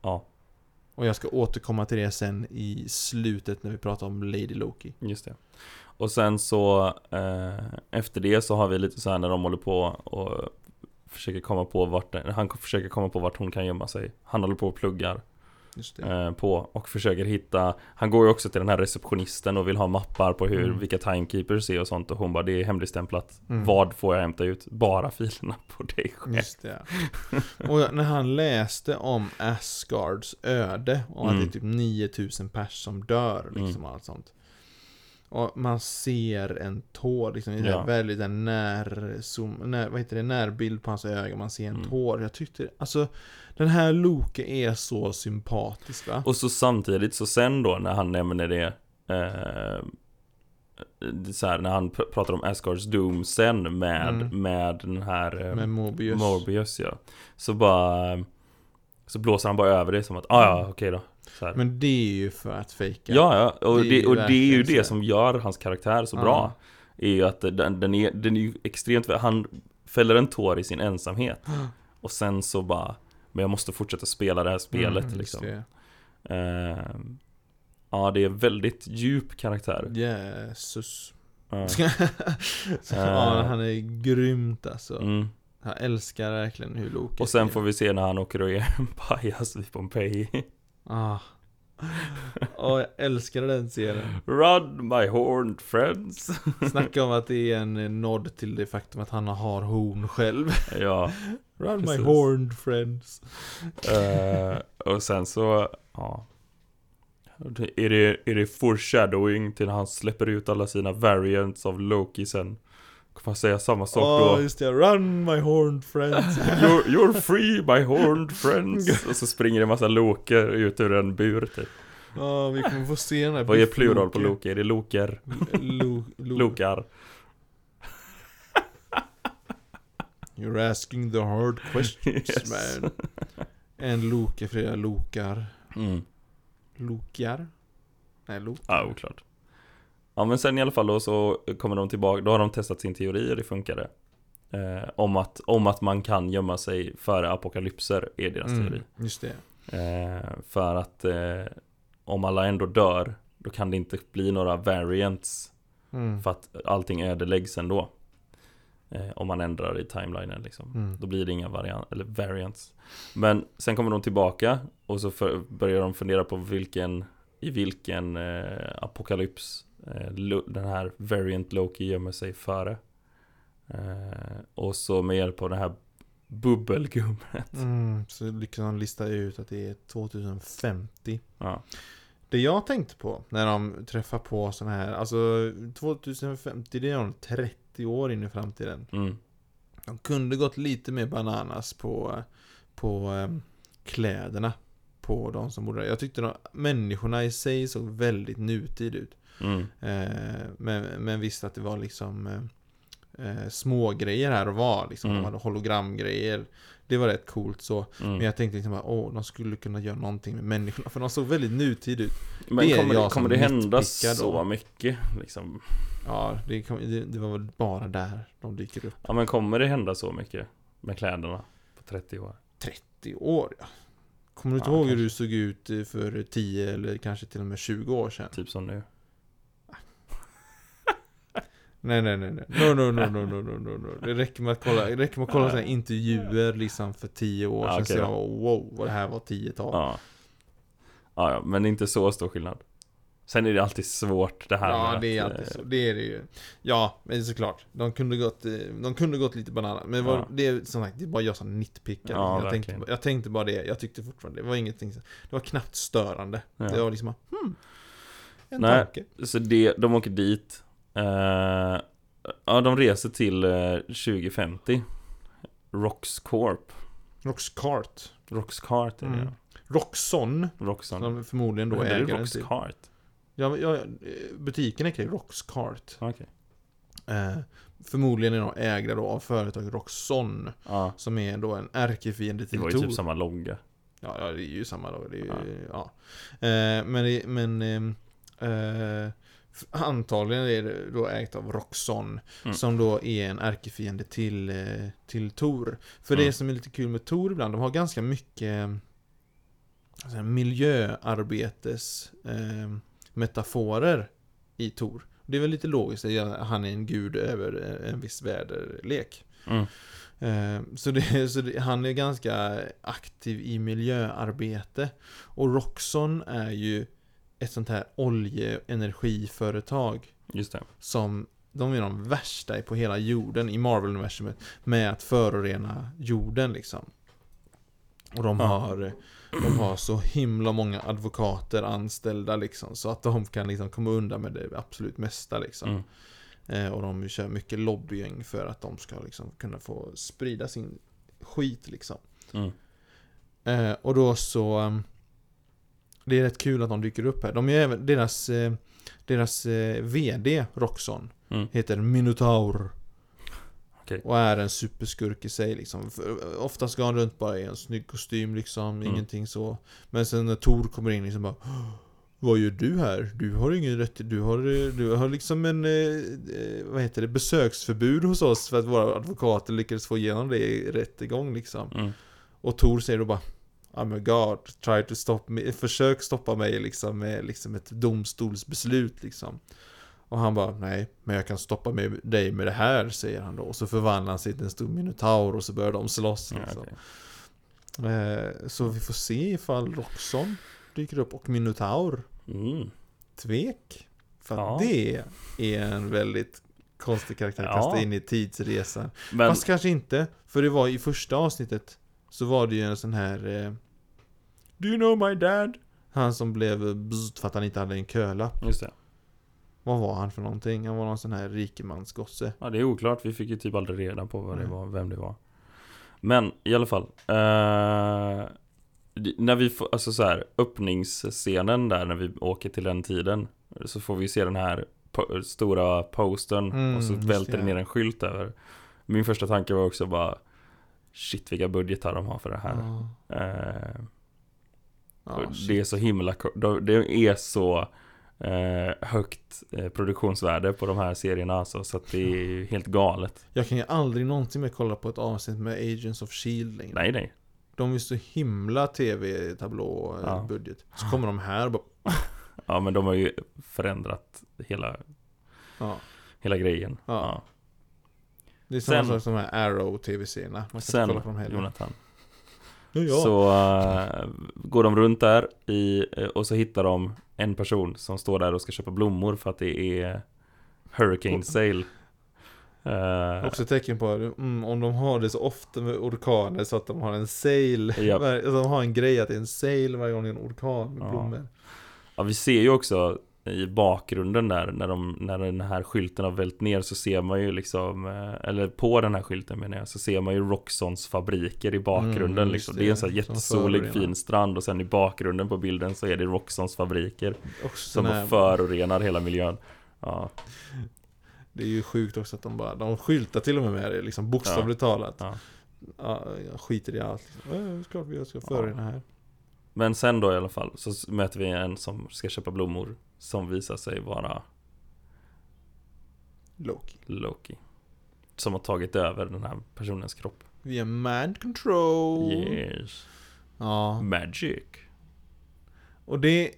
[SPEAKER 1] Ja.
[SPEAKER 2] Och jag ska återkomma till det sen i slutet när vi pratar om Lady Loki.
[SPEAKER 1] Just det. Och sen så eh, efter det så har vi lite så här när de håller på och försöker komma på vart den- han försöker komma på vart hon kan gömma sig. Han håller på och pluggar
[SPEAKER 2] Just det.
[SPEAKER 1] eh, på och försöker hitta. Han går ju också till den här receptionisten och vill ha mappar på hur
[SPEAKER 2] Mm.
[SPEAKER 1] vilka timekeepers är och sånt och hon bara det är hemligstämplat.
[SPEAKER 2] Mm.
[SPEAKER 1] Vad får jag hämta ut? Bara filerna på dig själv.
[SPEAKER 2] Just det. Och jag- när han läste om Asgards öde och att
[SPEAKER 1] Mm.
[SPEAKER 2] det är typ 9000 pers som dör liksom
[SPEAKER 1] Mm.
[SPEAKER 2] och allt sånt. Och man ser en tår, liksom, i det
[SPEAKER 1] Ja.
[SPEAKER 2] här väldigt en när, zoom, när, vad heter det, närbild på hans öga, man ser en
[SPEAKER 1] Mm.
[SPEAKER 2] tår. Jag tyckte, alltså den här Loke är så sympatisk va?
[SPEAKER 1] Och så samtidigt så sen då när han nämner det eh, det är så här, när han pr- pratar om Asgards Doom sen med,
[SPEAKER 2] Mm.
[SPEAKER 1] med den här eh,
[SPEAKER 2] Med Mobius.
[SPEAKER 1] Morbius ja Så bara Så blåser han bara över det som att ah, ja okej då så här.
[SPEAKER 2] Mm. Men det är ju för att fejka.
[SPEAKER 1] Ja ja, och
[SPEAKER 2] Det är
[SPEAKER 1] det,
[SPEAKER 2] ju
[SPEAKER 1] och det är ju
[SPEAKER 2] verkligen så här.
[SPEAKER 1] det som gör hans karaktär så
[SPEAKER 2] Ja.
[SPEAKER 1] bra Är ju att den, den, är, den är ju extremt Han fäller en tår i sin
[SPEAKER 2] [GASPS]
[SPEAKER 1] ensamhet Och sen så bara Men jag måste fortsätta spela det här spelet
[SPEAKER 2] Mm,
[SPEAKER 1] liksom
[SPEAKER 2] just
[SPEAKER 1] Ehm, Ja, det är väldigt djup karaktär.
[SPEAKER 2] det. Jesus.
[SPEAKER 1] Ja.
[SPEAKER 2] Så, [LAUGHS] ja, han är grymt alltså.
[SPEAKER 1] Mm.
[SPEAKER 2] Jag älskar verkligen hur Loke
[SPEAKER 1] Och sen får vi se när han åker och är [LAUGHS] en pajas vid Pompeji. [LAUGHS]
[SPEAKER 2] Ah. Åh, jag älskar den serien.
[SPEAKER 1] Run my horned friends.
[SPEAKER 2] Snacka om att det är en eh, nod till det faktum att han har horn själv.
[SPEAKER 1] Ja.
[SPEAKER 2] Run my
[SPEAKER 1] Precis.
[SPEAKER 2] horned friends.
[SPEAKER 1] eh, och sen så, ja. Är det, är det foreshadowing till när han släpper ut alla sina variants av Loki sen? Kommer han säga samma sak
[SPEAKER 2] Åh,
[SPEAKER 1] då?
[SPEAKER 2] Ah, just det. Run my horned friends.
[SPEAKER 1] You're, you're free my horned friends. Och så springer det en massa Loker ut ur en bur typ.
[SPEAKER 2] Åh, Ah, vi kommer få se den här
[SPEAKER 1] Vad är
[SPEAKER 2] Biff
[SPEAKER 1] plural på Loki? Är det Loker?
[SPEAKER 2] Lo- Lo-
[SPEAKER 1] Lokar.
[SPEAKER 2] You're asking the hard questions
[SPEAKER 1] Yes.
[SPEAKER 2] man. En Loke, flera Lokar.
[SPEAKER 1] Mm.
[SPEAKER 2] Lokar? Nej, Lot.
[SPEAKER 1] Ja, oklart. Ja, men sen i alla fall då så kommer de tillbaka, då har de testat sin teori och det funkade. Eh, om, att, om att man kan gömma sig före apokalypser är deras teori.
[SPEAKER 2] Mm, just det.
[SPEAKER 1] Eh, för att eh, om alla ändå dör, då kan det inte bli några variants.
[SPEAKER 2] Mm.
[SPEAKER 1] För att allting ödeläggs ändå. Eh, om man ändrar i timelinen liksom.
[SPEAKER 2] Mm.
[SPEAKER 1] Då blir det inga variant, eller variants. Men sen kommer de tillbaka och så för, börjar de fundera på vilken, i vilken eh, apokalyps eh, lo, den här variant Loki gömmer sig före. Eh, och så med hjälp av det här bubbelgummet.
[SPEAKER 2] Mm, så lyckas de lista ut att det är 2050.
[SPEAKER 1] Ja.
[SPEAKER 2] Det jag tänkte på när de träffar på sådana här, alltså 2050 det är nog 30 år in i framtiden.
[SPEAKER 1] Mm.
[SPEAKER 2] De kunde gått lite mer bananas på, på eh, kläderna på de som bodde där. Jag tyckte de, människorna i sig såg väldigt nutid ut.
[SPEAKER 1] Mm.
[SPEAKER 2] Eh, men, men visst att det var liksom eh, eh, små grejer här och var. Liksom.
[SPEAKER 1] Mm.
[SPEAKER 2] De hade hologramgrejer. Det var rätt coolt så.
[SPEAKER 1] Mm.
[SPEAKER 2] Men jag tänkte liksom bara, åh, de skulle kunna göra någonting med människorna. För de såg väldigt nutid ut.
[SPEAKER 1] Men
[SPEAKER 2] Det är
[SPEAKER 1] kommer, det,
[SPEAKER 2] jag
[SPEAKER 1] kommer det
[SPEAKER 2] som
[SPEAKER 1] hända
[SPEAKER 2] nitpickar då.
[SPEAKER 1] så mycket? Liksom?
[SPEAKER 2] Ja, det, kom, det, det var väl bara där de dyker upp.
[SPEAKER 1] Ja men kommer det hända så mycket med kläderna på 30 år?
[SPEAKER 2] 30 år, ja. Kommer du inte
[SPEAKER 1] Ja,
[SPEAKER 2] ihåg hur du såg ut eh, för 10 eller kanske till och med 20 år sedan?
[SPEAKER 1] Typ som nu.
[SPEAKER 2] Nej, nej, nej, nej. No, no, no, no, no, no, no, no. Det räcker med att kolla, det räcker med att kolla såna här intervjuer liksom för 10 år
[SPEAKER 1] Ja,
[SPEAKER 2] sedan.
[SPEAKER 1] okej
[SPEAKER 2] så
[SPEAKER 1] då.
[SPEAKER 2] jag bara, wow, vad det här var 10-tal.
[SPEAKER 1] Ja. Ja, ja, men inte så stor skillnad. Sen är det alltid svårt det här
[SPEAKER 2] Ja,
[SPEAKER 1] med
[SPEAKER 2] det är
[SPEAKER 1] att,
[SPEAKER 2] alltid
[SPEAKER 1] eh,
[SPEAKER 2] så. Det är det ju. Ja, men såklart. De kunde gått, eh, de kunde gått lite banana. Men vad-
[SPEAKER 1] Ja.
[SPEAKER 2] det är som sagt, det är bara jag som nitpickar.
[SPEAKER 1] Ja,
[SPEAKER 2] jag, tänkte,
[SPEAKER 1] verkligen.
[SPEAKER 2] bara- jag tänkte bara det. Jag tyckte fortfarande, det var ingenting. som- Det var knappt störande.
[SPEAKER 1] Ja.
[SPEAKER 2] Det var liksom, bara, hmm. En
[SPEAKER 1] Nej.
[SPEAKER 2] tanke.
[SPEAKER 1] Så det, de åker dit. Eh, ja, de reser till eh, 2050. Roxcorp.
[SPEAKER 2] Roxcart.
[SPEAKER 1] Roxcart är det.
[SPEAKER 2] Mm. Roxon,
[SPEAKER 1] Roxon.
[SPEAKER 2] som förmodligen då typ?
[SPEAKER 1] Vad heter det?
[SPEAKER 2] ägaren till.
[SPEAKER 1] Roxcart?
[SPEAKER 2] Ja, men jag- eh, butiken är kring Roxcart.
[SPEAKER 1] Okej.
[SPEAKER 2] Eh, förmodligen är de ägare då av företaget Roxon.
[SPEAKER 1] Ja.
[SPEAKER 2] Som är då en ärkefiende
[SPEAKER 1] Det
[SPEAKER 2] till
[SPEAKER 1] var ju
[SPEAKER 2] Tor.
[SPEAKER 1] typ samma logga.
[SPEAKER 2] Ja, ja, det är ju samma lag. Det är ju,
[SPEAKER 1] Ja.
[SPEAKER 2] ja. Eh, men det, men ehm, eh, f- antagligen är det då ägt av Roxxon.
[SPEAKER 1] Mm.
[SPEAKER 2] Som då är en ärkefiende till, eh, till Tor. För
[SPEAKER 1] Mm.
[SPEAKER 2] det som är lite kul med Tor ibland, de har ganska mycket eh, så här, miljöarbetes ehm, metaforer i Tor. Det är väl lite logiskt, det är att han är en gud över eh, en viss väderlek.
[SPEAKER 1] Mm.
[SPEAKER 2] Eh, Så, det, [LAUGHS] så det, han är ganska aktiv i miljöarbete. Och Roxxon är ju ett sånt här oljeenergiföretag
[SPEAKER 1] Just det.
[SPEAKER 2] som de är de värsta på hela jorden i Marvel-universumet med att förorena jorden liksom. Och de
[SPEAKER 1] Ja.
[SPEAKER 2] har, de har så himla många advokater anställda liksom så att de kan liksom komma undan med det absolut mesta liksom.
[SPEAKER 1] Mm.
[SPEAKER 2] Eh, och de kör mycket lobbying för att de ska liksom kunna få sprida sin skit liksom.
[SPEAKER 1] Mm.
[SPEAKER 2] Eh, och då så... ehm, det är rätt kul att de dyker upp här. De är ju även, deras, eh, deras eh, VD Roxon
[SPEAKER 1] Mm.
[SPEAKER 2] heter Minotaur.
[SPEAKER 1] Okej.
[SPEAKER 2] Och är en superskurk i sig liksom. För, oftast går han runt bara i en snygg kostym liksom,
[SPEAKER 1] Mm.
[SPEAKER 2] ingenting så. Men sen när Tor kommer in liksom bara Vad gör du här? Du har ingen rätt du har, du har liksom en, eh, eh, vad heter det, besöksförbud hos oss för att våra advokater lyckades få igenom det i rättegång liksom.
[SPEAKER 1] Mm.
[SPEAKER 2] Och Tor säger då bara I'm a god, try to stop me, försök stoppa mig liksom med liksom ett domstolsbeslut liksom. Och han bara, nej, men jag kan stoppa mig, dig med det här, säger han då. Och så förvandlar han sig till en stor minotaur och så börjar de slåss.
[SPEAKER 1] Ja,
[SPEAKER 2] Liksom.
[SPEAKER 1] okej.
[SPEAKER 2] Eh, så vi får se ifall Roxon dyker upp och minotaur.
[SPEAKER 1] mm.
[SPEAKER 2] Tvek. För
[SPEAKER 1] Ja.
[SPEAKER 2] att det är en väldigt konstig karaktär att
[SPEAKER 1] Ja.
[SPEAKER 2] kasta in i tidsresan.
[SPEAKER 1] Men,
[SPEAKER 2] Fast kanske inte, för det var i första avsnittet så var det ju en sån här... Eh, Do you know my dad? Han som blev bzzt för att han inte hade en kölapp.
[SPEAKER 1] just det.
[SPEAKER 2] Vad var han för någonting? Han var någon sån här rikemansgosse.
[SPEAKER 1] Ja, det är oklart. Vi fick ju typ aldrig reda på vad det
[SPEAKER 2] Nej.
[SPEAKER 1] var, vem det var. Men i alla fall. Eh, det- när vi får, alltså så här, öppningsscenen där när vi åker till den tiden. Så får vi se den här po- stora posten
[SPEAKER 2] Mm,
[SPEAKER 1] och så
[SPEAKER 2] just
[SPEAKER 1] välter det
[SPEAKER 2] det.
[SPEAKER 1] ner en skylt över. Min första tanke var också bara Shit vilka budgetar de har för det här.
[SPEAKER 2] Ja.
[SPEAKER 1] Eh,
[SPEAKER 2] Ja,
[SPEAKER 1] och
[SPEAKER 2] Mm. Ah, shit.
[SPEAKER 1] det är så himla ko- de- Det är så eh, högt eh, produktionsvärde på de här serierna alltså, så att det är ju helt galet.
[SPEAKER 2] Jag kan ju aldrig någonsin mer kolla på ett avsnitt med Agents of Shield E längre.
[SPEAKER 1] Nej, nej.
[SPEAKER 2] De är så himla tv-tablå
[SPEAKER 1] Ja.
[SPEAKER 2] ja. budget. Så kommer de här och bara...
[SPEAKER 1] Ja, men de har ju förändrat hela,
[SPEAKER 2] Ja.
[SPEAKER 1] hela grejen.
[SPEAKER 2] Ja.
[SPEAKER 1] Ja.
[SPEAKER 2] Det är samma
[SPEAKER 1] Sen-
[SPEAKER 2] sak som de här Arrow-tv-serierna. Man kan inte
[SPEAKER 1] Sen,
[SPEAKER 2] kolla på dem heller.
[SPEAKER 1] Jonathan,
[SPEAKER 2] Ja, ja.
[SPEAKER 1] så eh, går de runt där i, eh, och så hittar de en person som står där och ska köpa blommor för att det är Hurricane Sale. Eh,
[SPEAKER 2] Också tecken på att mm, om de har det så ofta med orkaner så att de har en sail.
[SPEAKER 1] Japp.
[SPEAKER 2] Var, alltså, de har en grej att det är en sail varje gång det är en orkan med
[SPEAKER 1] Ja.
[SPEAKER 2] blommor.
[SPEAKER 1] Ja, vi ser ju också i bakgrunden där när, de, när den här skylten har vält ner så ser man ju liksom eh, Eller på den här skylten menar jag så ser man ju Roxons fabriker i bakgrunden
[SPEAKER 2] Mm,
[SPEAKER 1] liksom.
[SPEAKER 2] just
[SPEAKER 1] Det är en sån här
[SPEAKER 2] det. Som
[SPEAKER 1] jättesolig
[SPEAKER 2] förorenar.
[SPEAKER 1] fin strand och sen i bakgrunden på bilden så är det Roxons fabriker
[SPEAKER 2] Också
[SPEAKER 1] Som
[SPEAKER 2] sån här,
[SPEAKER 1] förorenar hela miljön Ja,
[SPEAKER 2] Det är ju sjukt också att de bara, de skyltar till och med med det liksom bokstavligt talat.
[SPEAKER 1] Ja.
[SPEAKER 2] Ja. jag skiter i allt. Liksom. Ja, det är klart vi ska förorena här.
[SPEAKER 1] men sen då i alla fall så s- möter vi en som ska köpa blommor Som visar sig vara
[SPEAKER 2] Loki.
[SPEAKER 1] Loki Som har tagit över den här personens kropp
[SPEAKER 2] Via mind control.
[SPEAKER 1] Yes
[SPEAKER 2] Ja.
[SPEAKER 1] Magic
[SPEAKER 2] Och det...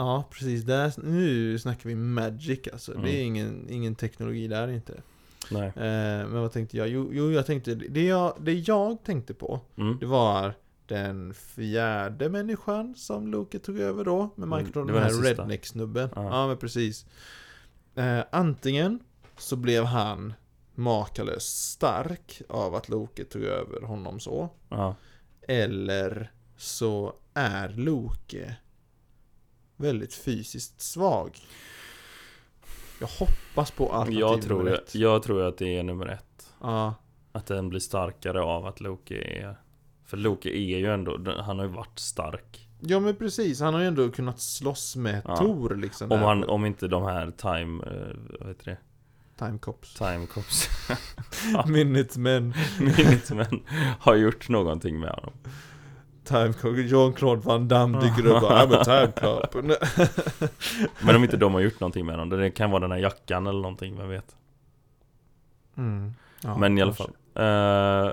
[SPEAKER 2] Ja, precis. Där, nu snackar vi magic alltså. Det är
[SPEAKER 1] Mm.
[SPEAKER 2] ingen, ingen teknologi där inte.
[SPEAKER 1] Nej,
[SPEAKER 2] Eh, men vad tänkte jag? Jo, jo jag tänkte... Det jag, det jag tänkte på,
[SPEAKER 1] mm.
[SPEAKER 2] det var den fjärde människan som Loke tog över då. Med
[SPEAKER 1] Mm,
[SPEAKER 2] Michael
[SPEAKER 1] det
[SPEAKER 2] mm,
[SPEAKER 1] var
[SPEAKER 2] den
[SPEAKER 1] den
[SPEAKER 2] här
[SPEAKER 1] sista.
[SPEAKER 2] redneck-snubben.
[SPEAKER 1] Ja.
[SPEAKER 2] Ja. men precis. Eh, antingen så blev han makalöst stark av att Loke tog över honom så.
[SPEAKER 1] ja
[SPEAKER 2] Eller så är Loke väldigt fysiskt svag. Jag hoppas på alternativ
[SPEAKER 1] Jag tror,
[SPEAKER 2] nummer
[SPEAKER 1] jag,
[SPEAKER 2] ett.
[SPEAKER 1] jag tror att det är nummer ett.
[SPEAKER 2] Ja,
[SPEAKER 1] Att den blir starkare av att Loki är... För Loki är ju ändå, den- han har ju varit stark.
[SPEAKER 2] ja men precis, han har ju ändå kunnat slåss med
[SPEAKER 1] Ja.
[SPEAKER 2] Tor liksom.
[SPEAKER 1] Om,
[SPEAKER 2] där
[SPEAKER 1] han,
[SPEAKER 2] på
[SPEAKER 1] om inte de här time... eh, Vad heter det?
[SPEAKER 2] Time Cops.
[SPEAKER 1] Time cops
[SPEAKER 2] Minutemen,
[SPEAKER 1] Minutemen [LAUGHS] har gjort någonting med honom.
[SPEAKER 2] Time Cop, Jean-Claude Van Damme dyker upp och bara, "I'm a Time Cop.
[SPEAKER 1] Men om inte de har gjort någonting med honom. Det kan vara den här jackan eller någonting, vem vet.
[SPEAKER 2] [LAUGHS] Mm. Ja,
[SPEAKER 1] Men i alla
[SPEAKER 2] kanske.
[SPEAKER 1] fall. Eh,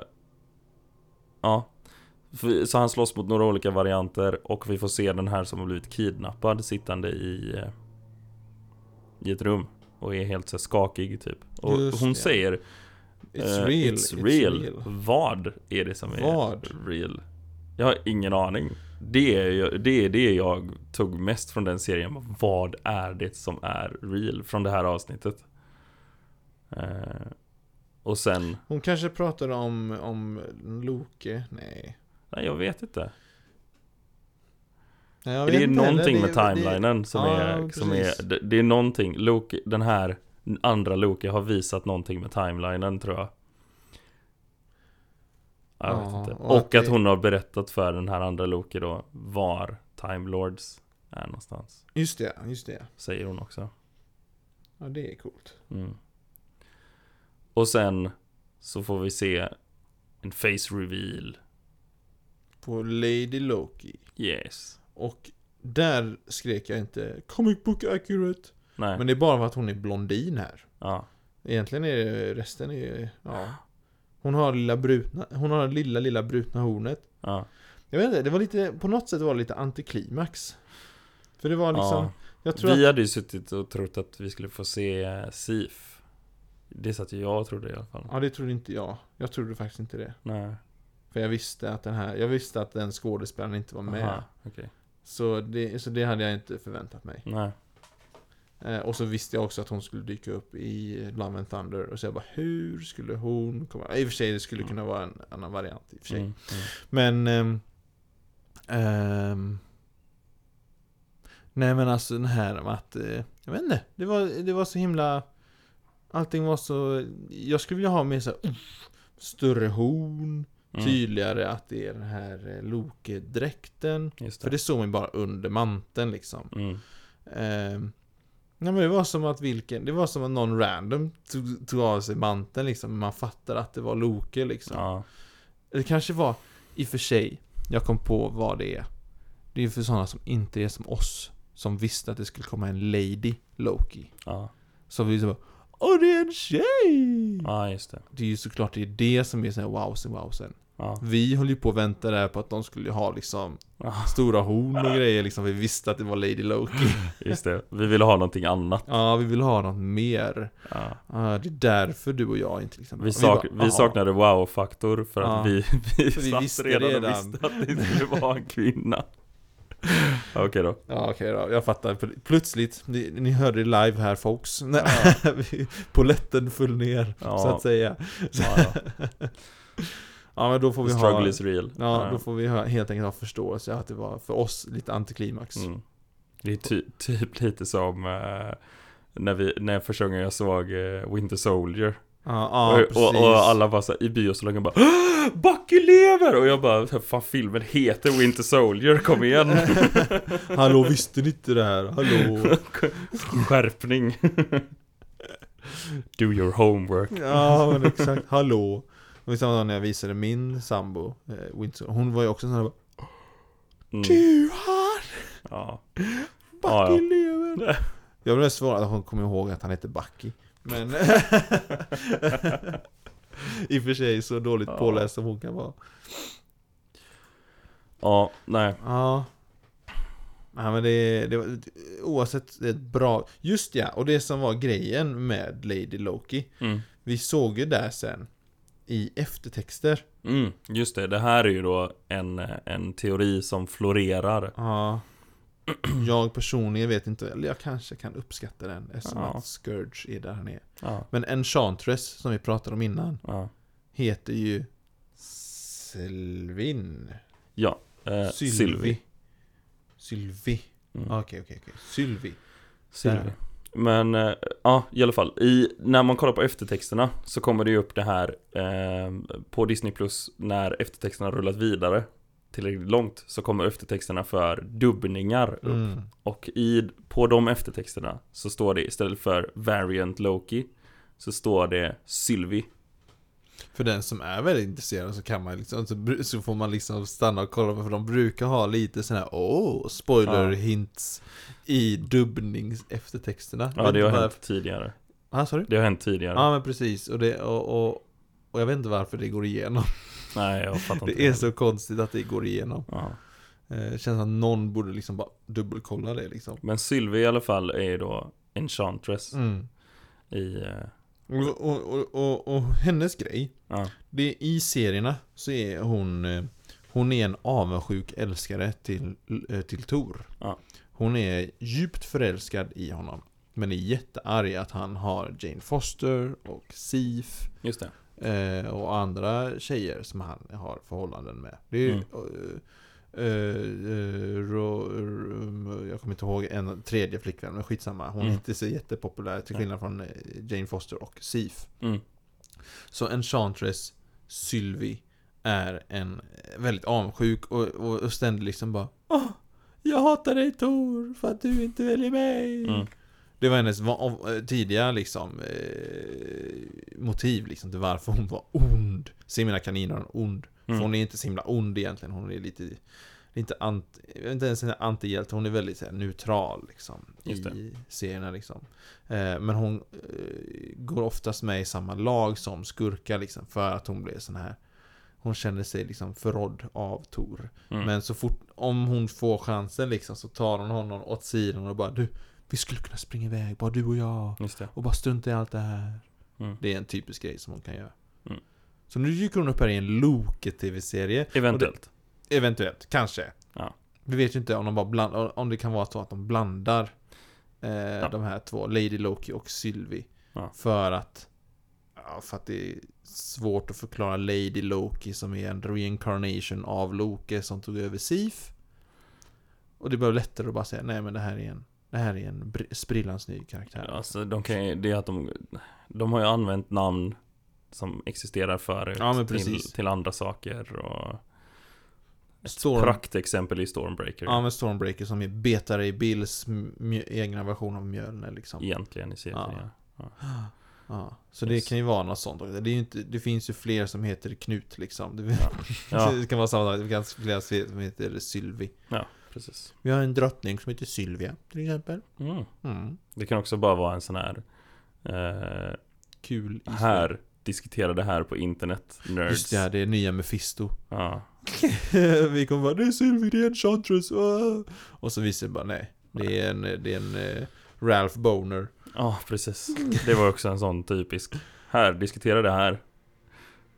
[SPEAKER 1] ja. För- Så han slåss mot några olika varianter och vi får se den här som har blivit kidnappad sittande i, eh, i ett rum. Och är helt så här skakig typ. Och
[SPEAKER 2] Just
[SPEAKER 1] hon
[SPEAKER 2] det.
[SPEAKER 1] säger
[SPEAKER 2] It's
[SPEAKER 1] eh,
[SPEAKER 2] real,
[SPEAKER 1] it's real. Vad är det som
[SPEAKER 2] Vad?
[SPEAKER 1] är real? Jag har ingen aning. Det är, ju- det är det jag tog mest från den serien. Vad är det som är real? Från det här avsnittet. Eh, och sen
[SPEAKER 2] Hon kanske pratade om, om Loke, nej.
[SPEAKER 1] Nej, jag vet inte.
[SPEAKER 2] Nej, jag
[SPEAKER 1] det
[SPEAKER 2] vet
[SPEAKER 1] är
[SPEAKER 2] inte heller.
[SPEAKER 1] någonting
[SPEAKER 2] Det-
[SPEAKER 1] med
[SPEAKER 2] det-
[SPEAKER 1] timelinen som,
[SPEAKER 2] Ja,
[SPEAKER 1] är, som är...
[SPEAKER 2] precis.
[SPEAKER 1] Det, det är någonting. Loki, den här andra Loki har visat någonting med timelinen tror jag. Jag vet
[SPEAKER 2] Ja,
[SPEAKER 1] inte.
[SPEAKER 2] och
[SPEAKER 1] Och,
[SPEAKER 2] att
[SPEAKER 1] att,
[SPEAKER 2] det-
[SPEAKER 1] hon har berättat för den här andra Loki då var Time Lords är någonstans.
[SPEAKER 2] Just det, just det.
[SPEAKER 1] Säger hon också.
[SPEAKER 2] Ja, det är coolt.
[SPEAKER 1] Mm. Och sen så får vi se en face reveal.
[SPEAKER 2] På Lady Loki.
[SPEAKER 1] Yes.
[SPEAKER 2] Och där skrek jag inte 'Comic Book Accurate'
[SPEAKER 1] Nej.
[SPEAKER 2] Men det är bara för att hon är blondin här.
[SPEAKER 1] Ja.
[SPEAKER 2] Egentligen är det, resten är ja. Hon har lilla brutna, hon har lilla lilla brutna hornet.
[SPEAKER 1] Ja.
[SPEAKER 2] Jag vet inte, det var lite, på något sätt var det lite antiklimax. För det var liksom,
[SPEAKER 1] ja.
[SPEAKER 2] jag tror
[SPEAKER 1] Vi
[SPEAKER 2] att,
[SPEAKER 1] hade ju suttit och trott att vi skulle få se eh, Sif Det satt ju jag och trodde i alla fall
[SPEAKER 2] ja det trodde inte jag. Jag trodde faktiskt inte det.
[SPEAKER 1] Nej,
[SPEAKER 2] För jag visste att den här, jag visste att den skådespelaren inte var med.
[SPEAKER 1] Aha, okej.
[SPEAKER 2] Så det, så det hade jag inte förväntat mig.
[SPEAKER 1] Nej,
[SPEAKER 2] Eh, och så visste jag också att hon skulle dyka upp i Love and Thunder. Och så jag bara, hur skulle hon komma? I och för sig, det skulle kunna vara en annan variant i och för sig.
[SPEAKER 1] mm, mm.
[SPEAKER 2] Men... ehm, ehm, nej men alltså den här med att... eh, jag vet inte. Det var, det var så himla... Allting var så... Jag skulle vilja ha mer så här, uff, Större horn.
[SPEAKER 1] Mm,
[SPEAKER 2] Tydligare att det är den här eh, Loke-dräkten.
[SPEAKER 1] Just
[SPEAKER 2] För
[SPEAKER 1] det,
[SPEAKER 2] det såg man ju bara under manteln liksom.
[SPEAKER 1] mm.
[SPEAKER 2] Eh, nej men det var som att vilken, det var som att någon random tog, tog av sig manteln liksom, men man fattar att det var Loke liksom.
[SPEAKER 1] ja.
[SPEAKER 2] Det kanske var, i och för sig, jag kom på vad det är. Det är för sådana som inte är som oss. Som visste att det skulle komma en Lady Loki.
[SPEAKER 1] Ja,
[SPEAKER 2] Som vi så bara Åh det är en tjej!
[SPEAKER 1] ja just det.
[SPEAKER 2] Det är ju såklart det är det som är såhär wowsen wowsen.
[SPEAKER 1] Ja.
[SPEAKER 2] Vi höll ju på att vänta där på att de skulle ha liksom
[SPEAKER 1] Ja,
[SPEAKER 2] stora horn och grejer liksom. Vi visste att det var Lady
[SPEAKER 1] [LAUGHS]
[SPEAKER 2] Loki.
[SPEAKER 1] Just det, vi ville ha någonting annat.
[SPEAKER 2] Ja, vi vill ha något mer.
[SPEAKER 1] Ja.
[SPEAKER 2] Ja, det är därför du och jag inte liksom
[SPEAKER 1] Vi, sak,
[SPEAKER 2] bara,
[SPEAKER 1] vi
[SPEAKER 2] "Jaha."
[SPEAKER 1] saknade wow-faktor för att
[SPEAKER 2] Ja.
[SPEAKER 1] vi, [LAUGHS] vi,
[SPEAKER 2] För vi
[SPEAKER 1] satt
[SPEAKER 2] visste
[SPEAKER 1] redan,
[SPEAKER 2] redan.
[SPEAKER 1] och visste att det skulle vara en kvinna.
[SPEAKER 2] [LAUGHS]
[SPEAKER 1] Okej då.
[SPEAKER 2] Ja okej då, jag fattar. Pl- Plötsligt, ni, ni hörde det live här folks. Nej, [LAUGHS] vi- Poletten föll ner,
[SPEAKER 1] Ja.
[SPEAKER 2] så att säga.
[SPEAKER 1] Ja,
[SPEAKER 2] [LAUGHS] Ja men då får
[SPEAKER 1] ja.
[SPEAKER 2] vi
[SPEAKER 1] The
[SPEAKER 2] ha...
[SPEAKER 1] struggle is real.
[SPEAKER 2] Ja, då får vi ha, helt enkelt ha förståelse att det var för oss lite antiklimax.
[SPEAKER 1] Mm. Det är ty, typ lite som eh, när, vi, när första gången jag såg eh, Winter Soldier.
[SPEAKER 2] Ja, ja
[SPEAKER 1] och,
[SPEAKER 2] precis.
[SPEAKER 1] och, och alla bara så här, i biosalongen bara "Åh, Bucky lever! Och jag bara, fan filmen heter Winter Soldier, kom igen!
[SPEAKER 2] [LAUGHS] [LAUGHS] Hallå, visste ni inte det här? Hallå?
[SPEAKER 1] Skärpning! Do your homework.
[SPEAKER 2] Ja, men exakt. Hallå. Och i samma dag när jag visade min sambo, eh, Windsor, hon var ju också sån här bara,
[SPEAKER 1] Mm,
[SPEAKER 2] Du har
[SPEAKER 1] ja.
[SPEAKER 2] Bucky
[SPEAKER 1] Ja, ja.
[SPEAKER 2] lever! Jag blev svårare att hon kom ihåg att han hette Bucky. Men...
[SPEAKER 1] [LAUGHS]
[SPEAKER 2] I och för sig så dåligt
[SPEAKER 1] Ja.
[SPEAKER 2] påläst som hon kan vara.
[SPEAKER 1] ja, nej.
[SPEAKER 2] Ja. Nej men det, det var oavsett det är ett bra... Just ja, och det som var grejen med Lady Loki.
[SPEAKER 1] Mm.
[SPEAKER 2] Vi såg ju där sen i eftertexter.
[SPEAKER 1] Mm, just det, det här är ju då en, en teori som florerar. [CLEARS THROAT]
[SPEAKER 2] Ja. Jag personligen vet inte, eller jag kanske kan uppskatta den eftersom
[SPEAKER 1] Ja.
[SPEAKER 2] att Scourge är där han är.
[SPEAKER 1] Ja,
[SPEAKER 2] Men Enchantress, som vi pratade om innan,
[SPEAKER 1] ja.
[SPEAKER 2] heter ju Sylvin.
[SPEAKER 1] ja. Eh, Sylvie. Sylvie.
[SPEAKER 2] Sylvie.
[SPEAKER 1] Mm.
[SPEAKER 2] Ah, Okej, okej, okej. Sylvie.
[SPEAKER 1] Sylvie. Men eh, ja, i alla fall. I, när man kollar på eftertexterna så kommer det ju upp det här eh, på Disney Plus när eftertexterna rullat vidare tillräckligt långt så kommer eftertexterna för dubbningar upp.
[SPEAKER 2] Mm.
[SPEAKER 1] Och i, på de eftertexterna så står det istället för Variant Loki så står det Sylvie.
[SPEAKER 2] För den som är väldigt intresserad så kan man liksom, så, bru- så får man liksom stanna och kolla för de brukar ha lite sådana här åh, spoiler hints i dubbningseftertexterna.
[SPEAKER 1] Ja,
[SPEAKER 2] Vet
[SPEAKER 1] det har
[SPEAKER 2] inte
[SPEAKER 1] hänt tidigare.
[SPEAKER 2] varför- Ah, sorry?
[SPEAKER 1] Det har hänt tidigare.
[SPEAKER 2] Ja men precis, och, det, och, och, och jag vet inte varför det går igenom.
[SPEAKER 1] Nej, jag fattar inte.
[SPEAKER 2] Det är så konstigt att det går igenom.
[SPEAKER 1] Ja.
[SPEAKER 2] Eh, Det känns som att någon borde liksom bara dubbelkolla det liksom.
[SPEAKER 1] Men Sylvie i alla fall är ju då Enchantress
[SPEAKER 2] Mm.
[SPEAKER 1] i... eh,
[SPEAKER 2] Och, och, och, och, och hennes grej,
[SPEAKER 1] ja.
[SPEAKER 2] det är i serierna så är hon eh, Hon är en avundsjuk älskare till, eh, till Tor.
[SPEAKER 1] Ja.
[SPEAKER 2] Hon är djupt förälskad i honom. Men är jättearg att han har Jane Foster och Sif
[SPEAKER 1] Just det.
[SPEAKER 2] Eh, och andra tjejer som han har förhållanden med. Det är ju...
[SPEAKER 1] Mm.
[SPEAKER 2] eh, eh, ro, ro, jag kommer inte ihåg en tredje flickvän, men skitsamma. Hon
[SPEAKER 1] Mm.
[SPEAKER 2] är inte så jättepopulär till
[SPEAKER 1] Nej.
[SPEAKER 2] skillnad från eh, Jane Foster och Sif.
[SPEAKER 1] Mm.
[SPEAKER 2] Så Enchantress Sylvie är en eh, väldigt avundsjuk och, och, och ständigt liksom bara Åh, jag hatar dig Tor för att du inte väljer mig.
[SPEAKER 1] Mm.
[SPEAKER 2] Det var hennes va- av- eh, tidiga liksom eh, motiv liksom till varför hon var ond. Se mina kaniner, hon är ond.
[SPEAKER 1] Mm.
[SPEAKER 2] För hon är inte så himla ond egentligen, hon är lite inte, ant, inte ens en antihjälte, hon är väldigt så här, neutral liksom
[SPEAKER 1] Just det.
[SPEAKER 2] i serierna liksom. Eh, men hon eh, går oftast med i samma lag som skurkar liksom för att hon blir sån här hon känner sig liksom förrådd av Tor.
[SPEAKER 1] Mm.
[SPEAKER 2] Men så fort, om hon får chansen liksom så tar hon honom åt sidan och bara du, vi skulle kunna springa iväg, bara du och jag.
[SPEAKER 1] Just det.
[SPEAKER 2] Och bara strunta i allt det här.
[SPEAKER 1] Mm.
[SPEAKER 2] Det är en typisk grej som hon kan göra.
[SPEAKER 1] Mm.
[SPEAKER 2] Så nu dyker hon upp här i en Loke-tv-serie.
[SPEAKER 1] Eventuellt.
[SPEAKER 2] Eventuellt, kanske.
[SPEAKER 1] Ja.
[SPEAKER 2] Vi vet ju inte om de bara bland, om det kan vara så att de blandar eh, de här två, Lady Loki och Sylvie.
[SPEAKER 1] Ja.
[SPEAKER 2] För att ja, för att det är svårt att förklara Lady Loki som är en reincarnation av Loke som tog över Sif. Och det blir lättare att bara säga nej men det här är en det här är en br- sprillans ny karaktär. Ja,
[SPEAKER 1] Alltså, de kan ju, det är att de, de har ju använt namn som existerar förut
[SPEAKER 2] Ja, men
[SPEAKER 1] till,
[SPEAKER 2] precis.
[SPEAKER 1] till andra saker och ett
[SPEAKER 2] Storm-
[SPEAKER 1] praktexempel i Stormbreaker
[SPEAKER 2] men Stormbreaker som är betare i Bills mj- egna version av Mjölner liksom.
[SPEAKER 1] egentligen i serien.
[SPEAKER 2] Ja.
[SPEAKER 1] Ja.
[SPEAKER 2] Ja, så det
[SPEAKER 1] Yes.
[SPEAKER 2] kan ju vara något sånt. också. Det, är ju inte, det finns ju fler som heter Knut liksom. [LAUGHS] Det,
[SPEAKER 1] Ja.
[SPEAKER 2] det kan vara samma sak. Det kan finnas fler som heter Sylvie.
[SPEAKER 1] Ja, precis.
[SPEAKER 2] Vi har en drottning som heter Sylvia till exempel.
[SPEAKER 1] Mm.
[SPEAKER 2] Mm.
[SPEAKER 1] Det kan också bara vara en sån här eh,
[SPEAKER 2] Kul. i sig.
[SPEAKER 1] Här, diskutera det här på internet, nerds
[SPEAKER 2] Just det, här, det är nya Mephisto. [LAUGHS]
[SPEAKER 1] Ja.
[SPEAKER 2] vi kommer bara 'Det är Sylvie, det är Enchantress' ah." Och så visar det bara nej. Det är en, det är en eh, Ralph Boner.
[SPEAKER 1] Ja, precis. Det var också en sån typisk Här, diskutera det här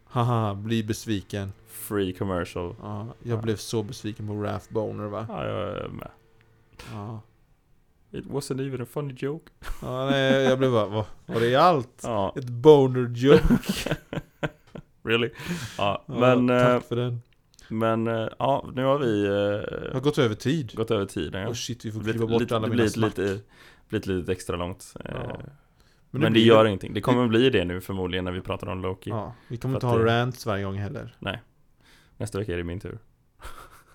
[SPEAKER 2] Haha, bli besviken.
[SPEAKER 1] Free commercial
[SPEAKER 2] Ja, jag
[SPEAKER 1] Ja.
[SPEAKER 2] blev så besviken på Ralph Boner va?
[SPEAKER 1] Ja, jag är med
[SPEAKER 2] Ja.
[SPEAKER 1] It wasn't even a funny joke
[SPEAKER 2] Ja, nej, jag blev bara, vad, var det allt?
[SPEAKER 1] Ja,
[SPEAKER 2] Ett boner joke.
[SPEAKER 1] really? Ja,
[SPEAKER 2] Ja,
[SPEAKER 1] men, eh,
[SPEAKER 2] tack för den.
[SPEAKER 1] men eh, ja, nu har vi
[SPEAKER 2] Jag
[SPEAKER 1] eh,
[SPEAKER 2] har gått över tid.
[SPEAKER 1] gått över tiden ja.
[SPEAKER 2] Oh shit, vi får
[SPEAKER 1] Det
[SPEAKER 2] klippa bort
[SPEAKER 1] lite,
[SPEAKER 2] alla
[SPEAKER 1] det
[SPEAKER 2] mina
[SPEAKER 1] blir
[SPEAKER 2] snack.
[SPEAKER 1] lite, blivit lite extra långt eh,
[SPEAKER 2] Ja.
[SPEAKER 1] Men,
[SPEAKER 2] Men,
[SPEAKER 1] det
[SPEAKER 2] blir-
[SPEAKER 1] gör ingenting, det kommer bli det nu förmodligen när vi pratar om Loki
[SPEAKER 2] Ja, vi kommer
[SPEAKER 1] För
[SPEAKER 2] inte
[SPEAKER 1] att
[SPEAKER 2] ha
[SPEAKER 1] det-
[SPEAKER 2] rants varje gång heller.
[SPEAKER 1] Nästa vecka är det min tur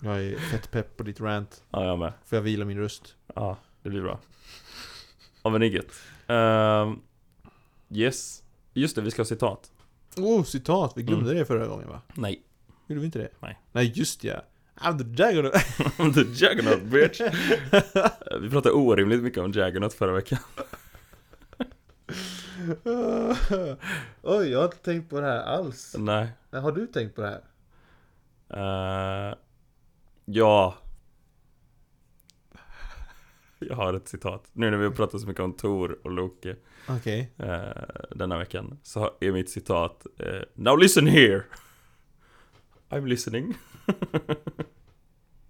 [SPEAKER 2] Jag är fett pepp på ditt rant.
[SPEAKER 1] Ja, jag med
[SPEAKER 2] Får jag vila min röst?
[SPEAKER 1] Ja, det blir bra. Ja men det är gött. Ehm, yes. Just det, vi ska ha citat.
[SPEAKER 2] Oh, citat! Vi glömde det förra gången va?
[SPEAKER 1] Nej.
[SPEAKER 2] Gjorde vi inte det?
[SPEAKER 1] Mm. Nej.
[SPEAKER 2] Nej, just ja. Ah, I'm the juggernaut.
[SPEAKER 1] [LAUGHS] The Juggernaut bitch. Eh, vi pratade orimligt mycket om Juggernaut förra veckan.
[SPEAKER 2] [LAUGHS] Oj, jag har inte tänkt på det här alls.
[SPEAKER 1] Nej.
[SPEAKER 2] Nej, Har du tänkt på det här?
[SPEAKER 1] Eh, ja. [LAUGHS] Jag har ett citat. Nu när vi har pratat så mycket om Tor och Loke
[SPEAKER 2] Okej.
[SPEAKER 1] eh, denna veckan. Så är mitt citat. eh, Now listen here. [LAUGHS] I'm listening.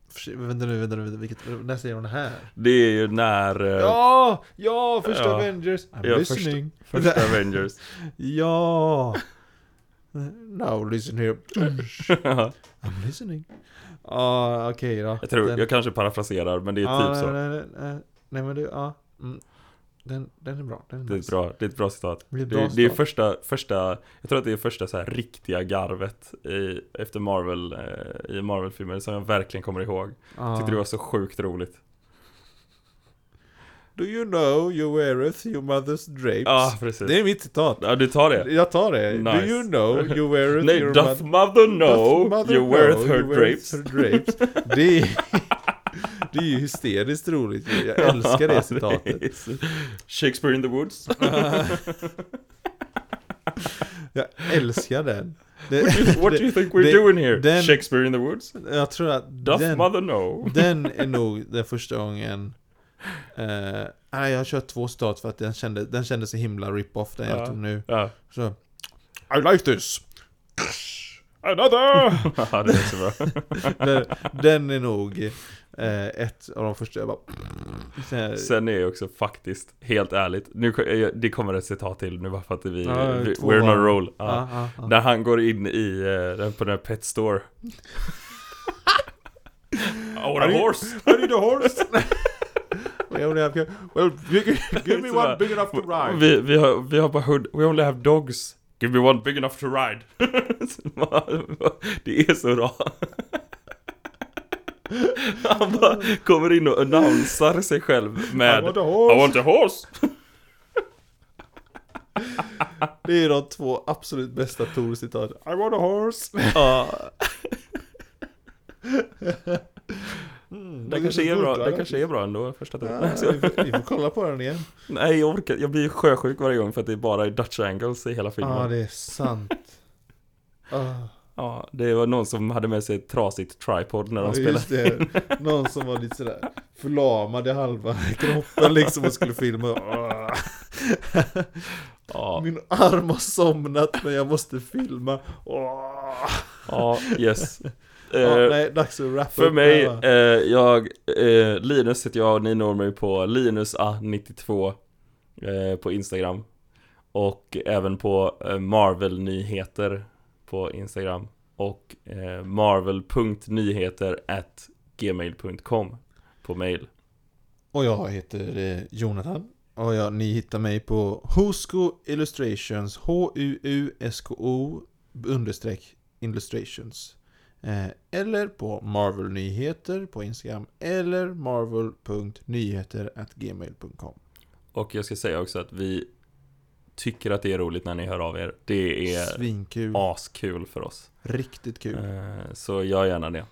[SPEAKER 2] Förs- Vänta nu, vänta nu, vänta, vilket, när säger hon det här?
[SPEAKER 1] Det är ju när... eh,
[SPEAKER 2] Ja! Ja, första
[SPEAKER 1] ja.
[SPEAKER 2] Avengers! I'm
[SPEAKER 1] Ja, första-
[SPEAKER 2] listening.
[SPEAKER 1] Första Avengers. [LAUGHS]
[SPEAKER 2] Ja! Now listen here. I'm listening. Ja, okej då.
[SPEAKER 1] Jag tror,
[SPEAKER 2] Den-
[SPEAKER 1] jag kanske parafraserar men det är
[SPEAKER 2] Ja,
[SPEAKER 1] typ så.
[SPEAKER 2] Nej, nej, nej, nej. nej men du, ja. Mm. Den, den är bra. Den är
[SPEAKER 1] Det är ett bra, det är ett bra citat.
[SPEAKER 2] Det är ett
[SPEAKER 1] Det
[SPEAKER 2] bra
[SPEAKER 1] är, det är
[SPEAKER 2] start.
[SPEAKER 1] första, första, jag tror att det är första så här riktiga garvet i, efter Marvel, eh, i Marvel-filmer som jag verkligen kommer ihåg.
[SPEAKER 2] Ja.
[SPEAKER 1] Tyckte det var så sjukt roligt.
[SPEAKER 2] Do you know you weareth your mother's drapes?
[SPEAKER 1] Ja, Ah, precis.
[SPEAKER 2] det är mitt citat.
[SPEAKER 1] Ja, du tar det.
[SPEAKER 2] Jag tar det. Do
[SPEAKER 1] Nice.
[SPEAKER 2] you know you weareth
[SPEAKER 1] Nej,
[SPEAKER 2] your
[SPEAKER 1] doth
[SPEAKER 2] mother-
[SPEAKER 1] mother know
[SPEAKER 2] doth mother
[SPEAKER 1] you weareth
[SPEAKER 2] know
[SPEAKER 1] her
[SPEAKER 2] you
[SPEAKER 1] [LAUGHS] drapes?
[SPEAKER 2] weareth her drapes? Det är, det är ju hysteriskt roligt
[SPEAKER 1] [LAUGHS]
[SPEAKER 2] ju. Jag älskar det citatet.
[SPEAKER 1] Shakespeare in the
[SPEAKER 2] [LAUGHS]
[SPEAKER 1] woods?
[SPEAKER 2] Jag älskar den.
[SPEAKER 1] What do you, what do you think we're
[SPEAKER 2] det-
[SPEAKER 1] doing here?
[SPEAKER 2] den-
[SPEAKER 1] Shakespeare in the woods?
[SPEAKER 2] jag tror att
[SPEAKER 1] Doth
[SPEAKER 2] den,
[SPEAKER 1] mother know?
[SPEAKER 2] [LAUGHS] Den
[SPEAKER 1] [LAUGHS]
[SPEAKER 2] är nog den första gången eh, nej, jag har kört två stat för att den kände, den kände så himla rip-off den
[SPEAKER 1] Ja.
[SPEAKER 2] jag tog nu.
[SPEAKER 1] Ja.
[SPEAKER 2] Så, I like this! Another!
[SPEAKER 1] [LAUGHS] Ja, det är så
[SPEAKER 2] [LAUGHS]
[SPEAKER 1] bra.
[SPEAKER 2] [LAUGHS] den, den är nog eh, ett av de första jag bara... Så här,
[SPEAKER 1] Sen är jag också faktiskt, helt ärligt, nu, ko- eh, det kommer ett citat till nu bara för att vi,
[SPEAKER 2] Ja,
[SPEAKER 1] vi
[SPEAKER 2] två
[SPEAKER 1] we're on a
[SPEAKER 2] var.
[SPEAKER 1] roll. Ja.
[SPEAKER 2] ja, ja,
[SPEAKER 1] [LAUGHS]
[SPEAKER 2] ja.
[SPEAKER 1] När han går in i, eh, den- på den här pet store.
[SPEAKER 2] [LAUGHS]
[SPEAKER 1] I want a
[SPEAKER 2] Are you-
[SPEAKER 1] horse!
[SPEAKER 2] I need a [LAUGHS] horse! We only have, well, you can- give
[SPEAKER 1] [LAUGHS]
[SPEAKER 2] me
[SPEAKER 1] Så bara,
[SPEAKER 2] one big enough to ride!
[SPEAKER 1] Vi, vi, har, vi har bara hund, we only have dogs. Give me one big enough to ride. Så bara- [LAUGHS] det är så bra. Han bara kommer in och annonsar sig själv
[SPEAKER 2] I
[SPEAKER 1] med
[SPEAKER 2] want a
[SPEAKER 1] I
[SPEAKER 2] horse!
[SPEAKER 1] want a horse!
[SPEAKER 2] Det är de två absolut bästa Tor-citaten. I want a horse!
[SPEAKER 1] Ja, [LAUGHS]
[SPEAKER 2] Mm,
[SPEAKER 1] det kanske är bra, det kanske är bra ändå första
[SPEAKER 2] Ja,
[SPEAKER 1] turen.
[SPEAKER 2] alltså, vi, får, vi får kolla på den igen.
[SPEAKER 1] Nej jag orkar jag blir sjösjuk varje gång för att det är bara är Dutch angles i hela filmen.
[SPEAKER 2] Ja,
[SPEAKER 1] Ja, det...
[SPEAKER 2] det är sant. Ah,
[SPEAKER 1] var någon som hade med sig ett trasigt tripod när de
[SPEAKER 2] ja,
[SPEAKER 1] spelade.
[SPEAKER 2] just det. Någon som var lite sådär förlamad i halva kroppen liksom och skulle filma. Ah,
[SPEAKER 1] Ja,
[SPEAKER 2] Min arm har somnat men jag måste filma. Ah.
[SPEAKER 1] ja, yes.
[SPEAKER 2] Ja,
[SPEAKER 1] Eh,
[SPEAKER 2] nej, dags att rappa
[SPEAKER 1] för
[SPEAKER 2] upp
[SPEAKER 1] mig,
[SPEAKER 2] det här, va?
[SPEAKER 1] eh, jag, eh, Linus heter jag och ni når mig på linusa92 eh, på Instagram. Och även på eh, Marvel-nyheter på Instagram. Och eh, marvel.nyheter at gmail.com på mail.
[SPEAKER 2] Och jag heter eh, Jonathan. Och jag, ni hittar mig på Husko Illustrations. H-U-U-S-K-O understreck illustrations. Eh, eller på Marvel Nyheter på Instagram. Eller marvel.nyheter.gmail.com
[SPEAKER 1] Och jag ska säga också att vi tycker att det är roligt när ni hör av er. Det är
[SPEAKER 2] Svinkul.
[SPEAKER 1] askul för oss.
[SPEAKER 2] Riktigt kul.
[SPEAKER 1] Eh, Så gör gärna det.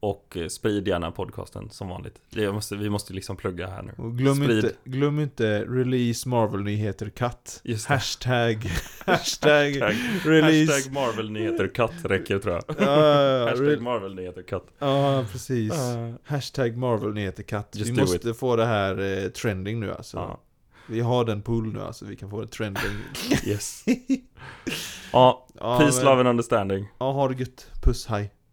[SPEAKER 1] Och eh, sprid gärna podcasten som vanligt. Det måste, vi måste liksom plugga här nu.
[SPEAKER 2] Och glöm,
[SPEAKER 1] Sprid.
[SPEAKER 2] inte, glöm inte Release Marvel-nyheter Cut.
[SPEAKER 1] Just det. [LAUGHS]
[SPEAKER 2] Hashtag, hashtag,
[SPEAKER 1] Hashtag-
[SPEAKER 2] release.
[SPEAKER 1] Hashtag Marvel nyheter katt räcker tror [LAUGHS] jag.
[SPEAKER 2] Ja, ja, ja,
[SPEAKER 1] Hashtag
[SPEAKER 2] re-
[SPEAKER 1] Marvel nyheter katt.
[SPEAKER 2] ja, precis.
[SPEAKER 1] Eh,
[SPEAKER 2] Hashtag Marvel nyheter Cut.
[SPEAKER 1] Just
[SPEAKER 2] Vi
[SPEAKER 1] do
[SPEAKER 2] måste få det här eh, trending nu alltså.
[SPEAKER 1] ja,
[SPEAKER 2] Vi har den pool nu alltså, vi kan få det
[SPEAKER 1] [LAUGHS]
[SPEAKER 2] trending.
[SPEAKER 1] yes. Ja,
[SPEAKER 2] Ja,
[SPEAKER 1] peace,
[SPEAKER 2] men-
[SPEAKER 1] love and understanding.
[SPEAKER 2] Ja, ha det gött. Puss, hej.